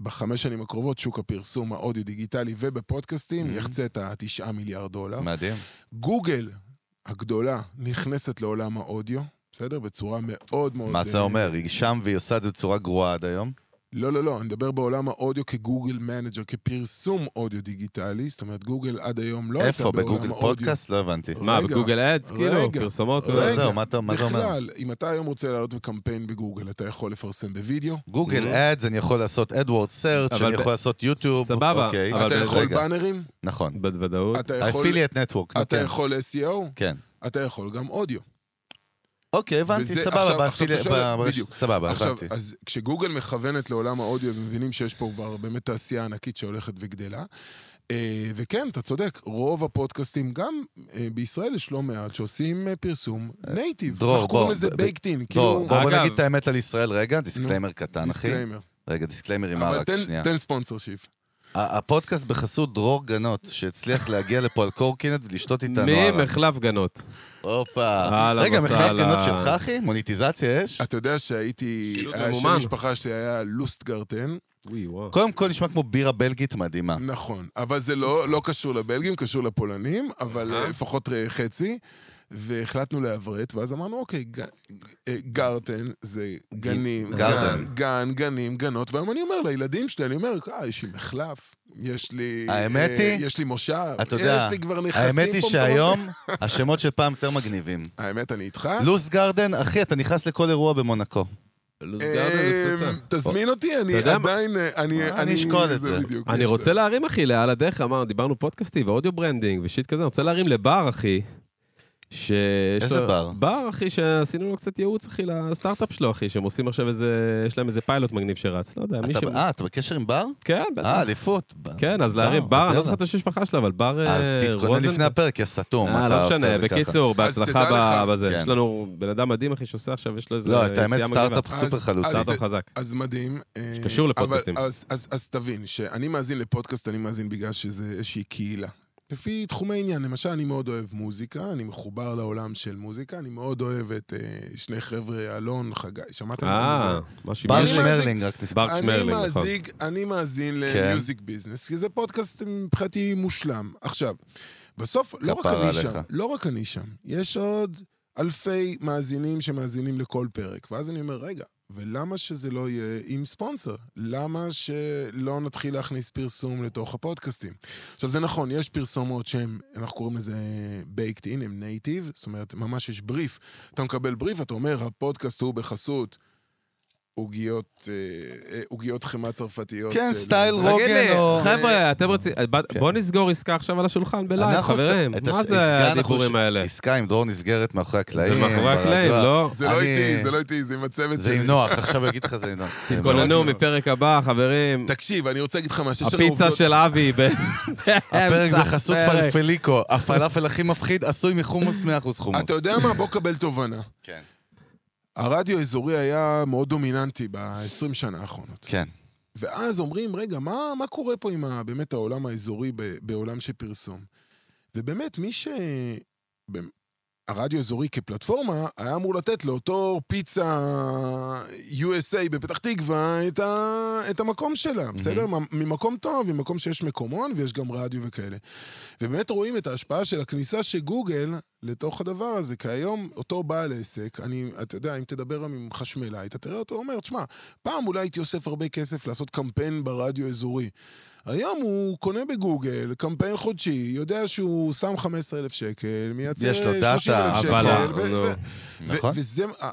Speaker 3: שבחמש שנים הקרובות שוק הפרסום האודיו-דיגיטלי ובפודקאסטים יחצה את התשעה מיליארד דולר.
Speaker 2: מדהים.
Speaker 3: אוקיי. גוגל הגדולה נכנסת לעולם האודיו, בסדר? בצורה מאוד מאוד...
Speaker 2: מה זה
Speaker 3: אה,
Speaker 2: אומר? היא שם והיא עושה את זה בצורה גרועה עד היום?
Speaker 3: לא, לא, לא, אני מדבר בעולם האודיו כגוגל מנג'ר, כפרסום אודיו דיגיטלי, זאת אומרת, גוגל עד היום לא הייתה
Speaker 2: איפה?
Speaker 3: בעולם האודיו.
Speaker 2: בגוגל פודקאסט? לא הבנתי.
Speaker 1: מה,
Speaker 3: רגע,
Speaker 1: בגוגל אדס? כאילו,
Speaker 3: רגע,
Speaker 1: פרסומות?
Speaker 3: רגע.
Speaker 1: לא
Speaker 2: לא,
Speaker 1: יודע.
Speaker 2: זהו, מה אתה מה זה אומר?
Speaker 3: בכלל, אם אתה היום רוצה לעלות בקמפיין בגוגל, אתה יכול לפרסם בווידאו,
Speaker 2: גוגל
Speaker 3: לא.
Speaker 2: אדס, אני יכול לעשות אדוורד סרצ',
Speaker 1: אבל
Speaker 2: אני
Speaker 1: ב-
Speaker 2: יכול לעשות יוטיוב.
Speaker 1: סבבה,
Speaker 2: אוקיי.
Speaker 1: אבל
Speaker 3: אתה
Speaker 1: באיזה
Speaker 3: יכול
Speaker 2: רגע.
Speaker 3: באנרים,
Speaker 2: נכון.
Speaker 1: בוודאות.
Speaker 3: אתה יכול...
Speaker 2: אפילייט נטוורק.
Speaker 3: אתה יכול SEO,
Speaker 2: כן.
Speaker 3: אתה יכול גם אודיו.
Speaker 2: אוקיי, הבנתי,
Speaker 3: וזה-
Speaker 2: סבבה,
Speaker 3: עכשיו-
Speaker 2: באפילי-
Speaker 3: עכשיו
Speaker 2: ב-
Speaker 3: אתה שואל-
Speaker 2: ב-
Speaker 3: בדיוק.
Speaker 2: סבבה,
Speaker 3: עכשיו,
Speaker 2: הבנתי.
Speaker 3: אז כשגוגל מכוונת לעולם האודיו, אז מבינים שיש פה כבר באמת תעשייה ענקית שהולכת וגדלה. אה, וכן, אתה צודק, רוב הפודקאסטים, גם אה, בישראל יש לא מעט שעושים אה, פרסום נייטיב.
Speaker 2: דרור,
Speaker 3: אנחנו קוראים
Speaker 2: בוא,
Speaker 3: לזה
Speaker 2: ב-
Speaker 3: בייקט אין,
Speaker 2: בוא,
Speaker 3: כאילו...
Speaker 2: לא, בוא בוא
Speaker 1: אגב-
Speaker 2: נגיד את האמת על ישראל רגע, דיסקליימר קטן, אחי.
Speaker 3: דיסקליימר.
Speaker 2: רגע, דיסקליימר עם
Speaker 3: אבל
Speaker 2: ערק,
Speaker 3: תן-
Speaker 2: שנייה.
Speaker 3: תן ספונסר שיפ.
Speaker 2: ה- הפודקאסט בחסות דרור גנות, שהצליח להגיע לפה על קורקינט ולשתות איתנו ערק.
Speaker 1: ממחלף גנות.
Speaker 2: הופה.
Speaker 1: אהלן
Speaker 2: רגע, מחלף
Speaker 1: וסהלן.
Speaker 2: גנות שלך, אחי? מוניטיזציה יש?
Speaker 3: אתה יודע שהייתי...
Speaker 1: שילוט
Speaker 3: השם
Speaker 1: ממומן.
Speaker 3: המשפחה שלי היה לוסטגרטן,
Speaker 1: אוי, וואו.
Speaker 2: קודם כל נשמע כמו בירה בלגית מדהימה.
Speaker 3: נכון, אבל זה לא לא קשור לבלגים, קשור לפולנים, אבל אה, לפחות אה, חצי. והחלטנו לעברת, ואז אמרנו, אוקיי, ג- אה, גרטן זה גנים,
Speaker 2: גרטן.
Speaker 3: גן, גן, גנים, גנות, והיום אני אומר לילדים שלי, אני אומר, אה, יש לי מחלף, יש לי...
Speaker 2: האמת
Speaker 3: אה,
Speaker 2: היא-
Speaker 3: יש לי מושב,
Speaker 2: אתה יודע,
Speaker 3: יש לי כבר נכסים פה.
Speaker 2: האמת היא
Speaker 3: מטורפים."
Speaker 2: שהיום [laughs] השמות של פעם יותר מגניבים.
Speaker 3: האמת, אני איתך.
Speaker 2: לוס גרדן, אחי, אתה נכנס לכל אירוע במונקו.
Speaker 1: לוס
Speaker 3: אה,
Speaker 1: גרדן לא, זה פצצה.
Speaker 3: תזמין אותי, אני
Speaker 1: יודע מה?
Speaker 3: עדיין... אה, אני
Speaker 2: אני אשקול את זה.
Speaker 3: בדיוק,
Speaker 1: אני
Speaker 3: יש
Speaker 1: רוצה להרים, אחי, לעל הדרך, אמרנו, דיברנו פודקאסטי ואודיו ברנדינג ושיט כזה, אני רוצה להרים לבר, אחי. ש...
Speaker 2: איזה בר?
Speaker 1: בר, אחי, שעשינו לו קצת ייעוץ, אחי, לסטארט-אפ שלו, אחי, שהם עושים עכשיו איזה... יש להם איזה פיילוט מגניב שרץ, לא יודע, מי
Speaker 2: אתה-
Speaker 1: ש...
Speaker 2: אה, אתה בקשר עם בר?
Speaker 1: כן, בטח.
Speaker 2: אה, אליפות. ב-
Speaker 1: כן, אז להרים בר, אני
Speaker 2: יאללה.
Speaker 1: לא זוכר את השם המשפחה שלו, אבל בר אה,
Speaker 2: אז תתכונן
Speaker 1: רוזן-
Speaker 2: לפני הפרק, יא סתום.
Speaker 1: אה,
Speaker 2: אתה
Speaker 1: לא
Speaker 2: עושה
Speaker 1: משנה,
Speaker 2: את זה ככה.
Speaker 1: בקיצור,
Speaker 3: אז
Speaker 1: בהצלחה
Speaker 3: תדע
Speaker 1: ב-
Speaker 3: לך.
Speaker 1: בזה.
Speaker 2: כן.
Speaker 1: יש לנו בן אדם מדהים, אחי, שעושה עכשיו, יש לו איזה
Speaker 2: לא, את האמת, סטארט-אפ
Speaker 3: אז-
Speaker 2: סופר חלוץ.
Speaker 3: אז-
Speaker 1: סטארט-אפ חזק.
Speaker 3: אז מדהים. אה,
Speaker 1: שקשור לפודקאסטים.
Speaker 3: אבל, אז, אז, אז תבין, שאני מאזין לפודקאסט, אני מאזין בגלל שזה איזושהי קהילה. לפי תחומי עניין, למשל, אני מאוד אוהב מוזיקה, אני מחובר לעולם של מוזיקה, אני מאוד אוהב את אה, שני חבר'ה, אלון, חגי, שמעתם
Speaker 1: אה,
Speaker 3: על זה?
Speaker 1: משהו...
Speaker 2: בר
Speaker 3: אני
Speaker 2: שמרלינג, רק תזכור.
Speaker 1: בר
Speaker 3: אני
Speaker 1: שמרלינג, נכון.
Speaker 3: מאזיג, אני מאזין
Speaker 2: כן.
Speaker 3: למיוזיק ביזנס, כי זה פודקאסט מבחינתי מושלם. עכשיו, בסוף, לא רק
Speaker 2: כפרה
Speaker 3: אני
Speaker 2: עליך.
Speaker 3: שם, לא רק אני שם, יש עוד אלפי מאזינים שמאזינים לכל פרק, ואז אני אומר, רגע, ולמה שזה לא יהיה עם ספונסר? למה שלא נתחיל להכניס פרסום לתוך הפודקאסטים? עכשיו, זה נכון, יש פרסומות שהן, אנחנו קוראים לזה אה, baked in, הם נייטיב, זאת אומרת, ממש יש בריף. אתה מקבל בריף, אתה אומר, הפודקאסט הוא בחסות. עוגיות, אה, אה, עוגיות חמאה צרפתיות.
Speaker 2: כן,
Speaker 3: של-
Speaker 2: סטייל
Speaker 3: זה- לא-
Speaker 2: רוק.
Speaker 1: תגיד לי,
Speaker 2: רוגן או-
Speaker 1: חבר'ה, אתם רוצים...
Speaker 2: כן.
Speaker 1: בואו נסגור עסקה עכשיו על השולחן בלייב,
Speaker 2: אנחנו עושה-
Speaker 1: חברים.
Speaker 2: את
Speaker 1: מה
Speaker 2: הש-
Speaker 1: זה
Speaker 2: עסקה, אנחנו
Speaker 1: הדיבורים
Speaker 2: ש-
Speaker 1: האלה?
Speaker 2: עסקה עם דרור נסגרת מאחורי
Speaker 1: זה
Speaker 2: הקלעים.
Speaker 1: מאחורי
Speaker 2: ברגוע.
Speaker 1: הקלעים, לא?
Speaker 3: זה לא
Speaker 2: אני-
Speaker 3: איתי, זה לא איתי, זה עם הצוות
Speaker 2: זה עם נוח, עכשיו הוא יגיד לך זה לא עם נוח.
Speaker 1: תתכוננו
Speaker 3: מאוד.
Speaker 1: מפרק הבא, חברים.
Speaker 3: תקשיב, אני רוצה להגיד לך מה שיש לנו
Speaker 1: הפיצה של אבי ב-
Speaker 2: [laughs] הפרק
Speaker 1: באמצע
Speaker 2: בחסות
Speaker 1: הפרק.
Speaker 2: פלפליקו, הפלאפל הכי מפחיד, עשוי מחומוס 100% חומוס.
Speaker 3: אתה יודע מה? בוא קבל תובנה.
Speaker 2: כן.
Speaker 3: הרדיו האזורי היה מאוד דומיננטי ב-20 שנה האחרונות.
Speaker 2: כן.
Speaker 3: ואז אומרים, רגע, מה, מה קורה פה עם ה, באמת העולם האזורי ב, בעולם של פרסום? ובאמת, מי ש... במ- הרדיו האזורי כפלטפורמה, היה אמור לתת לאותו פיצה USA בפתח תקווה את, ה, את המקום שלה, בסדר? מ- ממקום טוב, ממקום שיש מקומון ויש גם רדיו וכאלה. ובאמת רואים את ההשפעה של הכניסה של גוגל לתוך הדבר הזה, כי היום אותו בעל עסק, אני, אתה יודע, אם תדבר היום עם חשמלאי, אתה תראה אותו אומר, תשמע, פעם אולי הייתי אוסף הרבה כסף לעשות קמפיין ברדיו אזורי. היום הוא קונה בגוגל, קמפיין חודשי, יודע שהוא שם 15,000 שקל, מייצר
Speaker 2: יש לו
Speaker 3: 30,000
Speaker 2: דאטה,
Speaker 3: שקל,
Speaker 1: אבל-
Speaker 3: ו-
Speaker 1: נו.
Speaker 3: ו- ו-
Speaker 2: נכון.
Speaker 3: וזה, ה-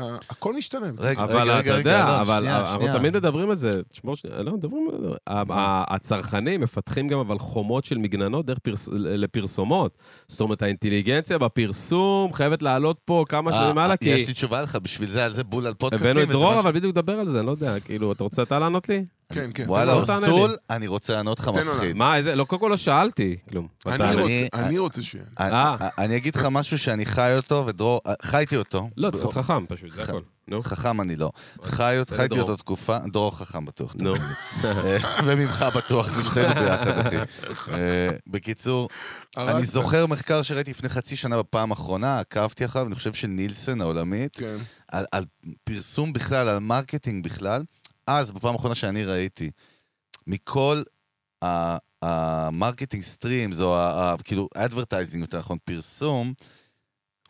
Speaker 3: ה- הכל משתנה.
Speaker 2: רגע,
Speaker 1: אבל
Speaker 2: רגע,
Speaker 1: אתה
Speaker 2: רגע,
Speaker 1: יודע,
Speaker 2: לא,
Speaker 1: אבל
Speaker 2: שנייה,
Speaker 1: אנחנו
Speaker 2: שנייה.
Speaker 1: תמיד מדברים על זה. תשמור שנייה, לא, מדברים על זה. ה- ה- הצרכנים מפתחים גם אבל חומות של מגננות דרך פרס- לפרסומות. זאת אומרת, האינטליגנציה בפרסום חייבת לעלות פה כמה
Speaker 2: אה,
Speaker 1: שנים הלאה, כי...
Speaker 2: יש לי תשובה לך, בשביל זה, על זה בול על פודקאסטים.
Speaker 1: הבאנו את
Speaker 2: וזה
Speaker 1: דרור,
Speaker 2: משהו-
Speaker 1: אבל בדיוק דבר על זה, אני לא יודע. כאילו, אתה רוצה אתה לענות לי?
Speaker 3: כן, כן.
Speaker 2: וואלה,
Speaker 1: תן לו, תענה
Speaker 2: אורסול, אני רוצה לענות לך
Speaker 3: תן לו
Speaker 2: מפחיד.
Speaker 1: מה, איזה... לא, קודם כל לא שאלתי כלום.
Speaker 3: אני
Speaker 1: אתה-
Speaker 3: רוצה-
Speaker 2: אני-
Speaker 3: אני רוצה שיהיה.
Speaker 1: אה.
Speaker 2: אני- אני אגיד לך משהו שאני חי אותו, ודרור, חייתי אותו.
Speaker 1: לא, צריך להיות חכם פשוט, זה
Speaker 2: ח-
Speaker 1: הכל. נו,
Speaker 2: חכם אני לא. חי- חייתי
Speaker 1: אוקיי. אה, דרור.
Speaker 2: אותו תקופה, דרור חכם בטוח. אה,
Speaker 1: נו.
Speaker 2: וממך בטוח, משתינו ביחד, אחי. אה, בקיצור, אני
Speaker 3: הרגת.
Speaker 1: אוקיי.
Speaker 2: זוכר מחקר שראיתי לפני חצי שנה בפעם האחרונה, עקבתי אחריו, אני חושב שנילסון העולמית,
Speaker 3: כן.
Speaker 2: על, על פרסום בכלל, על מרקטינג בכלל, אז, בפעם האחרונה שאני ראיתי, מכל ה- המרקטינג סטרימס, או ה- ה- כאילו, אדברטייזינג, יותר נכון, פרסום,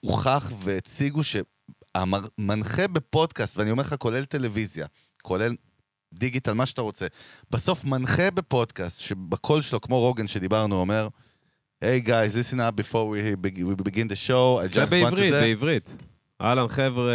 Speaker 2: הוכח והציגו שהמנחה בפודקאסט, ואני אומר לך, כולל טלוויזיה, כולל דיגיטל, מה שאתה רוצה, בסוף מנחה בפודקאסט, שבקול שלו, כמו רוגן שדיברנו, אומר, היי hey guys, listen up before we beg- we begin the show, I
Speaker 1: זה
Speaker 2: just want to...
Speaker 1: בעברית,
Speaker 2: זה."
Speaker 1: בעברית. אהלן, חבר'ה,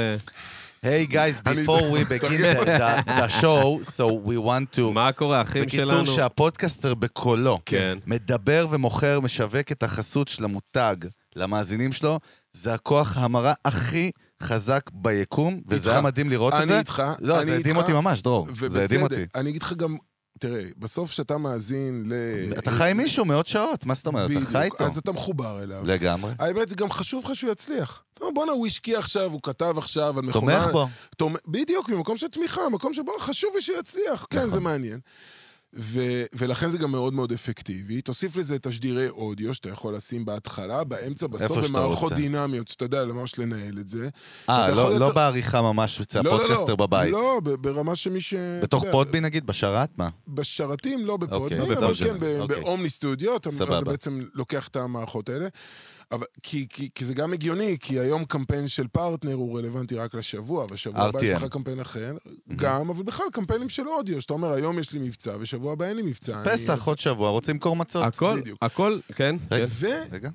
Speaker 2: היי גייז,
Speaker 3: אני-
Speaker 2: before we begin the- the the show, so we want
Speaker 3: [laughs]
Speaker 2: to...
Speaker 1: מה קורה, אחים שלנו?
Speaker 2: בקיצור, שהפודקאסטר בקולו
Speaker 1: כן.
Speaker 2: מדבר ומוכר, משווק את החסות של המותג למאזינים שלו, זה הכוח המרה הכי חזק ביקום,
Speaker 3: איתך.
Speaker 2: וזה היה מדהים לראות את
Speaker 3: אני
Speaker 2: זה.
Speaker 3: איתך,
Speaker 2: לא,
Speaker 3: אני
Speaker 2: זה הדהים
Speaker 3: איתך,
Speaker 2: אותי ממש, דרור. זה הדהים
Speaker 3: ובצדק.
Speaker 2: אותי.
Speaker 3: אני אגיד לך גם, תראה, בסוף שאתה מאזין ל...
Speaker 2: אתה חי עם מישהו מאות שעות, מה זאת אומרת? אתה
Speaker 3: בדיוק,
Speaker 2: חי איתו.
Speaker 3: אז אה, אתה מחובר אליו.
Speaker 2: לגמרי.
Speaker 3: האמת, זה גם חשוב לך שהוא יצליח. אתה אומר, בואנה, הוא השקיע עכשיו, הוא כתב עכשיו על מכונה...
Speaker 2: תומך בו.
Speaker 3: תומ... בדיוק, ממקום של תמיכה, מקום שבו חשוב לי שיצליח. כן,
Speaker 2: נכון.
Speaker 3: זה מעניין. ו- ולכן זה גם מאוד מאוד אפקטיבי. תוסיף לזה תשדירי אודיו שאתה יכול לשים בהתחלה, באמצע, בסוף,
Speaker 2: איפה שאתה
Speaker 3: במערכות
Speaker 2: רוצה.
Speaker 3: דינמיות, שאתה יודע ממש לנהל את זה.
Speaker 2: אה,
Speaker 3: אתה יכול
Speaker 2: לא-
Speaker 3: לייצר-
Speaker 2: לא בעריכה ממש אצל
Speaker 3: לא, לא, לא.
Speaker 2: הפודקאסטר בבית.
Speaker 3: לא, ב- ברמה שמי ש...
Speaker 2: בתוך
Speaker 3: אתה יודע,
Speaker 2: פודבין נגיד? בשרת? מה?
Speaker 3: בשרתים, לא
Speaker 2: אוקיי,
Speaker 3: בפודבין,
Speaker 2: לא
Speaker 3: אבל
Speaker 2: בפודבין.
Speaker 3: כן, ב-
Speaker 2: אוקיי.
Speaker 3: באומני סטודיו, אתה
Speaker 2: סבבה.
Speaker 3: אתה בעצם לוקח את המערכות האלה. אבל, כי, כי, כי זה גם הגיוני, כי היום קמפיין של פרטנר הוא רלוונטי רק לשבוע, והשבוע הבא יש
Speaker 2: RTM.
Speaker 3: לך קמפיין אחר,
Speaker 2: Mhm.
Speaker 3: גם, אבל בכלל קמפיינים של אודיו, שאתה אומר, היום יש לי מבצע, ושבוע הבא אין לי מבצע. אני-
Speaker 2: פסח, עוד שבוע, רוצים למכור מצות.
Speaker 1: הכל,
Speaker 3: בדיוק.
Speaker 1: הכל, כן, כן.
Speaker 2: רגע,
Speaker 3: ו...
Speaker 2: רגע.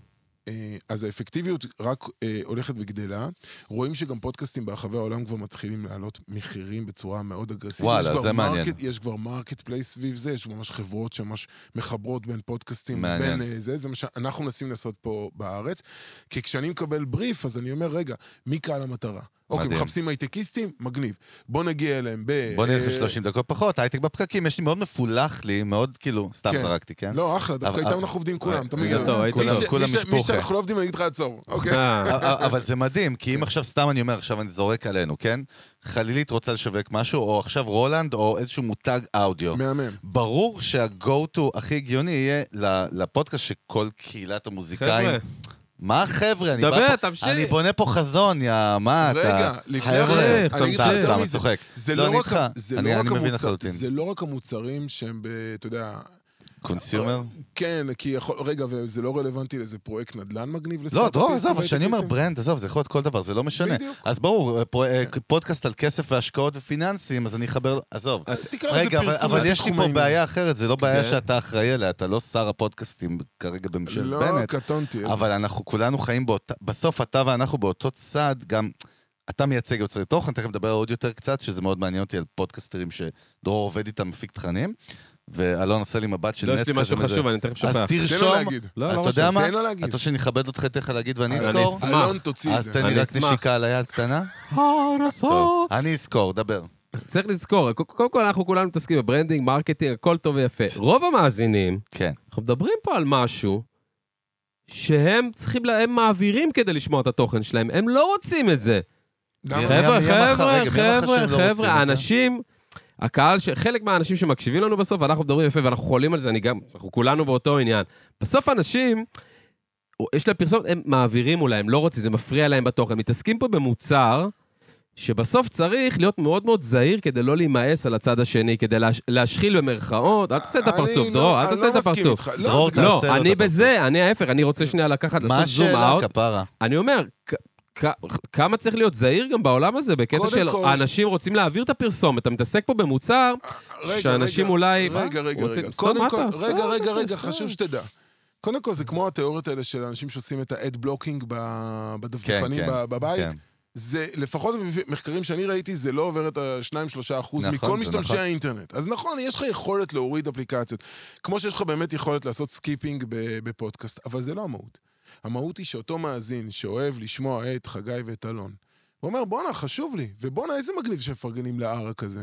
Speaker 3: אה, אז האפקטיביות רק אה, הולכת וגדלה. רואים שגם פודקאסטים ברחבי העולם כבר מתחילים להעלות מחירים בצורה מאוד אגרסיבית.
Speaker 2: וואלה,
Speaker 3: יש כבר
Speaker 2: זה מעניין.
Speaker 3: מרקט- יש כבר מרקט פלייס סביב זה, יש ממש חברות שממש מחברות בין פודקאסטים
Speaker 2: מעניין.
Speaker 3: בין אה, זה, זה מה שאנחנו מנסים לעשות פה בארץ. כי כשאני מקבל בריף, אז אני אומר, רגע, מי קהל המטרה? אוקיי,
Speaker 2: מדהים.
Speaker 3: מחפשים הייטקיסטים? מגניב. בוא נגיע אליהם ב...
Speaker 2: בוא נלך
Speaker 3: אה,
Speaker 2: ל-30 דקות פחות, הייטק בפקקים, יש לי מאוד מפולח לי, מאוד כאילו, סתם
Speaker 3: כן.
Speaker 2: זרקתי, כן?
Speaker 3: לא, אחלה, דווקא
Speaker 2: אבל-
Speaker 3: איתם אנחנו עובדים כולם, אתה מבין?
Speaker 1: טוב, הייתי-
Speaker 3: מי ש-
Speaker 2: כולם
Speaker 3: מי ש- מי
Speaker 2: משפוחה.
Speaker 3: שאנחנו לא עובדים, אני אגיד לך לעצור, אוקיי?
Speaker 1: אה,
Speaker 2: אבל אבל זה מדהים, כי
Speaker 3: כן.
Speaker 2: אם עכשיו, סתם אני אומר, עכשיו אני זורק עלינו, כן? חלילית רוצה לשווק משהו, או עכשיו רולנד, או איזשהו מותג אודיו.
Speaker 3: מהמם.
Speaker 2: ברור שה-go to הכי הגיוני יהיה ל- לפודקאסט שכל קהילת המוזיקאים...
Speaker 1: חבר'ה,
Speaker 2: מה חבר'ה? אני
Speaker 1: דבר,
Speaker 2: בא פה-
Speaker 1: תמשיך.
Speaker 2: אני בונה פה חזון, יא... מה אתה...
Speaker 3: רגע, לפני כן,
Speaker 2: חבר'ה,
Speaker 1: תמשיך,
Speaker 2: סתם,
Speaker 1: תמשיך. אני אגיד לך
Speaker 2: סתם,
Speaker 1: יותר
Speaker 2: אני
Speaker 3: מזה.
Speaker 2: צוחק.
Speaker 3: זה
Speaker 2: לא,
Speaker 3: לא,
Speaker 2: אני
Speaker 3: רק,
Speaker 2: איתך.
Speaker 3: ה- זה,
Speaker 2: אני- אני
Speaker 3: לא רק
Speaker 2: מבין
Speaker 3: המוצר,
Speaker 2: לחלוטין.
Speaker 3: זה לא רק המוצרים שהם, ב, אתה יודע,
Speaker 2: קונסיומר?
Speaker 3: כן, כי יכול, רגע, וזה לא רלוונטי לאיזה פרויקט נדל"ן מגניב
Speaker 2: לא,
Speaker 3: לסטארט-אפיסטים
Speaker 2: דרור, עזוב, אבל כשאני אומר
Speaker 3: והייטקיסטים?
Speaker 2: ברנד, עזוב, זה יכול להיות כל דבר, זה לא משנה.
Speaker 3: בדיוק. כן.
Speaker 2: אז ברור, פרו- אה, פודקאסט על כסף והשקעות ופיננסים, אז אני אחבר, עזוב.
Speaker 3: תקרא לזה
Speaker 2: רגע, אבל-
Speaker 3: אה, פרסום
Speaker 2: אבל
Speaker 3: לפי
Speaker 2: יש לי
Speaker 3: תחום
Speaker 2: פה
Speaker 3: העניין.
Speaker 2: בעיה אחרת, זה לא בעיה
Speaker 1: כן.
Speaker 2: שאתה אחראי עליה, אתה לא שר הפודקאסטים כרגע בממשלת
Speaker 3: לא,
Speaker 2: בנט,
Speaker 3: קטונתי. אבל...
Speaker 2: אבל אנחנו כולנו חיים באותה, בסוף אתה ואנחנו באותו צד, גם אתה מייצג יוצרי תוכן, תכף נדבר עוד יותר קצת, שזה מאוד מעניין אותי על פודקאסטרים שדרור עובד איתם, מפיק תכנים, ואלון עושה לי מבט של
Speaker 1: לא,
Speaker 2: נץ
Speaker 1: יש לי
Speaker 2: כזה
Speaker 1: משהו
Speaker 2: מזה.
Speaker 1: חשוב, אני תכף
Speaker 2: אז
Speaker 1: שוכח.
Speaker 3: תן לו
Speaker 2: תרשום,
Speaker 3: להגיד.
Speaker 1: לא, לא
Speaker 2: אתה יודע
Speaker 1: רשום.
Speaker 2: מה?
Speaker 3: תן לו להגיד.
Speaker 2: אתה רוצה שאני אכבד אותך, אתן לך להגיד ואני
Speaker 1: אני
Speaker 2: אזכור?
Speaker 1: אשמח.
Speaker 3: אלון, תוציא את
Speaker 2: אז
Speaker 3: זה.
Speaker 2: תן לי
Speaker 1: אני
Speaker 2: רק
Speaker 1: אשמח.
Speaker 2: נשיקה על היד קטנה. טוב, אני אזכור, דבר.
Speaker 1: צריך לזכור, ק- קודם כל אנחנו כולנו מתעסקים בברנדינג, מרקטינג, הכל טוב ויפה. רוב המאזינים,
Speaker 2: כן.
Speaker 1: אנחנו מדברים פה על משהו שהם צריכים, לה- הם מעבירים כדי לשמוע את התוכן שלהם, הם לא רוצים את זה.
Speaker 3: למה?
Speaker 2: מי-
Speaker 1: חבר'ה,
Speaker 2: מי אמר לך-
Speaker 1: חבר'ה,
Speaker 2: רגע, מי אמר לך
Speaker 1: חבר'ה,
Speaker 2: שהם לא רוצים
Speaker 1: חבר'ה,
Speaker 2: את זה?
Speaker 1: האנשים, הקהל, ש- חלק מהאנשים שמקשיבים לנו בסוף, אנחנו מדברים יפה ואנחנו חולים על זה, אני גם, אנחנו כולנו באותו עניין. בסוף אנשים, או- יש להם פרסומת, הם מעבירים אולי, הם לא רוצים, זה מפריע להם בתוכן. מתעסקים פה במוצר. שבסוף צריך להיות מאוד מאוד זהיר כדי לא להימאס על הצד השני, כדי להש... להשחיל במרכאות. אל תעשה את
Speaker 3: אני
Speaker 1: הפרצוף,
Speaker 3: לא-
Speaker 1: דרור, אל
Speaker 3: אני
Speaker 1: תעשה
Speaker 3: לא
Speaker 1: את
Speaker 3: מסכים
Speaker 1: הפרצוף.
Speaker 3: איתך.
Speaker 2: דרור,
Speaker 3: לא, זה גם-
Speaker 2: תעשה לו
Speaker 1: לא,
Speaker 2: את
Speaker 1: אני
Speaker 2: הפרצוף.
Speaker 1: בזה, אני ההפך, אני רוצה שנייה לקחת,
Speaker 2: מה
Speaker 1: לעשות זום
Speaker 2: השאלה,
Speaker 1: אאוט.
Speaker 2: כפרה?
Speaker 1: אני אומר, כ- כ- כמה צריך להיות זהיר גם בעולם הזה, בקטע
Speaker 3: קודם
Speaker 1: של
Speaker 3: כל- אה,
Speaker 1: האנשים רוצים להעביר את הפרסומת, אתה מתעסק פה במוצר,
Speaker 3: רגע,
Speaker 1: שאנשים
Speaker 3: רגע,
Speaker 1: אולי... מה?
Speaker 3: רגע, רגע,
Speaker 1: רוצים-
Speaker 3: רגע.
Speaker 1: סתום, מה
Speaker 3: קודם
Speaker 1: אתה-
Speaker 3: כל,
Speaker 1: סתום,
Speaker 3: רגע, רגע,
Speaker 1: סתום.
Speaker 3: רגע, חשוב שתדע. קודם כל, זה כמו התיאוריות האלה של אנשים שעושים את האד בלוקינג ב-
Speaker 2: כן,
Speaker 3: בדפדפנים
Speaker 2: כן.
Speaker 3: ב- בבית.
Speaker 2: כן.
Speaker 3: זה, לפחות לפי מחקרים שאני ראיתי, זה לא עובר את ה-2-3 אחוז
Speaker 2: נכון,
Speaker 3: מכל
Speaker 2: זה
Speaker 3: משתמשי
Speaker 2: נכון.
Speaker 3: האינטרנט. אז נכון, יש לך יכולת להוריד אפליקציות. כמו שיש לך באמת יכולת לעשות סקיפינג ב- בפודקאסט, אבל זה לא המהות. המהות היא שאותו מאזין שאוהב לשמוע את חגי ואת אלון, הוא אומר, בואנה, חשוב לי, ובואנה, איזה מגניב שמפרגנים לערק הזה.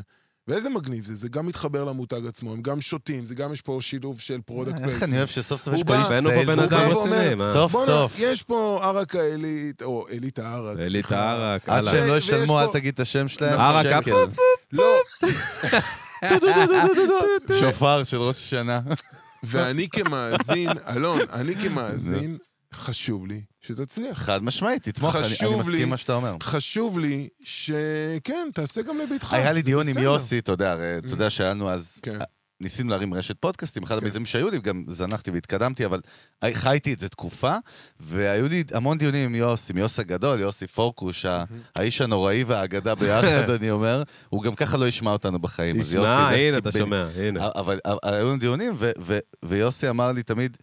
Speaker 3: ואיזה מגניב זה, זה גם מתחבר למותג עצמו, הם גם שותים, זה גם יש פה שילוב של פרודקט
Speaker 2: איך אני אוהב שסוף סוף
Speaker 3: הוא
Speaker 2: יש פה
Speaker 3: בא-
Speaker 2: איש
Speaker 1: הבאנו פה
Speaker 2: סיילס.
Speaker 1: בן
Speaker 3: הוא בא
Speaker 1: אדם
Speaker 3: ואומר,
Speaker 1: רציני, מה?
Speaker 2: סוף
Speaker 3: בואנה,
Speaker 2: סוף.
Speaker 3: יש פה ערק האליט, או אליט הערק,
Speaker 1: אליט
Speaker 3: סליחה.
Speaker 1: ערק,
Speaker 2: עד
Speaker 1: הלאה.
Speaker 2: שהם לא
Speaker 3: ויש
Speaker 2: ישלמו,
Speaker 3: פה-
Speaker 2: אל תגיד את השם שלהם.
Speaker 1: ערק,
Speaker 2: שקל.
Speaker 1: הפופ,
Speaker 3: לא,
Speaker 2: שופר של ראש השנה. [laughs]
Speaker 3: ואני כמאזין, אלון, אני
Speaker 2: [laughs]
Speaker 3: כמאזין, חשוב לי שתצליח.
Speaker 2: חד משמעית, תתמוך, אני- אני
Speaker 3: חשוב
Speaker 2: מסכים
Speaker 3: לי-
Speaker 2: עם מה שאתה אומר.
Speaker 3: חשוב לי שכן, תעשה גם לביתך.
Speaker 2: היה לי
Speaker 3: זה
Speaker 2: דיון עם
Speaker 3: בסדר. Mm.
Speaker 2: יוסי, אתה יודע, הרי אתה יודע שהיה לנו אז...
Speaker 3: כן.
Speaker 2: ניסינו להרים רשת פודקאסטים, אחד המיזמים שהיו לי, גם זנחתי והתקדמתי, אבל חייתי את זה תקופה, והיו לי המון דיונים עם יוס, עם יוס הגדול, יוסי פורקוש, ה- האיש הנוראי והאגדה
Speaker 3: [laughs]
Speaker 2: ביחד, אני אומר, הוא גם ככה לא ישמע אותנו בחיים. אז יוסי,
Speaker 1: תשמע,
Speaker 2: לך
Speaker 1: הנה, אתה
Speaker 2: קיבל-
Speaker 1: שומע, הנה.
Speaker 2: אבל אבל היו לנו דיונים, ו- ו- ויוסי אמר לי תמיד,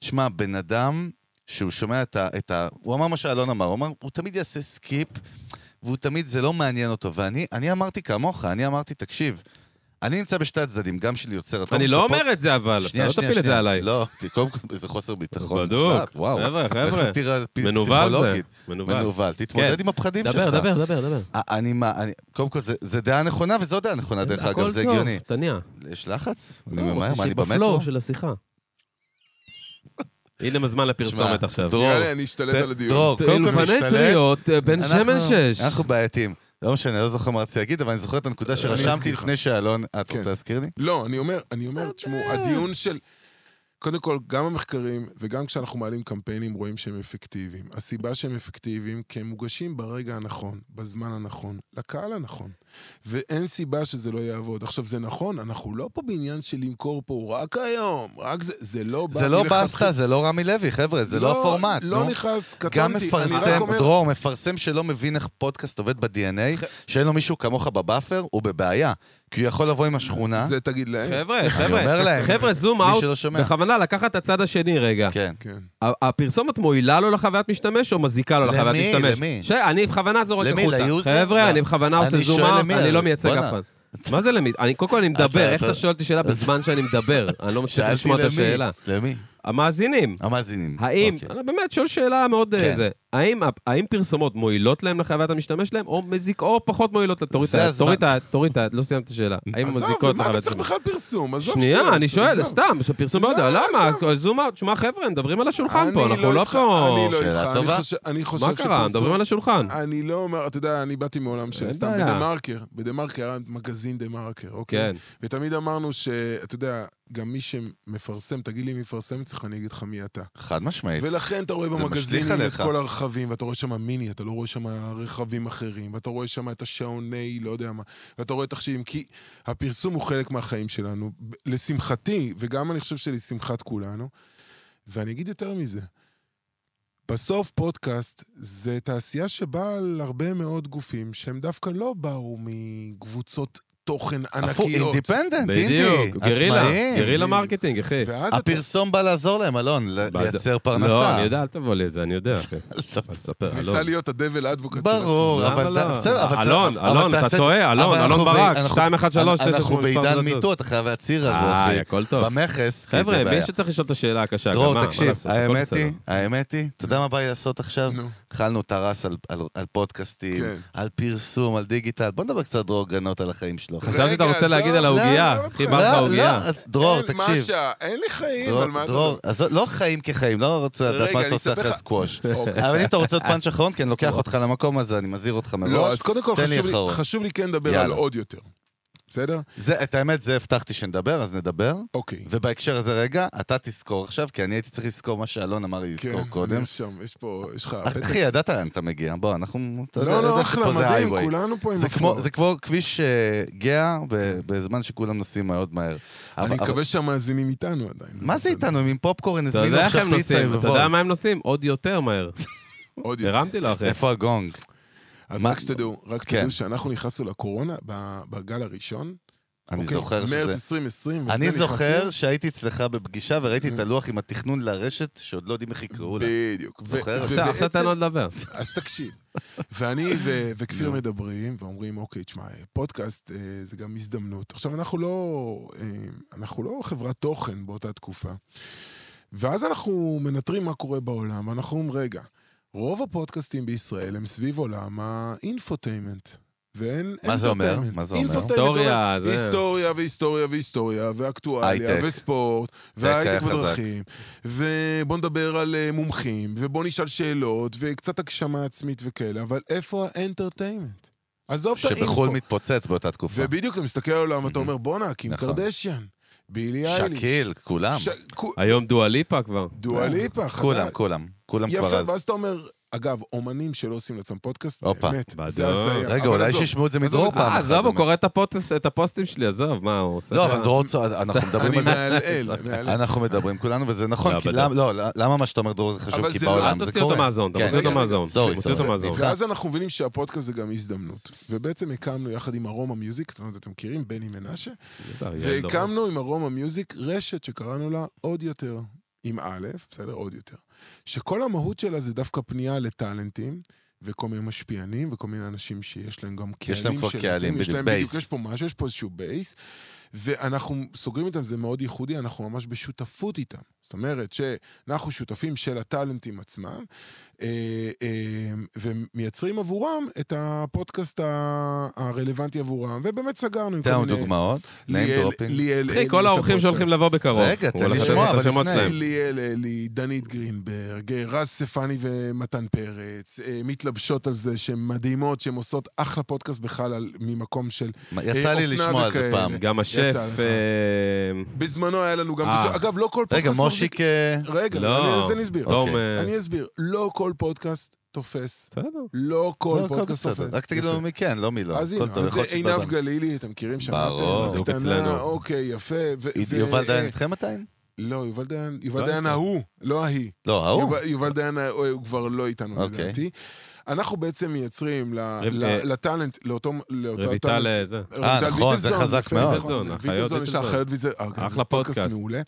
Speaker 2: שמע, בן אדם שהוא שומע את ה- את ה... הוא אמר מה שאלון אמר, הוא אמר, הוא תמיד יעשה סקיפ, והוא תמיד, זה לא מעניין אותו. ואני אני אמרתי כמוך, אני אמרתי, תקשיב, אני נמצא בשתי הצדדים, גם של יוצר התוכן
Speaker 1: אני
Speaker 2: של
Speaker 1: לא
Speaker 2: הפודקאסט,
Speaker 1: אומר את זה, אבל. אתה
Speaker 2: שנייה,
Speaker 1: לא
Speaker 2: שנייה,
Speaker 1: תפיל את זה
Speaker 2: שנייה.
Speaker 1: עליי.
Speaker 2: לא, קודם כל, איזה חוסר ביטחון.
Speaker 1: בדוק.
Speaker 2: מוחלט, וואו.
Speaker 1: חבר'ה, חבר'ה.
Speaker 2: לך תראה פ-
Speaker 1: מנוול זה.
Speaker 2: פסיכולוגית.
Speaker 1: מנוול.
Speaker 2: מנוול. תתמודד
Speaker 1: כן.
Speaker 2: עם הפחדים שלך.
Speaker 1: דבר, דבר, דבר, דבר.
Speaker 2: א- אני מה, אני- קודם כל, זה- זה דעה נכונה וזו דעה נכונה, דרך אגב, זה הגיוני.
Speaker 1: הכל טוב, תניע.
Speaker 2: יש לחץ? אני
Speaker 1: לא,
Speaker 2: ממהר,
Speaker 1: רוצה
Speaker 2: מה, אני
Speaker 1: שהיא
Speaker 2: במטרו?
Speaker 1: בפלואו של
Speaker 2: [laughs]
Speaker 1: השיחה. הנה מזמן לפרסומת
Speaker 2: שמע,
Speaker 1: עכשיו.
Speaker 2: דרור,
Speaker 3: נראה לי אני אשתלט
Speaker 2: ת-
Speaker 3: על הדיון.
Speaker 2: דרור, קודם כל
Speaker 1: אולפני
Speaker 2: משתלט.
Speaker 1: טריות, אה, בן
Speaker 2: אנחנו-
Speaker 1: שמן שש.
Speaker 2: אנחנו בעייתיים. לא משנה, לא זוכר מה רציתי להגיד, אבל אני זוכר את הנקודה שרשמתי
Speaker 3: אזכיר לך.
Speaker 2: לפני שאלון... את
Speaker 3: כן.
Speaker 2: רוצה להזכיר לי?
Speaker 3: לא, אני אומר, אני אומר, תשמעו, הדיון של... קודם כל, גם המחקרים וגם כשאנחנו מעלים קמפיינים רואים שהם אפקטיביים. הסיבה שהם אפקטיביים, כי הם מוגשים ברגע הנכון, בזמן הנכון, לקהל הנכון. ואין סיבה שזה לא יעבוד. עכשיו, זה נכון, אנחנו לא פה בעניין של למכור פה רק היום, רק זה, זה לא בא
Speaker 2: זה לא
Speaker 3: מלכתחילה.
Speaker 2: באסחה, זה לא רמי לוי, חבר'ה, זה לא הפורמט.
Speaker 3: לא
Speaker 2: נו.
Speaker 3: נכנס, קטונתי.
Speaker 2: גם
Speaker 3: אני
Speaker 2: מפרסם,
Speaker 3: רק אומר,
Speaker 2: דרור, מפרסם שלא מבין איך פודקאסט עובד ב-DNA, שאין לו מישהו כמוך בבאפר, הוא בבעיה. כי הוא יכול לבוא עם השכונה,
Speaker 3: זה תגיד להם.
Speaker 1: חבר'ה,
Speaker 2: אומר
Speaker 1: חבר'ה,
Speaker 2: להם,
Speaker 1: חבר'ה, זום
Speaker 2: מי
Speaker 1: אאוט.
Speaker 2: שלא שומע.
Speaker 1: בכוונה לקחת את הצד השני רגע.
Speaker 2: כן.
Speaker 3: כן.
Speaker 1: ה- הפרסומת מועילה לו לחוויית משתמש או מזיקה לו
Speaker 2: למי?
Speaker 1: לחוויית משתמש?
Speaker 2: למי?
Speaker 1: שאני בכוונה זורק
Speaker 2: למי?
Speaker 1: החוצה.
Speaker 2: ליוזר? לא.
Speaker 1: חבר'ה, אני בכוונה עושה
Speaker 2: אני
Speaker 1: זום
Speaker 2: שואל
Speaker 1: אאוט,
Speaker 2: למי,
Speaker 1: אני
Speaker 2: אז
Speaker 1: לא מייצג
Speaker 2: בואנה.
Speaker 1: אף אחד. מה זה למי? אני קודם כל אני מדבר,
Speaker 2: אתה-
Speaker 1: איך
Speaker 2: אתה-
Speaker 1: אתה שואל אותי שאלה בזמן שאני מדבר? אני לא מצליח
Speaker 2: שאלתי
Speaker 1: לשמוע את
Speaker 2: למי?
Speaker 1: השאלה.
Speaker 2: למי?
Speaker 1: המאזינים,
Speaker 2: המאזינים.
Speaker 1: האם,
Speaker 2: אוקיי.
Speaker 1: אני באמת שואל שאלה מאוד אה,
Speaker 2: כן.
Speaker 1: זה, האם ה- האם פרסומות מועילות להם לחוויית המשתמש שלהם, או מזיק- או פחות מועילות? לה? תוריד את
Speaker 2: זה
Speaker 1: ה-
Speaker 2: הזמן.
Speaker 1: תוריד את ה... תוריד את ה... לא סיימתי את השאלה. האם
Speaker 3: עזוב,
Speaker 1: מזיקות
Speaker 3: מה אתה
Speaker 1: לחוויית
Speaker 3: צריך
Speaker 1: המשתמש?
Speaker 3: בכלל פרסום? עזוב
Speaker 1: שנייה,
Speaker 3: שטויות,
Speaker 1: אני שואל,
Speaker 3: עזוב.
Speaker 1: סתם, פרסום
Speaker 3: לא,
Speaker 1: בהודעה,
Speaker 3: עזוב.
Speaker 1: למה? זום אאוט, שמע חבר'ה, מדברים על השולחן פה,
Speaker 3: אני
Speaker 1: אנחנו לא
Speaker 3: איתך,
Speaker 1: פה...
Speaker 3: אני לא
Speaker 2: שאלה
Speaker 3: איתך, אני
Speaker 2: טובה.
Speaker 3: חושב- אני חושב
Speaker 1: מה קרה?
Speaker 3: שפרסום-
Speaker 1: מדברים על השולחן.
Speaker 3: אני לא אומר, אתה יודע, אני באתי מעולם של
Speaker 1: אין
Speaker 3: סתם,
Speaker 1: בעיה.
Speaker 3: בדה מרקר, בדה מרקר היה מגזין דה מרקר, אוקיי?
Speaker 1: כן.
Speaker 3: ותמיד אמרנו שאתה יודע, גם מי שמפרסם, תגיד לי מי מפרסם אצלך, אני אגיד לך מי אתה.
Speaker 2: חד משמעית.
Speaker 3: ולכן אתה רואה
Speaker 2: משליך
Speaker 3: במגזינים את
Speaker 2: עליך.
Speaker 3: כל הרכבים, ואתה רואה שם מיני, אתה לא רואה שם רכבים אחרים, ואתה רואה שם את השעוני, לא יודע מה, ואתה רואה תחשיבים, כי הפרסום הוא חלק מהחיים שלנו. ב- לשמחתי, וגם אני חושב שלשמחת כולנו, ואני אגיד יותר מזה, בסוף פודקאסט זה תעשייה שבאה על הרבה מאוד גופים שהם דווקא לא באו מקבוצות תוכן
Speaker 2: הפוך,
Speaker 3: ענקיות.
Speaker 2: אינדיפנדנט, אינדי,
Speaker 1: בדיוק, גרילה,
Speaker 2: עצמאי.
Speaker 1: גרילה מרקטינג, אחי.
Speaker 3: ואז אתה...
Speaker 2: הפרסום בא לעזור להם, אלון, ל-
Speaker 1: בעד-
Speaker 2: לייצר פרנסה.
Speaker 1: לא, אני
Speaker 2: [laughs]
Speaker 1: יודע, אל תבוא לי את זה, אני יודע, אחי. אל תספר,
Speaker 3: ניסה
Speaker 1: אלון.
Speaker 3: להיות הדבל אדבוקט של עצמו.
Speaker 2: לא. ברור,
Speaker 1: למה
Speaker 2: אבל אתה-
Speaker 1: לא?
Speaker 2: בסדר, אבל... אתה-
Speaker 1: אלון,
Speaker 2: אבל
Speaker 1: אלון,
Speaker 2: תעשה-
Speaker 1: אתה טועה,
Speaker 2: אבל
Speaker 1: אלון, אלון
Speaker 2: אנחנו
Speaker 1: ברק,
Speaker 2: ב- אנחנו-
Speaker 1: 213,
Speaker 2: אנחנו
Speaker 1: 989,
Speaker 2: בעידן
Speaker 1: מספר
Speaker 2: מיטו, אתה חייב להצהיר על זה,
Speaker 1: איי,
Speaker 2: אחי.
Speaker 1: אה, הכל טוב.
Speaker 2: במכס, כי זה
Speaker 1: חבר'ה,
Speaker 2: בעיה.
Speaker 1: מישהו צריך לשאול את השאלה הקשה, גם מה?
Speaker 2: דרור,
Speaker 1: מה
Speaker 2: תקשיב,
Speaker 1: לעשות, הכל
Speaker 2: האמת
Speaker 1: בסדר.
Speaker 2: היא, האמת היא, אתה יודע מה בא לי לעשות עכשיו?
Speaker 3: נו.
Speaker 2: התחלנו טרס על- על- על פודקאסטים,
Speaker 3: כן.
Speaker 2: על פרסום, על דיגיטל. בוא נדבר קצת, דרור גנות, על החיים שלו.
Speaker 1: חשבתי שאתה
Speaker 3: רגע,
Speaker 1: רוצה להגיד
Speaker 3: עזוב,
Speaker 1: על
Speaker 3: לא,
Speaker 1: העוגייה,
Speaker 3: לא,
Speaker 1: אחי,
Speaker 3: לא,
Speaker 1: מה לך
Speaker 2: לא, לא,
Speaker 1: העוגייה?
Speaker 2: אז דרור,
Speaker 3: אין,
Speaker 2: תקשיב.
Speaker 3: משה, אין לי חיים,
Speaker 2: דרור,
Speaker 3: על מה אתה...
Speaker 2: דרור, עזוב, לא חיים כחיים, לא רוצה לדעת
Speaker 3: רגע,
Speaker 2: מה
Speaker 3: אני
Speaker 2: אתה עושה
Speaker 3: אספר
Speaker 2: אחרי
Speaker 3: לך.
Speaker 2: סקווש.
Speaker 3: אוקיי.
Speaker 2: אבל אם אתה רוצה עוד פאנץ' אחרון, כי אני לוקח אותך למקום הזה, אני מזהיר אותך מראש.
Speaker 3: לא, אז קודם כל
Speaker 2: אה, תן לי
Speaker 3: חשוב לי,
Speaker 2: אחרון.
Speaker 3: חשוב לי כן לדבר
Speaker 2: יאללה.
Speaker 3: על עוד יותר. בסדר?
Speaker 2: זה, את האמת, זה הבטחתי שנדבר, אז נדבר.
Speaker 3: אוקיי.
Speaker 2: ובהקשר הזה, רגע, אתה תזכור עכשיו, כי אני הייתי צריך לזכור מה שאלון אמר לי
Speaker 3: כן,
Speaker 2: לזכור קודם.
Speaker 3: נרשום, יש פה, יש לך... פתק.
Speaker 2: אחי, ידעת לאן אתה מגיע, בוא, אנחנו... אתה יודע-
Speaker 3: לא,
Speaker 2: יודע
Speaker 3: לא,
Speaker 2: שפה
Speaker 3: אחלה,
Speaker 2: זה
Speaker 3: מדהים,
Speaker 2: highway.
Speaker 3: כולנו פה עם
Speaker 2: זה כמו,
Speaker 3: הפרעות.
Speaker 2: זה כמו כביש אה, גאה ב- בזמן שכולם נוסעים מאוד מהר. אבל-
Speaker 3: אני
Speaker 2: אבל-
Speaker 3: מקווה שהמאזינים איתנו עדיין.
Speaker 2: מה זה איתנו? הם עם
Speaker 1: אתה
Speaker 2: פופקורן הזמינו
Speaker 1: יודע איך
Speaker 2: עכשיו
Speaker 1: הם
Speaker 2: פיצה עם
Speaker 1: נוסעים, אתה
Speaker 2: וולט.
Speaker 1: יודע מה הם נוסעים? עוד יותר
Speaker 3: [laughs]
Speaker 1: מהר.
Speaker 3: עוד יותר.
Speaker 1: הרמתי לו, אחי.
Speaker 2: איפה הגונג?
Speaker 3: אז
Speaker 2: מה-
Speaker 3: רק שתדעו, רק
Speaker 2: כן.
Speaker 3: שתדעו שאנחנו נכנסנו לקורונה ב- בגל הראשון,
Speaker 2: אני
Speaker 3: אוקיי,
Speaker 2: זוכר שזה...
Speaker 3: מרץ 2020,
Speaker 2: אני
Speaker 3: וזה
Speaker 2: זוכר
Speaker 3: נכנסים- אה.
Speaker 2: שהייתי אצלך בפגישה וראיתי את הלוח עם התכנון לרשת, שעוד לא יודעים איך יקראו לה.
Speaker 3: בדיוק. ו-
Speaker 2: זוכר?
Speaker 1: עכשיו, עכשיו תן
Speaker 3: ובעצם-
Speaker 1: לו
Speaker 3: [laughs]
Speaker 1: לדבר.
Speaker 3: אז תקשיב. ואני ו- וכפיר מדברים ואומרים, אוקיי, תשמע, פודקאסט אה, זה גם הזדמנות. עכשיו, אנחנו לא, אה, אנחנו לא חברת תוכן באותה תקופה. ואז אנחנו מנטרים מה קורה בעולם, ואנחנו אומרים, רגע, רוב הפודקאסטים בישראל הם סביב עולם האינפוטיימנט. ואין
Speaker 2: מה זה אומר?
Speaker 3: entertainment.
Speaker 2: מה זה אומר?
Speaker 3: Infotainment
Speaker 1: היסטוריה, זה-
Speaker 3: היסטוריה והיסטוריה והיסטוריה, ואקטואליה,
Speaker 2: הייטק.
Speaker 3: וספורט,
Speaker 2: היה
Speaker 3: והייטק
Speaker 2: חזק.
Speaker 3: בדרכים, ובוא נדבר על אה, מומחים, ובוא נשאל שאלות, וקצת הגשמה עצמית וכאלה, אבל איפה האנטרטיימנט? עזוב את האינפו.
Speaker 2: שבחו"ל מתפוצץ באותה תקופה.
Speaker 3: ובדיוק אתה מסתכל על העולם ואתה
Speaker 2: [clears throat]
Speaker 3: אומר, בואנה, קים
Speaker 2: נכון.
Speaker 3: קרדשיאן, בילי אייליש.
Speaker 2: שקיל, כולם. אה,
Speaker 3: ש- כו-
Speaker 1: היום דואליפה כבר.
Speaker 3: דואליפה, חדש.
Speaker 2: כולם, כולם. כולם כבר
Speaker 3: יפה,
Speaker 2: אז.
Speaker 3: ואז אתה אומר, אגב, אומנים שלא עושים לעצמם פודקאסט,
Speaker 2: הופה.
Speaker 3: באמת,
Speaker 1: בדיוק.
Speaker 3: זה הזיה.
Speaker 2: רגע,
Speaker 3: אבל
Speaker 2: אולי
Speaker 3: עזוב,
Speaker 2: שישמעו את זה
Speaker 3: עזוב
Speaker 2: מדרור
Speaker 3: את
Speaker 2: פעם
Speaker 1: אה,
Speaker 2: אחת.
Speaker 1: עזוב, הוא
Speaker 2: באמת.
Speaker 1: קורא את הפודס- את הפוסטים שלי, עזוב, מה הוא עושה? אה,
Speaker 2: לא, אבל דרור צועד, אנחנו מדברים
Speaker 3: [laughs] אני
Speaker 2: על זה.
Speaker 1: [laughs]
Speaker 3: מעלעל,
Speaker 2: [laughs]
Speaker 3: מעלעל.
Speaker 2: אנחנו מדברים כולנו, וזה
Speaker 1: לא,
Speaker 2: נכון, כי
Speaker 1: בדיוק.
Speaker 2: למה- לא, למה מה שאתה אומר דרור זה חשוב?
Speaker 3: אבל
Speaker 2: כי
Speaker 3: זה לא-
Speaker 2: בעולם
Speaker 1: אל
Speaker 2: זה
Speaker 1: תוציא אותו
Speaker 2: קורה.
Speaker 1: מהזון, אתה
Speaker 2: כן,
Speaker 1: מוציא
Speaker 2: רגע,
Speaker 1: אותו מהזון.
Speaker 2: זורי,
Speaker 1: מוציא אותו
Speaker 2: זורי.
Speaker 1: מהזון.
Speaker 3: ואז
Speaker 2: אוקיי.
Speaker 3: אנחנו מבינים שהפודקאסט זה גם הזדמנות. ובעצם הקמנו יחד עם ארומה מיוזיק, אתם לא יודעים, אתם מכירים, בני מנשה, והקמנו עם ארומה מיוזיק רשת שקראנו לה עוד יותר, עם א', בסדר, עוד יותר. שכל המהות שלה זה דווקא פנייה לטאלנטים. וכל מיני משפיענים, וכל מיני אנשים שיש להם גם
Speaker 2: יש
Speaker 3: קהלים.
Speaker 2: להם כבר
Speaker 3: של
Speaker 2: קהלים,
Speaker 3: עצמם, יש
Speaker 2: בדיוק,
Speaker 3: להם
Speaker 2: בייס.
Speaker 3: בדיוק, יש פה משהו, יש פה איזשהו בייס, ואנחנו סוגרים איתם, זה מאוד ייחודי, אנחנו ממש בשותפות איתם. זאת אומרת שאנחנו שותפים של הטאלנטים עצמם, אה, אה, ומייצרים עבורם את הפודקאסט ה- הרלוונטי עבורם, ובאמת סגרנו עם
Speaker 2: תן לנו דוגמאות, name
Speaker 3: ליאל-
Speaker 2: dropping.
Speaker 3: ליאל,
Speaker 1: אחי,
Speaker 3: אלי
Speaker 1: כל
Speaker 3: של
Speaker 1: האורחים שהולכים
Speaker 3: הפודקאסט.
Speaker 1: לבוא בקרוב.
Speaker 2: רגע,
Speaker 1: הוא
Speaker 2: תן
Speaker 1: הולך
Speaker 3: לי
Speaker 1: לתת
Speaker 3: לשמוע,
Speaker 1: את
Speaker 2: אבל
Speaker 1: השמות
Speaker 2: לפני.
Speaker 1: שלהם.
Speaker 3: ליאל אלי, דנית גרינברג, אה, רז ספני ומתן פרץ, אה, מתלבשות על זה שהן מדהימות, שהן עושות אחלה פודקאסט בחלל ממקום של...
Speaker 2: יצא לי
Speaker 3: אופנה
Speaker 2: לשמוע על זה
Speaker 3: וכאלה.
Speaker 2: פעם.
Speaker 1: גם השף...
Speaker 3: יצא לך.
Speaker 1: אה,
Speaker 3: בזמנו היה לנו גם...
Speaker 1: אה.
Speaker 3: תשע- אגב, לא כל
Speaker 2: רגע,
Speaker 3: פודקאסט... מחזיק-
Speaker 2: מושיק... אה,
Speaker 3: רגע,
Speaker 1: לא.
Speaker 3: אני- אז אני אסביר.
Speaker 1: תום,
Speaker 2: אוקיי.
Speaker 1: אה,
Speaker 3: אני אסביר. לא כל פודקאסט תופס.
Speaker 1: בסדר.
Speaker 3: לא כל
Speaker 2: לא, הכל
Speaker 3: פודקאסט
Speaker 2: בסדר.
Speaker 3: תופס.
Speaker 2: רק תגיד לנו מי כן, לא מי לא.
Speaker 3: אז
Speaker 2: הכל
Speaker 3: הנה,
Speaker 2: טוב,
Speaker 3: אז
Speaker 2: יכול להיות
Speaker 3: עינב
Speaker 2: שבאדם.
Speaker 3: גלילי, אתם מכירים? שמעתם?
Speaker 2: ברור,
Speaker 1: בדיוק,
Speaker 3: הקטנה,
Speaker 1: אצלנו.
Speaker 3: אוקיי, יפה. ו- ו- אה,
Speaker 2: יובל דיין איתכם עדיין?
Speaker 3: לא, יובל דיין, יובל
Speaker 1: לא
Speaker 3: דיין
Speaker 1: איתנו.
Speaker 3: ההוא, לא ההיא.
Speaker 2: לא, ההוא.
Speaker 3: יובל- יובל דיין ההוא, הוא כבר לא איתנו,
Speaker 2: אוקיי.
Speaker 3: לדעתי. אנחנו בעצם מייצרים ל-
Speaker 1: רב-
Speaker 3: ל-
Speaker 1: אה,
Speaker 3: לטאלנט, לאותו... לאותו
Speaker 1: רויטל
Speaker 3: הטאלנט.
Speaker 1: אה, זה.
Speaker 2: אה,
Speaker 3: רויטל
Speaker 2: נכון, זה
Speaker 3: ויטלזון,
Speaker 2: חזק
Speaker 3: יפה,
Speaker 2: מאוד.
Speaker 3: ויטלזון,
Speaker 1: ויטלזון,
Speaker 3: ויטלזון, יש לה
Speaker 1: אחיות
Speaker 3: אחיות ויטלזון. אה, גם
Speaker 1: אחלה
Speaker 3: זה פודקאסט.
Speaker 1: פודקאסט.
Speaker 3: מעולה.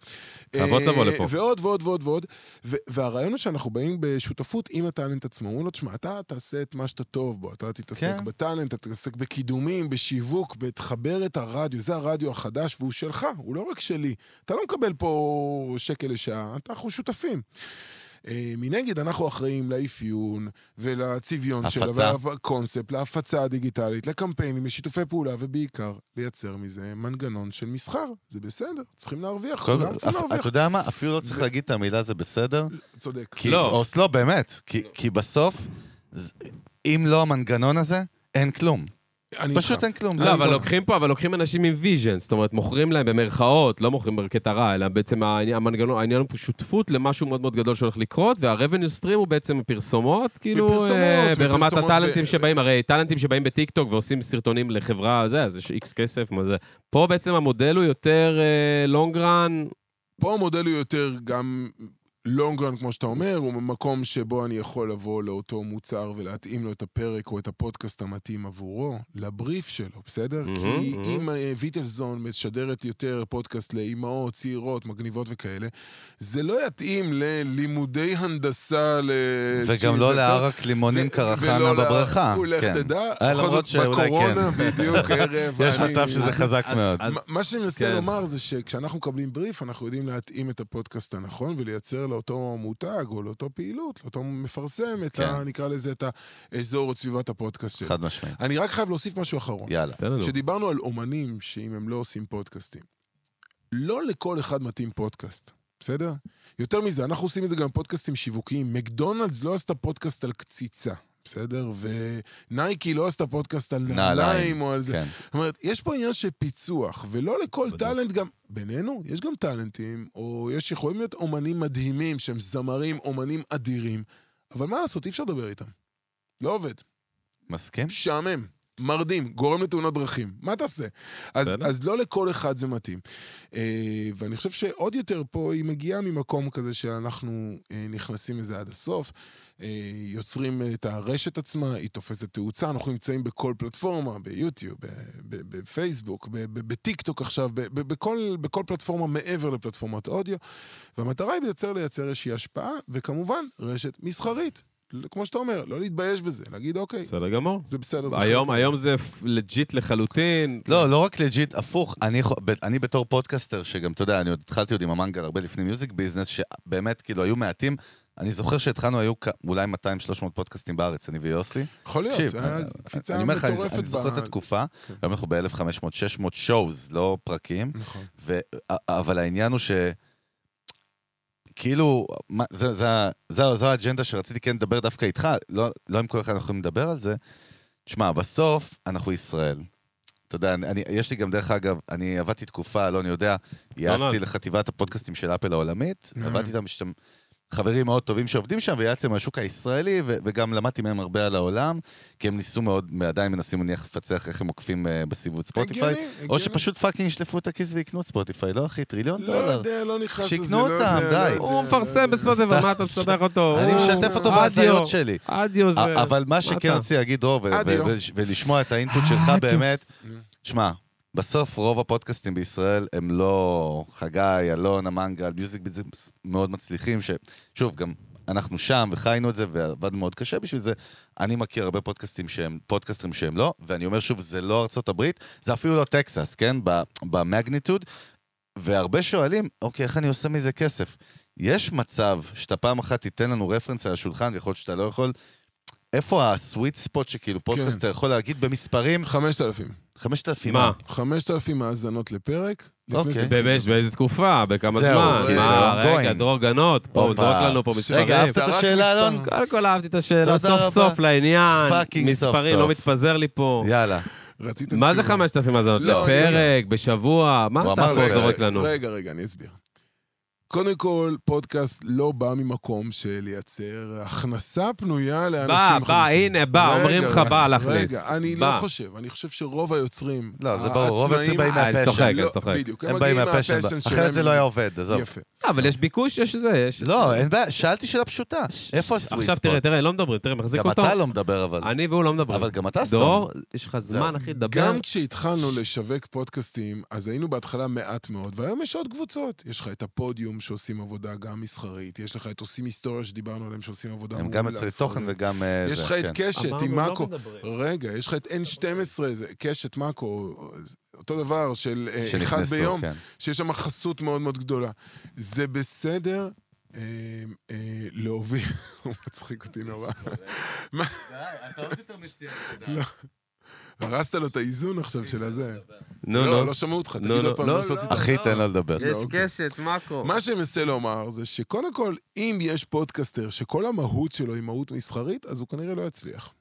Speaker 1: חייבות
Speaker 3: אה,
Speaker 1: לבוא לפה.
Speaker 3: ועוד ועוד ועוד ועוד. ו- והרעיון הוא שאנחנו באים בשותפות עם הטאלנט עצמו. אומרים לו, תשמע, אתה תעשה את מה שאתה טוב בו, אתה תתעסק
Speaker 2: כן.
Speaker 3: בטאלנט, אתה תתעסק בקידומים, בשיווק, בתחבר את הרדיו, זה הרדיו החדש והוא שלך, הוא לא רק שלי. אתה לא מקבל פה שקל לשעה, אנחנו שותפים. אה, מנגד, אנחנו אחראים לאפיון ולצביון שלה,
Speaker 2: הפצה.
Speaker 3: והקונספט, להפצה הדיגיטלית, לקמפיינים, לשיתופי פעולה, ובעיקר, לייצר מזה מנגנון של מסחר. זה בסדר, צריכים להרוויח,
Speaker 2: כל-
Speaker 3: כולם צריכים
Speaker 2: אפ-
Speaker 3: להרוויח.
Speaker 2: אתה יודע מה? אפילו לא צריך להגיד את המילה זה בסדר.
Speaker 3: צודק.
Speaker 2: כי...
Speaker 1: לא.
Speaker 2: או, לא, באמת. כי- כי בסוף, ז- אם לא המנגנון הזה, אין כלום.
Speaker 3: אני
Speaker 2: פשוט
Speaker 3: איתך.
Speaker 2: אין כלום. זה
Speaker 1: לא, אבל
Speaker 2: הכל.
Speaker 1: לוקחים פה, אבל לוקחים אנשים עם ויז'ן, זאת אומרת, מוכרים להם במרכאות, לא מוכרים בקטע רע, אלא בעצם העני- המנגנון, העניין הוא פה שותפות למשהו מאוד מאוד גדול שהולך לקרות, וה-revenue stream הוא בעצם פרסומות, כאילו,
Speaker 3: בפרסומות,
Speaker 1: אה, ברמת
Speaker 3: בפרסומות
Speaker 1: הטאלנטים
Speaker 3: ב-
Speaker 1: שבאים, הרי טאלנטים שבאים בטיקטוק ועושים סרטונים לחברה, זה, אז יש איקס כסף, מה זה. פה בעצם המודל הוא יותר אה, לונג רן,
Speaker 3: פה המודל הוא יותר גם לונגרן, כמו שאתה אומר, הוא מקום שבו אני יכול לבוא לאותו מוצר ולהתאים לו את הפרק או את הפודקאסט המתאים עבורו, לבריף שלו, בסדר?
Speaker 2: Mm-hmm,
Speaker 1: מהמם,
Speaker 3: כי
Speaker 1: מהמם.
Speaker 3: אם אה, ויטלזון משדרת יותר פודקאסט לאימהות, צעירות, מגניבות וכאלה, זה לא יתאים ללימודי הנדסה ל...
Speaker 2: וגם לא לערק לימונים
Speaker 3: ו-
Speaker 2: קרחנה
Speaker 3: ולא ל-
Speaker 2: בבריכה.
Speaker 3: ולך
Speaker 2: כן.
Speaker 3: תדע,
Speaker 2: אה,
Speaker 3: בכל
Speaker 2: למרות
Speaker 3: זאת,
Speaker 2: שאולי
Speaker 3: בקורונה
Speaker 2: כן.
Speaker 3: בדיוק ערב.
Speaker 2: [laughs] יש
Speaker 3: אני-
Speaker 2: מצב שזה חזק מאוד.
Speaker 1: אז-
Speaker 3: מה- מה שאני מנסה
Speaker 1: כן.
Speaker 3: לומר זה שכשאנחנו מקבלים בריף, אנחנו יודעים להתאים את הפודקאסט הנכון ולייצר לאותו מותג או לאותו פעילות, לאותו מפרסם, את ה-
Speaker 2: כן.
Speaker 3: נקרא לזה את האזור או סביבת הפודקאסט שלו.
Speaker 2: חד משמעית.
Speaker 3: אני רק חייב להוסיף משהו אחרון.
Speaker 2: יאללה.
Speaker 1: תן לנו.
Speaker 3: שדיברנו על אומנים שאם הם לא עושים פודקאסטים, לא לכל אחד מתאים פודקאסט, בסדר? יותר מזה, אנחנו עושים את זה גם בפודקאסטים שיווקיים. מקדונלדס לא עשתה פודקאסט על קציצה, בסדר? ונייקי לא עשתה פודקאסט על
Speaker 2: נעליים,
Speaker 3: נעליים או על זה.
Speaker 2: כן.
Speaker 3: זאת אומרת, יש פה עניין של פיצוח, ולא לכל
Speaker 1: בדיוק.
Speaker 3: טאלנט גם... בינינו, יש גם טאלנטים, או יש יכולים להיות אומנים מדהימים, שהם זמרים, אומנים אדירים, אבל מה לעשות, אי אפשר לדבר איתם. לא עובד.
Speaker 2: מסכים?
Speaker 3: משעמם. מרדים, גורם לתאונות דרכים. מה תעשה? אז,
Speaker 1: בסדר.
Speaker 3: אז לא לכל אחד זה מתאים. אה, ואני חושב שעוד יותר פה היא מגיעה ממקום כזה שאנחנו אה, נכנסים לזה עד הסוף, אה, יוצרים את הרשת עצמה, היא תופסת תאוצה, אנחנו נמצאים בכל פלטפורמה, ביוטיוב, ב- ב- בפייסבוק, ב- ב- בטיקטוק עכשיו, ב- ב- בכל, בכל פלטפורמה מעבר לפלטפורמת אודיו, והמטרה היא לייצר, לייצר איזושהי השפעה, וכמובן, רשת מסחרית. כמו שאתה אומר, לא להתבייש בזה, להגיד אוקיי,
Speaker 1: בסדר גמור.
Speaker 3: זה לא בסדר. זה
Speaker 1: היום,
Speaker 3: חלק."
Speaker 1: היום זה לג'יט לחלוטין.
Speaker 2: לא, לא רק לג'יט, הפוך. אני, יכול- ב- אני בתור פודקאסטר, שגם, אתה יודע, אני עוד התחלתי עוד עם המנגל הרבה לפני מיוזיק ביזנס, שבאמת, כאילו, היו מעטים. אני זוכר שהתחלנו, היו כ- אולי 200-300 פודקאסטים בארץ, אני ויוסי.
Speaker 3: יכול להיות,
Speaker 2: תקשיב,
Speaker 3: היה
Speaker 2: אני-
Speaker 3: קפיצה
Speaker 2: אני אומר לך, אני
Speaker 3: מטורפת כן.
Speaker 2: אני זוכר את
Speaker 3: ב-
Speaker 2: התקופה, היום אנחנו ב-1500-600 שואוז, לא פרקים.
Speaker 3: נכון.
Speaker 2: ו... אבל העניין הוא ש... כאילו, מה, זה, זה, זה, זו האג'נדה שרציתי כן לדבר דווקא איתך, לא, לא עם כל אחד אנחנו יכולים לדבר על זה. תשמע, בסוף אנחנו ישראל. אתה יודע, אני, אני, יש לי גם, דרך אגב, אני עבדתי תקופה, אלון יודע, יעצתי
Speaker 1: אלון.
Speaker 2: לחטיבת הפודקאסטים של אפל העולמית,
Speaker 3: מהמם.
Speaker 2: עבדתי איתם שאתם חברים מאוד טובים שעובדים שם, ויעצתי מהשוק הישראלי, ו, וגם למדתי מהם הרבה על העולם, כי הם ניסו מאוד, עדיין מנסים נניח לפצח איך הם עוקפים אה, בסיבוב ספוטיפיי.
Speaker 3: הגיוני,
Speaker 2: או
Speaker 3: הגיוני.
Speaker 2: שפשוט פאקינג ישלפו את הכיס ויקנו את ספוטיפיי, לא אחי? טריליון
Speaker 3: לא
Speaker 2: דולר.
Speaker 3: יודע, לא נכנס לזה.
Speaker 2: שיקנו
Speaker 3: לא
Speaker 2: אותם,
Speaker 3: יודע, לא
Speaker 2: די.
Speaker 3: יודע,
Speaker 1: הוא
Speaker 3: לא
Speaker 1: מפרסם
Speaker 3: יודע.
Speaker 1: בספוטיפיי, מה אתה מסבך אותו?
Speaker 2: אני
Speaker 1: הוא-
Speaker 2: משתף אותו
Speaker 1: אדיו.
Speaker 2: בהזיות שלי.
Speaker 1: אדיו זה...
Speaker 2: א- אבל מה
Speaker 1: אתה?
Speaker 2: שכן רציתי להגיד, דרור, ו-
Speaker 3: אדיו.
Speaker 2: ו- ו- ולשמוע את האינפוט שלך באמת, שמע, בסוף רוב הפודקאסטים בישראל הם לא חגי, אלון, המנגל, מיוזיק ביט, זה מאוד מצליחים, ששוב, גם אנחנו שם וחיינו את זה ועבדנו מאוד קשה בשביל זה. אני מכיר הרבה פודקאסטים שהם, פודקאסטרים שהם לא, ואני אומר שוב, זה לא ארצות הברית, זה אפילו לא טקסס, כן? ב- במגניטוד. והרבה שואלים, אוקיי, איך אני עושה מזה כסף? יש מצב שאתה פעם אחת תיתן לנו רפרנס על השולחן, ויכול להיות שאתה לא יכול, איפה הסוויט ספוט שכאילו פודקאסט
Speaker 3: כן.
Speaker 2: אתה יכול להגיד במספרים
Speaker 3: 5,000.
Speaker 2: 5,000?
Speaker 1: מה?
Speaker 3: 5,000 האזנות לפרק. לפני
Speaker 2: אוקיי.
Speaker 3: שאתם-
Speaker 1: באמת, באיזה תקופה? בכמה
Speaker 2: זהו,
Speaker 1: זמן?
Speaker 3: זה
Speaker 1: מה,
Speaker 2: ongoing.
Speaker 1: רגע, דרור גנות, פה, הוא
Speaker 2: הופה.
Speaker 1: זורק לנו פה
Speaker 3: ש-
Speaker 1: מספרים.
Speaker 2: רגע, אהבת
Speaker 3: זה
Speaker 2: את
Speaker 3: רק
Speaker 2: השאלה,
Speaker 3: מספר.
Speaker 2: אלון?
Speaker 1: קודם כל אהבתי את השאלה,
Speaker 2: תודה
Speaker 1: סוף
Speaker 2: רבה.
Speaker 1: סוף לעניין.
Speaker 2: פאקינג סוף
Speaker 1: מספרים, לא
Speaker 2: סוף.
Speaker 1: מתפזר לי פה.
Speaker 2: יאללה.
Speaker 3: רצית...
Speaker 1: מה זה
Speaker 3: תשובה.
Speaker 1: 5,000 האזנות?
Speaker 3: לא,
Speaker 1: לפרק, בשבוע?
Speaker 2: הוא
Speaker 1: מה אתה
Speaker 2: אמר
Speaker 1: פה
Speaker 2: רגע,
Speaker 1: זורק לנו?
Speaker 3: אה, רגע, רגע, אני אסביר. קודם כל, פודקאסט לא בא ממקום של לייצר הכנסה פנויה לאנשים
Speaker 1: בא, בא,
Speaker 3: חדשים.
Speaker 1: הנה, בא,
Speaker 3: רגע,
Speaker 1: אומרים לך, בא להכניס.
Speaker 3: רגע, אני לא
Speaker 1: בא.
Speaker 3: חושב, אני חושב שרוב היוצרים,
Speaker 2: לא, זה ברור, רוב
Speaker 3: העצמאים-
Speaker 2: היוצאים באים
Speaker 1: אה, אני
Speaker 2: מהפשן.
Speaker 1: צוחק. רגע,
Speaker 3: לא,
Speaker 1: צוחק.
Speaker 3: בדיוק,
Speaker 2: הם באים מהפשן, אחרת זה לא היה עובד, עזוב.
Speaker 3: יפה.
Speaker 1: לא, אבל יש ביקוש, יש זה, יש...
Speaker 2: לא, אין בעיה, שאלתי שאלה פשוטה. איפה הסוויט ספוט?
Speaker 1: עכשיו תראה, תראה, לא מדברים, תראה, מחזיק
Speaker 2: גם
Speaker 1: אותו.
Speaker 2: אתה לא מדבר אבל.
Speaker 1: אני והוא לא מדברים.
Speaker 2: אבל גם אתה סתום.
Speaker 1: דרור, יש לך זמן, אחי, לדבר.
Speaker 3: גם כשהתחלנו לשווק פודקאסטים, אז היינו בהתחלה מעט מאוד, והיום יש עוד קבוצות. יש לך את הפודיום שעושים עבודה גם מסחרית, יש לך את עושים היסטוריה שדיברנו עליהם שעושים עבודה
Speaker 2: הם
Speaker 3: מעולה.
Speaker 2: גם יוצרי תוכן
Speaker 3: מסחרית.
Speaker 2: וגם... אה,
Speaker 3: יש
Speaker 2: זה,
Speaker 3: לך את
Speaker 2: כן.
Speaker 3: קשת
Speaker 1: אמרנו,
Speaker 3: עם
Speaker 1: לא
Speaker 3: מאקו.
Speaker 1: מדברים.
Speaker 3: רגע, יש לך את N12, זה קשת מאקו, זה אותו דבר של אה, אחד
Speaker 2: שנכנסו,
Speaker 3: ביום,
Speaker 2: כן.
Speaker 3: שיש שם חסות מאוד מאוד גדולה. זה בסדר אה, אה, להוביל, [laughs] הוא מצחיק אותי נורא. לא. הרסת לו את האיזון עכשיו של הזה.
Speaker 1: נו,
Speaker 3: לא,
Speaker 1: נו.
Speaker 3: לא שמעו אותך, תגיד
Speaker 1: לא,
Speaker 3: עוד
Speaker 1: לא,
Speaker 3: פעם
Speaker 1: לא,
Speaker 3: לעשות
Speaker 1: לא.
Speaker 3: את זה.
Speaker 2: אחי, תן לו לדבר.
Speaker 3: יש אוקיי.
Speaker 1: קשת, מאקו.
Speaker 3: מה שאני מנסה לומר זה שקודם כל, אם יש פודקאסטר שכל המהות שלו היא מהות מסחרית, אז הוא כנראה לא יצליח.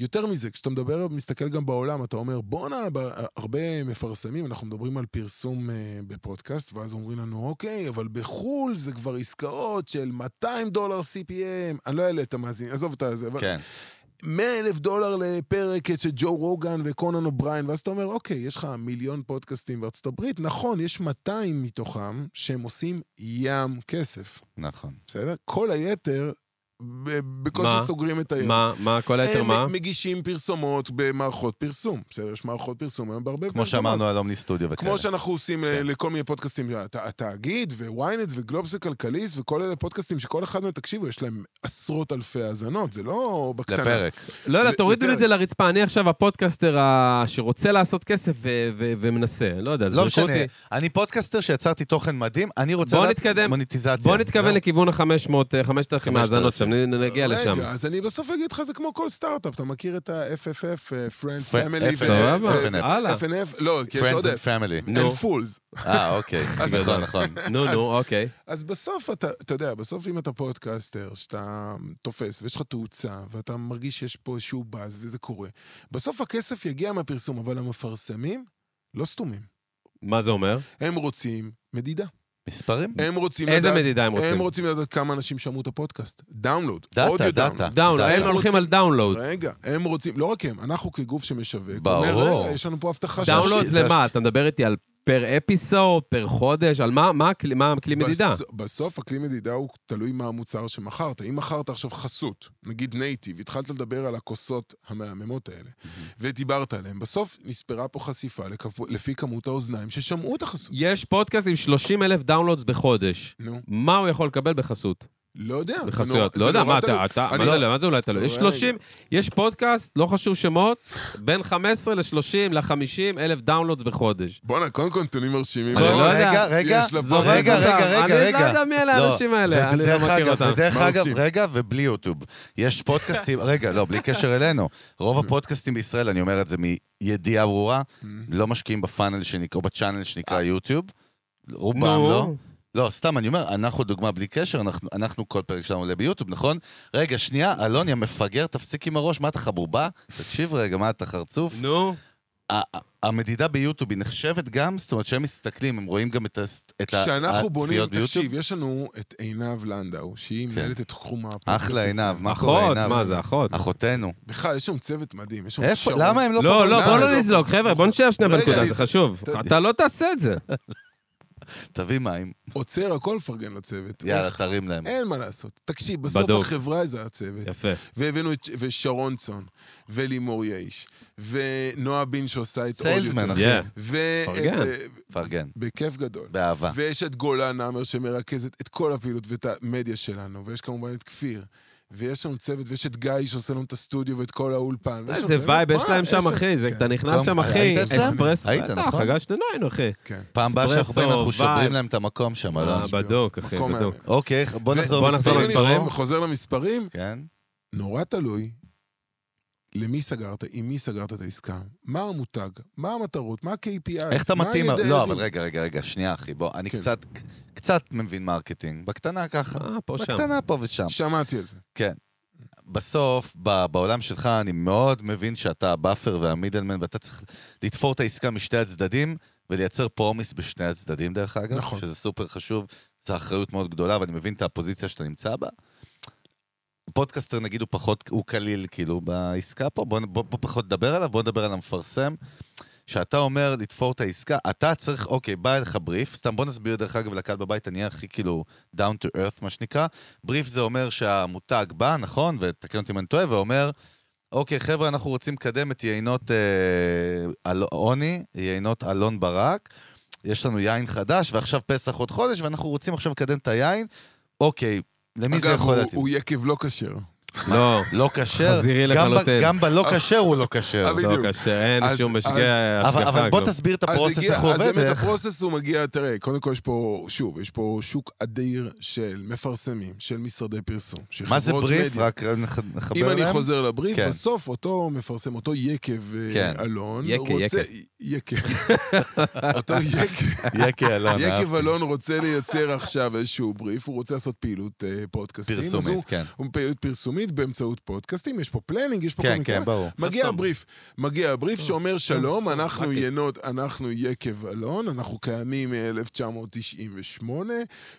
Speaker 3: יותר מזה, כשאתה מדבר, מסתכל גם בעולם, אתה אומר, בואנה, ב- הרבה מפרסמים, אנחנו מדברים על פרסום אה, בפודקאסט, ואז אומרים לנו, אוקיי, אבל בחו"ל זה כבר עסקאות של 200 דולר CPM, אני לא אעלה את המאזינים, עזוב את זה, אבל
Speaker 2: כן.
Speaker 3: 100 אלף דולר לפרק אצל ג'ו רוגן וקונן אובריין, ואז אתה אומר, אוקיי, יש לך מיליון פודקאסטים בארצות הברית, נכון, יש 200 מתוכם שהם עושים ים כסף,
Speaker 2: נכון.
Speaker 3: בסדר? כל היתר,
Speaker 1: מה?
Speaker 3: ב- בקושי סוגרים את היום.
Speaker 1: מה, מה, כל היתר
Speaker 2: אה,
Speaker 3: הם
Speaker 1: מה?
Speaker 3: מגישים פרסומות במערכות פרסום, בסדר? יש מערכות פרסום היום בהרבה
Speaker 2: כמו שאמרנו על אומני סטודיו וכאלה.
Speaker 3: כמו שאנחנו עושים
Speaker 2: כן.
Speaker 3: כן. לכל מיני פודקאסטים, הת- התאגיד וויינט וגלובס וכלכליסט וכל אלה פודקאסטים שכל אחד מהם, תקשיבו, יש להם עשרות אלפי האזנות, זה לא בקטנה.
Speaker 2: לפרק.
Speaker 1: לא יודע,
Speaker 3: ל-
Speaker 1: תורידו לי את
Speaker 3: לפרק.
Speaker 1: זה לרצפה, אני עכשיו הפודקאסטר ה- שרוצה לעשות כסף ו- ו- ומנסה, לא יודע,
Speaker 2: לא
Speaker 1: זרקו
Speaker 2: משנה,
Speaker 1: אותי.
Speaker 2: אני פודקאסטר שיצרתי תוכן מדהים, אני רוצה
Speaker 1: בוא
Speaker 2: לדעת
Speaker 1: נתקדם.
Speaker 2: מוניטיזציה.
Speaker 1: בוא נתכוון
Speaker 3: לא.
Speaker 2: זהו.
Speaker 1: לכיוון ה-500, 5,000 האזנות שם, נ- נגיע לשם.
Speaker 3: רגע, אז אני בסוף אגיד לך, זה כמו כל סטארט-אפ, אתה מכיר את ה-FFF, אה, Friends,
Speaker 2: F-
Speaker 3: Family,
Speaker 2: F-
Speaker 3: ו-
Speaker 1: סבבה,
Speaker 2: FNF.
Speaker 1: הלאה.
Speaker 3: FNF, לא, כי יש
Speaker 2: Friends
Speaker 3: עוד
Speaker 2: and
Speaker 3: F, [laughs]
Speaker 2: family.
Speaker 1: נו.
Speaker 3: and fools.
Speaker 2: אה, אוקיי, נכון, נכון.
Speaker 1: נו, נו, אוקיי.
Speaker 3: אז בסוף אתה, אתה יודע, בסוף אם אתה פודקאסטר, שאתה תופס ויש לך תאוצה, ואתה מרגיש שיש פה איזשהו באז וזה קורה, בסוף הכסף יגיע מהפרסום, אבל המפרסמים לא סתומים.
Speaker 1: מה זה אומר?
Speaker 3: הם רוצים מדידה.
Speaker 2: מספרים?
Speaker 3: הם רוצים
Speaker 1: איזה
Speaker 3: לדעת...
Speaker 1: מדידה הם רוצים?
Speaker 3: הם רוצים לדעת כמה אנשים שמעו את הפודקאסט. דאונלוד.
Speaker 2: דאטה,
Speaker 3: אודיו
Speaker 2: דאטה.
Speaker 3: דאונלוד.
Speaker 1: דאונלוד,
Speaker 2: די,
Speaker 1: הם
Speaker 2: הם
Speaker 1: הולכים על
Speaker 3: רוצים-
Speaker 1: דאונלודס.
Speaker 3: רגע, הם רוצים, לא רק הם, אנחנו כגוף שמשווק,
Speaker 2: ברור.
Speaker 3: אומר, "רגע, יש לנו פה הבטחה של
Speaker 1: דאונלודס
Speaker 2: זה הש-
Speaker 1: למה? אתה מדבר איתי על פר אפיסוד, פר חודש, על מה- מה הכלי- מה הכלי מדידה?
Speaker 3: בס- בסוף הכלי מדידה הוא תלוי מה המוצר שמכרת. אם מכרת עכשיו חסות, נגיד נייטיב, התחלת לדבר על הכוסות המהממות האלה, ודיברת עליהן, בסוף נספרה פה חשיפה לכפ- לפי כמות האוזניים ששמעו את החסות.
Speaker 1: יש פודקאסט עם 30 אלף דאונלודס בחודש.
Speaker 3: נו,
Speaker 1: מה הוא יכול לקבל בחסות?
Speaker 3: לא יודע. זה נורא-
Speaker 1: בחסויות.
Speaker 3: זה
Speaker 1: לא יודע,
Speaker 3: נורא
Speaker 1: מה
Speaker 3: תלוי.
Speaker 1: אתה, אתה-
Speaker 3: אני
Speaker 1: מה
Speaker 3: לא-
Speaker 1: זה- מה זה אולי תלוי? יש
Speaker 3: רגע.
Speaker 1: 30, יש פודקאסט, לא חשוב שמות, בין 15 ל-30 ל-50 אלף דאונלודס בחודש.
Speaker 3: בואנה, קודם כל נתונים מרשימים.
Speaker 1: אני לא יודע.
Speaker 2: רגע, רגע,
Speaker 3: יש לה
Speaker 2: זו-
Speaker 3: פה-
Speaker 2: רגע,
Speaker 1: זורק
Speaker 2: רגע,
Speaker 1: אותם.
Speaker 2: רגע, רגע.
Speaker 1: אני לא יודע מי אלה
Speaker 2: לא.
Speaker 1: האנשים האלה, אני לא
Speaker 2: ודרך
Speaker 1: מכיר
Speaker 2: אגב,
Speaker 1: אותם.
Speaker 2: ודרך
Speaker 3: מה
Speaker 2: אגב,
Speaker 3: עושים?
Speaker 2: רגע, ובלי יוטיוב. יש פודקאסטים, [laughs] רגע, לא, בלי קשר אלינו. רוב הפודקאסטים בישראל, אני אומר את זה מידיעה ברורה, לא משקיעים בפאנל שנקרא, או בצ'אנל
Speaker 3: אה.
Speaker 2: שנקרא יוטיוב. רובם לא.
Speaker 1: נו,
Speaker 2: לא, סתם, אני אומר, אנחנו דוגמה בלי קשר, אנחנו, אנחנו כל פרק שלנו עולה ביוטיוב, נכון? רגע, שנייה, אלון, יא מפגר, תפסיק עם הראש, מה אתה חבובה? תקשיב רגע, מה אתה חרצוף?
Speaker 1: נו.
Speaker 2: ה- ה- המדידה ביוטיוב היא נחשבת גם, זאת אומרת שהם מסתכלים, הם רואים גם את הס- את ה-
Speaker 3: כשאנחנו בונים,
Speaker 2: הצפיות ביוטיוב.
Speaker 3: תקשיב, יש לנו את עינב לנדאו, שהיא
Speaker 2: כן.
Speaker 3: מנהלת את תחום הפודקאסט.
Speaker 2: אחלה עינב, מה קורה
Speaker 1: אחות,
Speaker 2: עינב?
Speaker 1: מה זה, אחות?
Speaker 2: אחותנו.
Speaker 3: בכלל, יש שם צוות מדהים, יש שם
Speaker 2: איפה,
Speaker 3: שרון.
Speaker 2: למה הם לא פה?
Speaker 1: לא, לא,
Speaker 3: לא,
Speaker 1: בואו לא
Speaker 3: לא.
Speaker 1: נזלוק, חבר'ה, בואו נשאר שנייה
Speaker 3: רגע,
Speaker 1: בנקודה,
Speaker 3: אני-
Speaker 1: זה חשוב.
Speaker 2: אתה-
Speaker 1: אתה לא תעשה את זה.
Speaker 2: תביא מים,
Speaker 3: עוצר הכל לפרגן לצוות.
Speaker 2: יאללה,
Speaker 3: איך-
Speaker 2: תרים להם.
Speaker 3: אין מה לעשות. תקשיב, בסוף
Speaker 1: בדוק.
Speaker 3: החברה זה הצוות.
Speaker 1: יפה.
Speaker 2: לא,
Speaker 3: והבאנו את ושרון צאן, ולימור יאיש, ונועה בין שעושה את
Speaker 2: סיילסמן,
Speaker 3: אודיוטון.
Speaker 2: אחי.
Speaker 1: Yeah. אה.
Speaker 3: ואת...
Speaker 1: פרגן.
Speaker 3: אה,
Speaker 2: פרגן,
Speaker 3: בכיף גדול.
Speaker 2: באהבה.
Speaker 3: ויש את גולן עמר שמרכזת את כל הפעילות ואת המדיה שלנו, ויש כמובן את כפיר. ויש לנו צוות, ויש את גיא שעושה לנו את הסטודיו ואת כל האולפן. ויש
Speaker 2: לא
Speaker 1: איזה
Speaker 3: שם
Speaker 1: וייב
Speaker 3: באמת-
Speaker 1: יש להם
Speaker 3: וואי,
Speaker 1: שם,
Speaker 3: יש
Speaker 1: אחי. זה- אתה נכנס
Speaker 2: קום,
Speaker 1: שם,
Speaker 2: כן. היית
Speaker 1: אחי, אה,
Speaker 2: אצלם?
Speaker 1: אספרסו.
Speaker 2: היית,
Speaker 1: בטח,
Speaker 2: נכון?
Speaker 1: הגשנו עין, אחי.
Speaker 3: כן.
Speaker 2: פעם הבאה שאנחנו באים, אנחנו
Speaker 1: אספרסו,
Speaker 2: שוברים
Speaker 1: וייב.
Speaker 2: להם את המקום שם,
Speaker 1: אה,
Speaker 2: אלון.
Speaker 1: בדוק, אחי,
Speaker 3: מקום
Speaker 1: בדוק.
Speaker 3: מהמם.
Speaker 2: אוקיי, בוא נחזור
Speaker 1: בוא נחזור
Speaker 2: למספרים.
Speaker 1: למספרים.
Speaker 3: אני חוזר למספרים,
Speaker 2: כן.
Speaker 3: נורא תלוי למי סגרת, עם מי סגרת את העסקה, מה המותג, מה המטרות, מה ה-KPI,
Speaker 2: איך אתה
Speaker 3: מה
Speaker 2: מתאים?
Speaker 3: הידע
Speaker 2: לא,
Speaker 3: העדות.
Speaker 2: אבל רגע, רגע, רגע, שנייה, אחי, בוא, אני
Speaker 3: כן.
Speaker 2: קצת, קצת מבין מרקטינג, בקטנה ככה.
Speaker 1: אה, פה שם.
Speaker 2: בקטנה פה ושם.
Speaker 3: שמעתי על זה.
Speaker 2: בסוף, ב- בעולם שלך, אני מאוד מבין שאתה הבאפר והמידלמן, ואתה צריך לתפור את העסקה משתי הצדדים, ולייצר פה עומס בשני הצדדים, דרך אגב.
Speaker 3: נכון.
Speaker 2: שזה סופר חשוב, זו אחריות מאוד גדולה, ואני מבין את הפוזיציה שאתה נמצא בה. פודקאסטר, נגיד, הוא פחות, הוא קליל, כאילו, בעסקה פה, בוא, בוא, בוא פחות נדבר עליו, בוא נדבר על המפרסם. כשאתה אומר לתפור את העסקה, אתה צריך, אוקיי, בא אליך בריף, סתם בוא נסביר דרך אגב לקהל בבית, אני אהיה הכי כאילו down to earth, מה שנקרא. בריף זה אומר שהמותג בא, נכון, ותקן אותי אם אני טועה, ואומר, אוקיי, חבר'ה, אנחנו רוצים לקדם את יינות אה, אל- עוני, יינות אלון ברק. יש לנו יין חדש, ועכשיו פסח עוד חודש, ואנחנו רוצים עכשיו לקדם את היין. אוקיי, למי זה
Speaker 3: אגב,
Speaker 2: יכול
Speaker 3: הוא-
Speaker 2: להתאים?
Speaker 3: הוא יקב לא כשר.
Speaker 1: לא.
Speaker 2: לא כשר?
Speaker 1: חזירי
Speaker 2: גם ב-
Speaker 1: לחלוטין.
Speaker 2: גם בלא כשר הוא לא כשר.
Speaker 3: אבל-
Speaker 1: לא
Speaker 3: בדיוק.
Speaker 1: קשה, אין
Speaker 3: אז-
Speaker 1: שום
Speaker 3: אז-
Speaker 1: משגה,
Speaker 2: אבל-
Speaker 1: השגחה.
Speaker 2: אבל בוא
Speaker 1: גם.
Speaker 2: תסביר את
Speaker 3: אז
Speaker 2: הפרוסס,
Speaker 3: הגיע-
Speaker 2: איך הוא
Speaker 3: אז
Speaker 2: עובד. אה,
Speaker 3: באמת
Speaker 2: איך-
Speaker 3: הפרוסס הוא מגיע, תראה, קודם כל יש פה, שוב, יש פה שוק אדיר של מפרסמים, של משרדי פרסום, של
Speaker 2: מה זה
Speaker 3: חברות
Speaker 2: בריף?
Speaker 3: מדיה.
Speaker 2: רק נח- נחבר
Speaker 3: אם
Speaker 2: להם.
Speaker 3: אני חוזר לבריף,
Speaker 2: כן.
Speaker 3: בסוף אותו מפרסם, אותו יקב אה,
Speaker 2: כן.
Speaker 3: אלון,
Speaker 1: יקה,
Speaker 3: רוצה... יקב. [laughs] אותו יקב.
Speaker 2: יקי אלון,
Speaker 3: יקב
Speaker 2: אהבתי.
Speaker 3: אלון רוצה לייצר עכשיו איזשהו בריף, הוא רוצה לעשות פעילות אה, פודקאסטים. אז הוא-
Speaker 2: פרסומית, כן.
Speaker 3: הוא פעילות פרסומית באמצעות פודקאסטים, יש פה פלנינג, יש פה
Speaker 2: כן,
Speaker 3: כל מיני
Speaker 2: כן,
Speaker 3: כאלה.
Speaker 2: ברור.
Speaker 1: חסום.
Speaker 3: מגיע הבריף, מגיע הבריף שאומר שלום,
Speaker 1: חסום,
Speaker 3: אנחנו
Speaker 1: רק כיף."
Speaker 3: ינות, אנחנו יקב אלון, אנחנו קיימים מ-1998,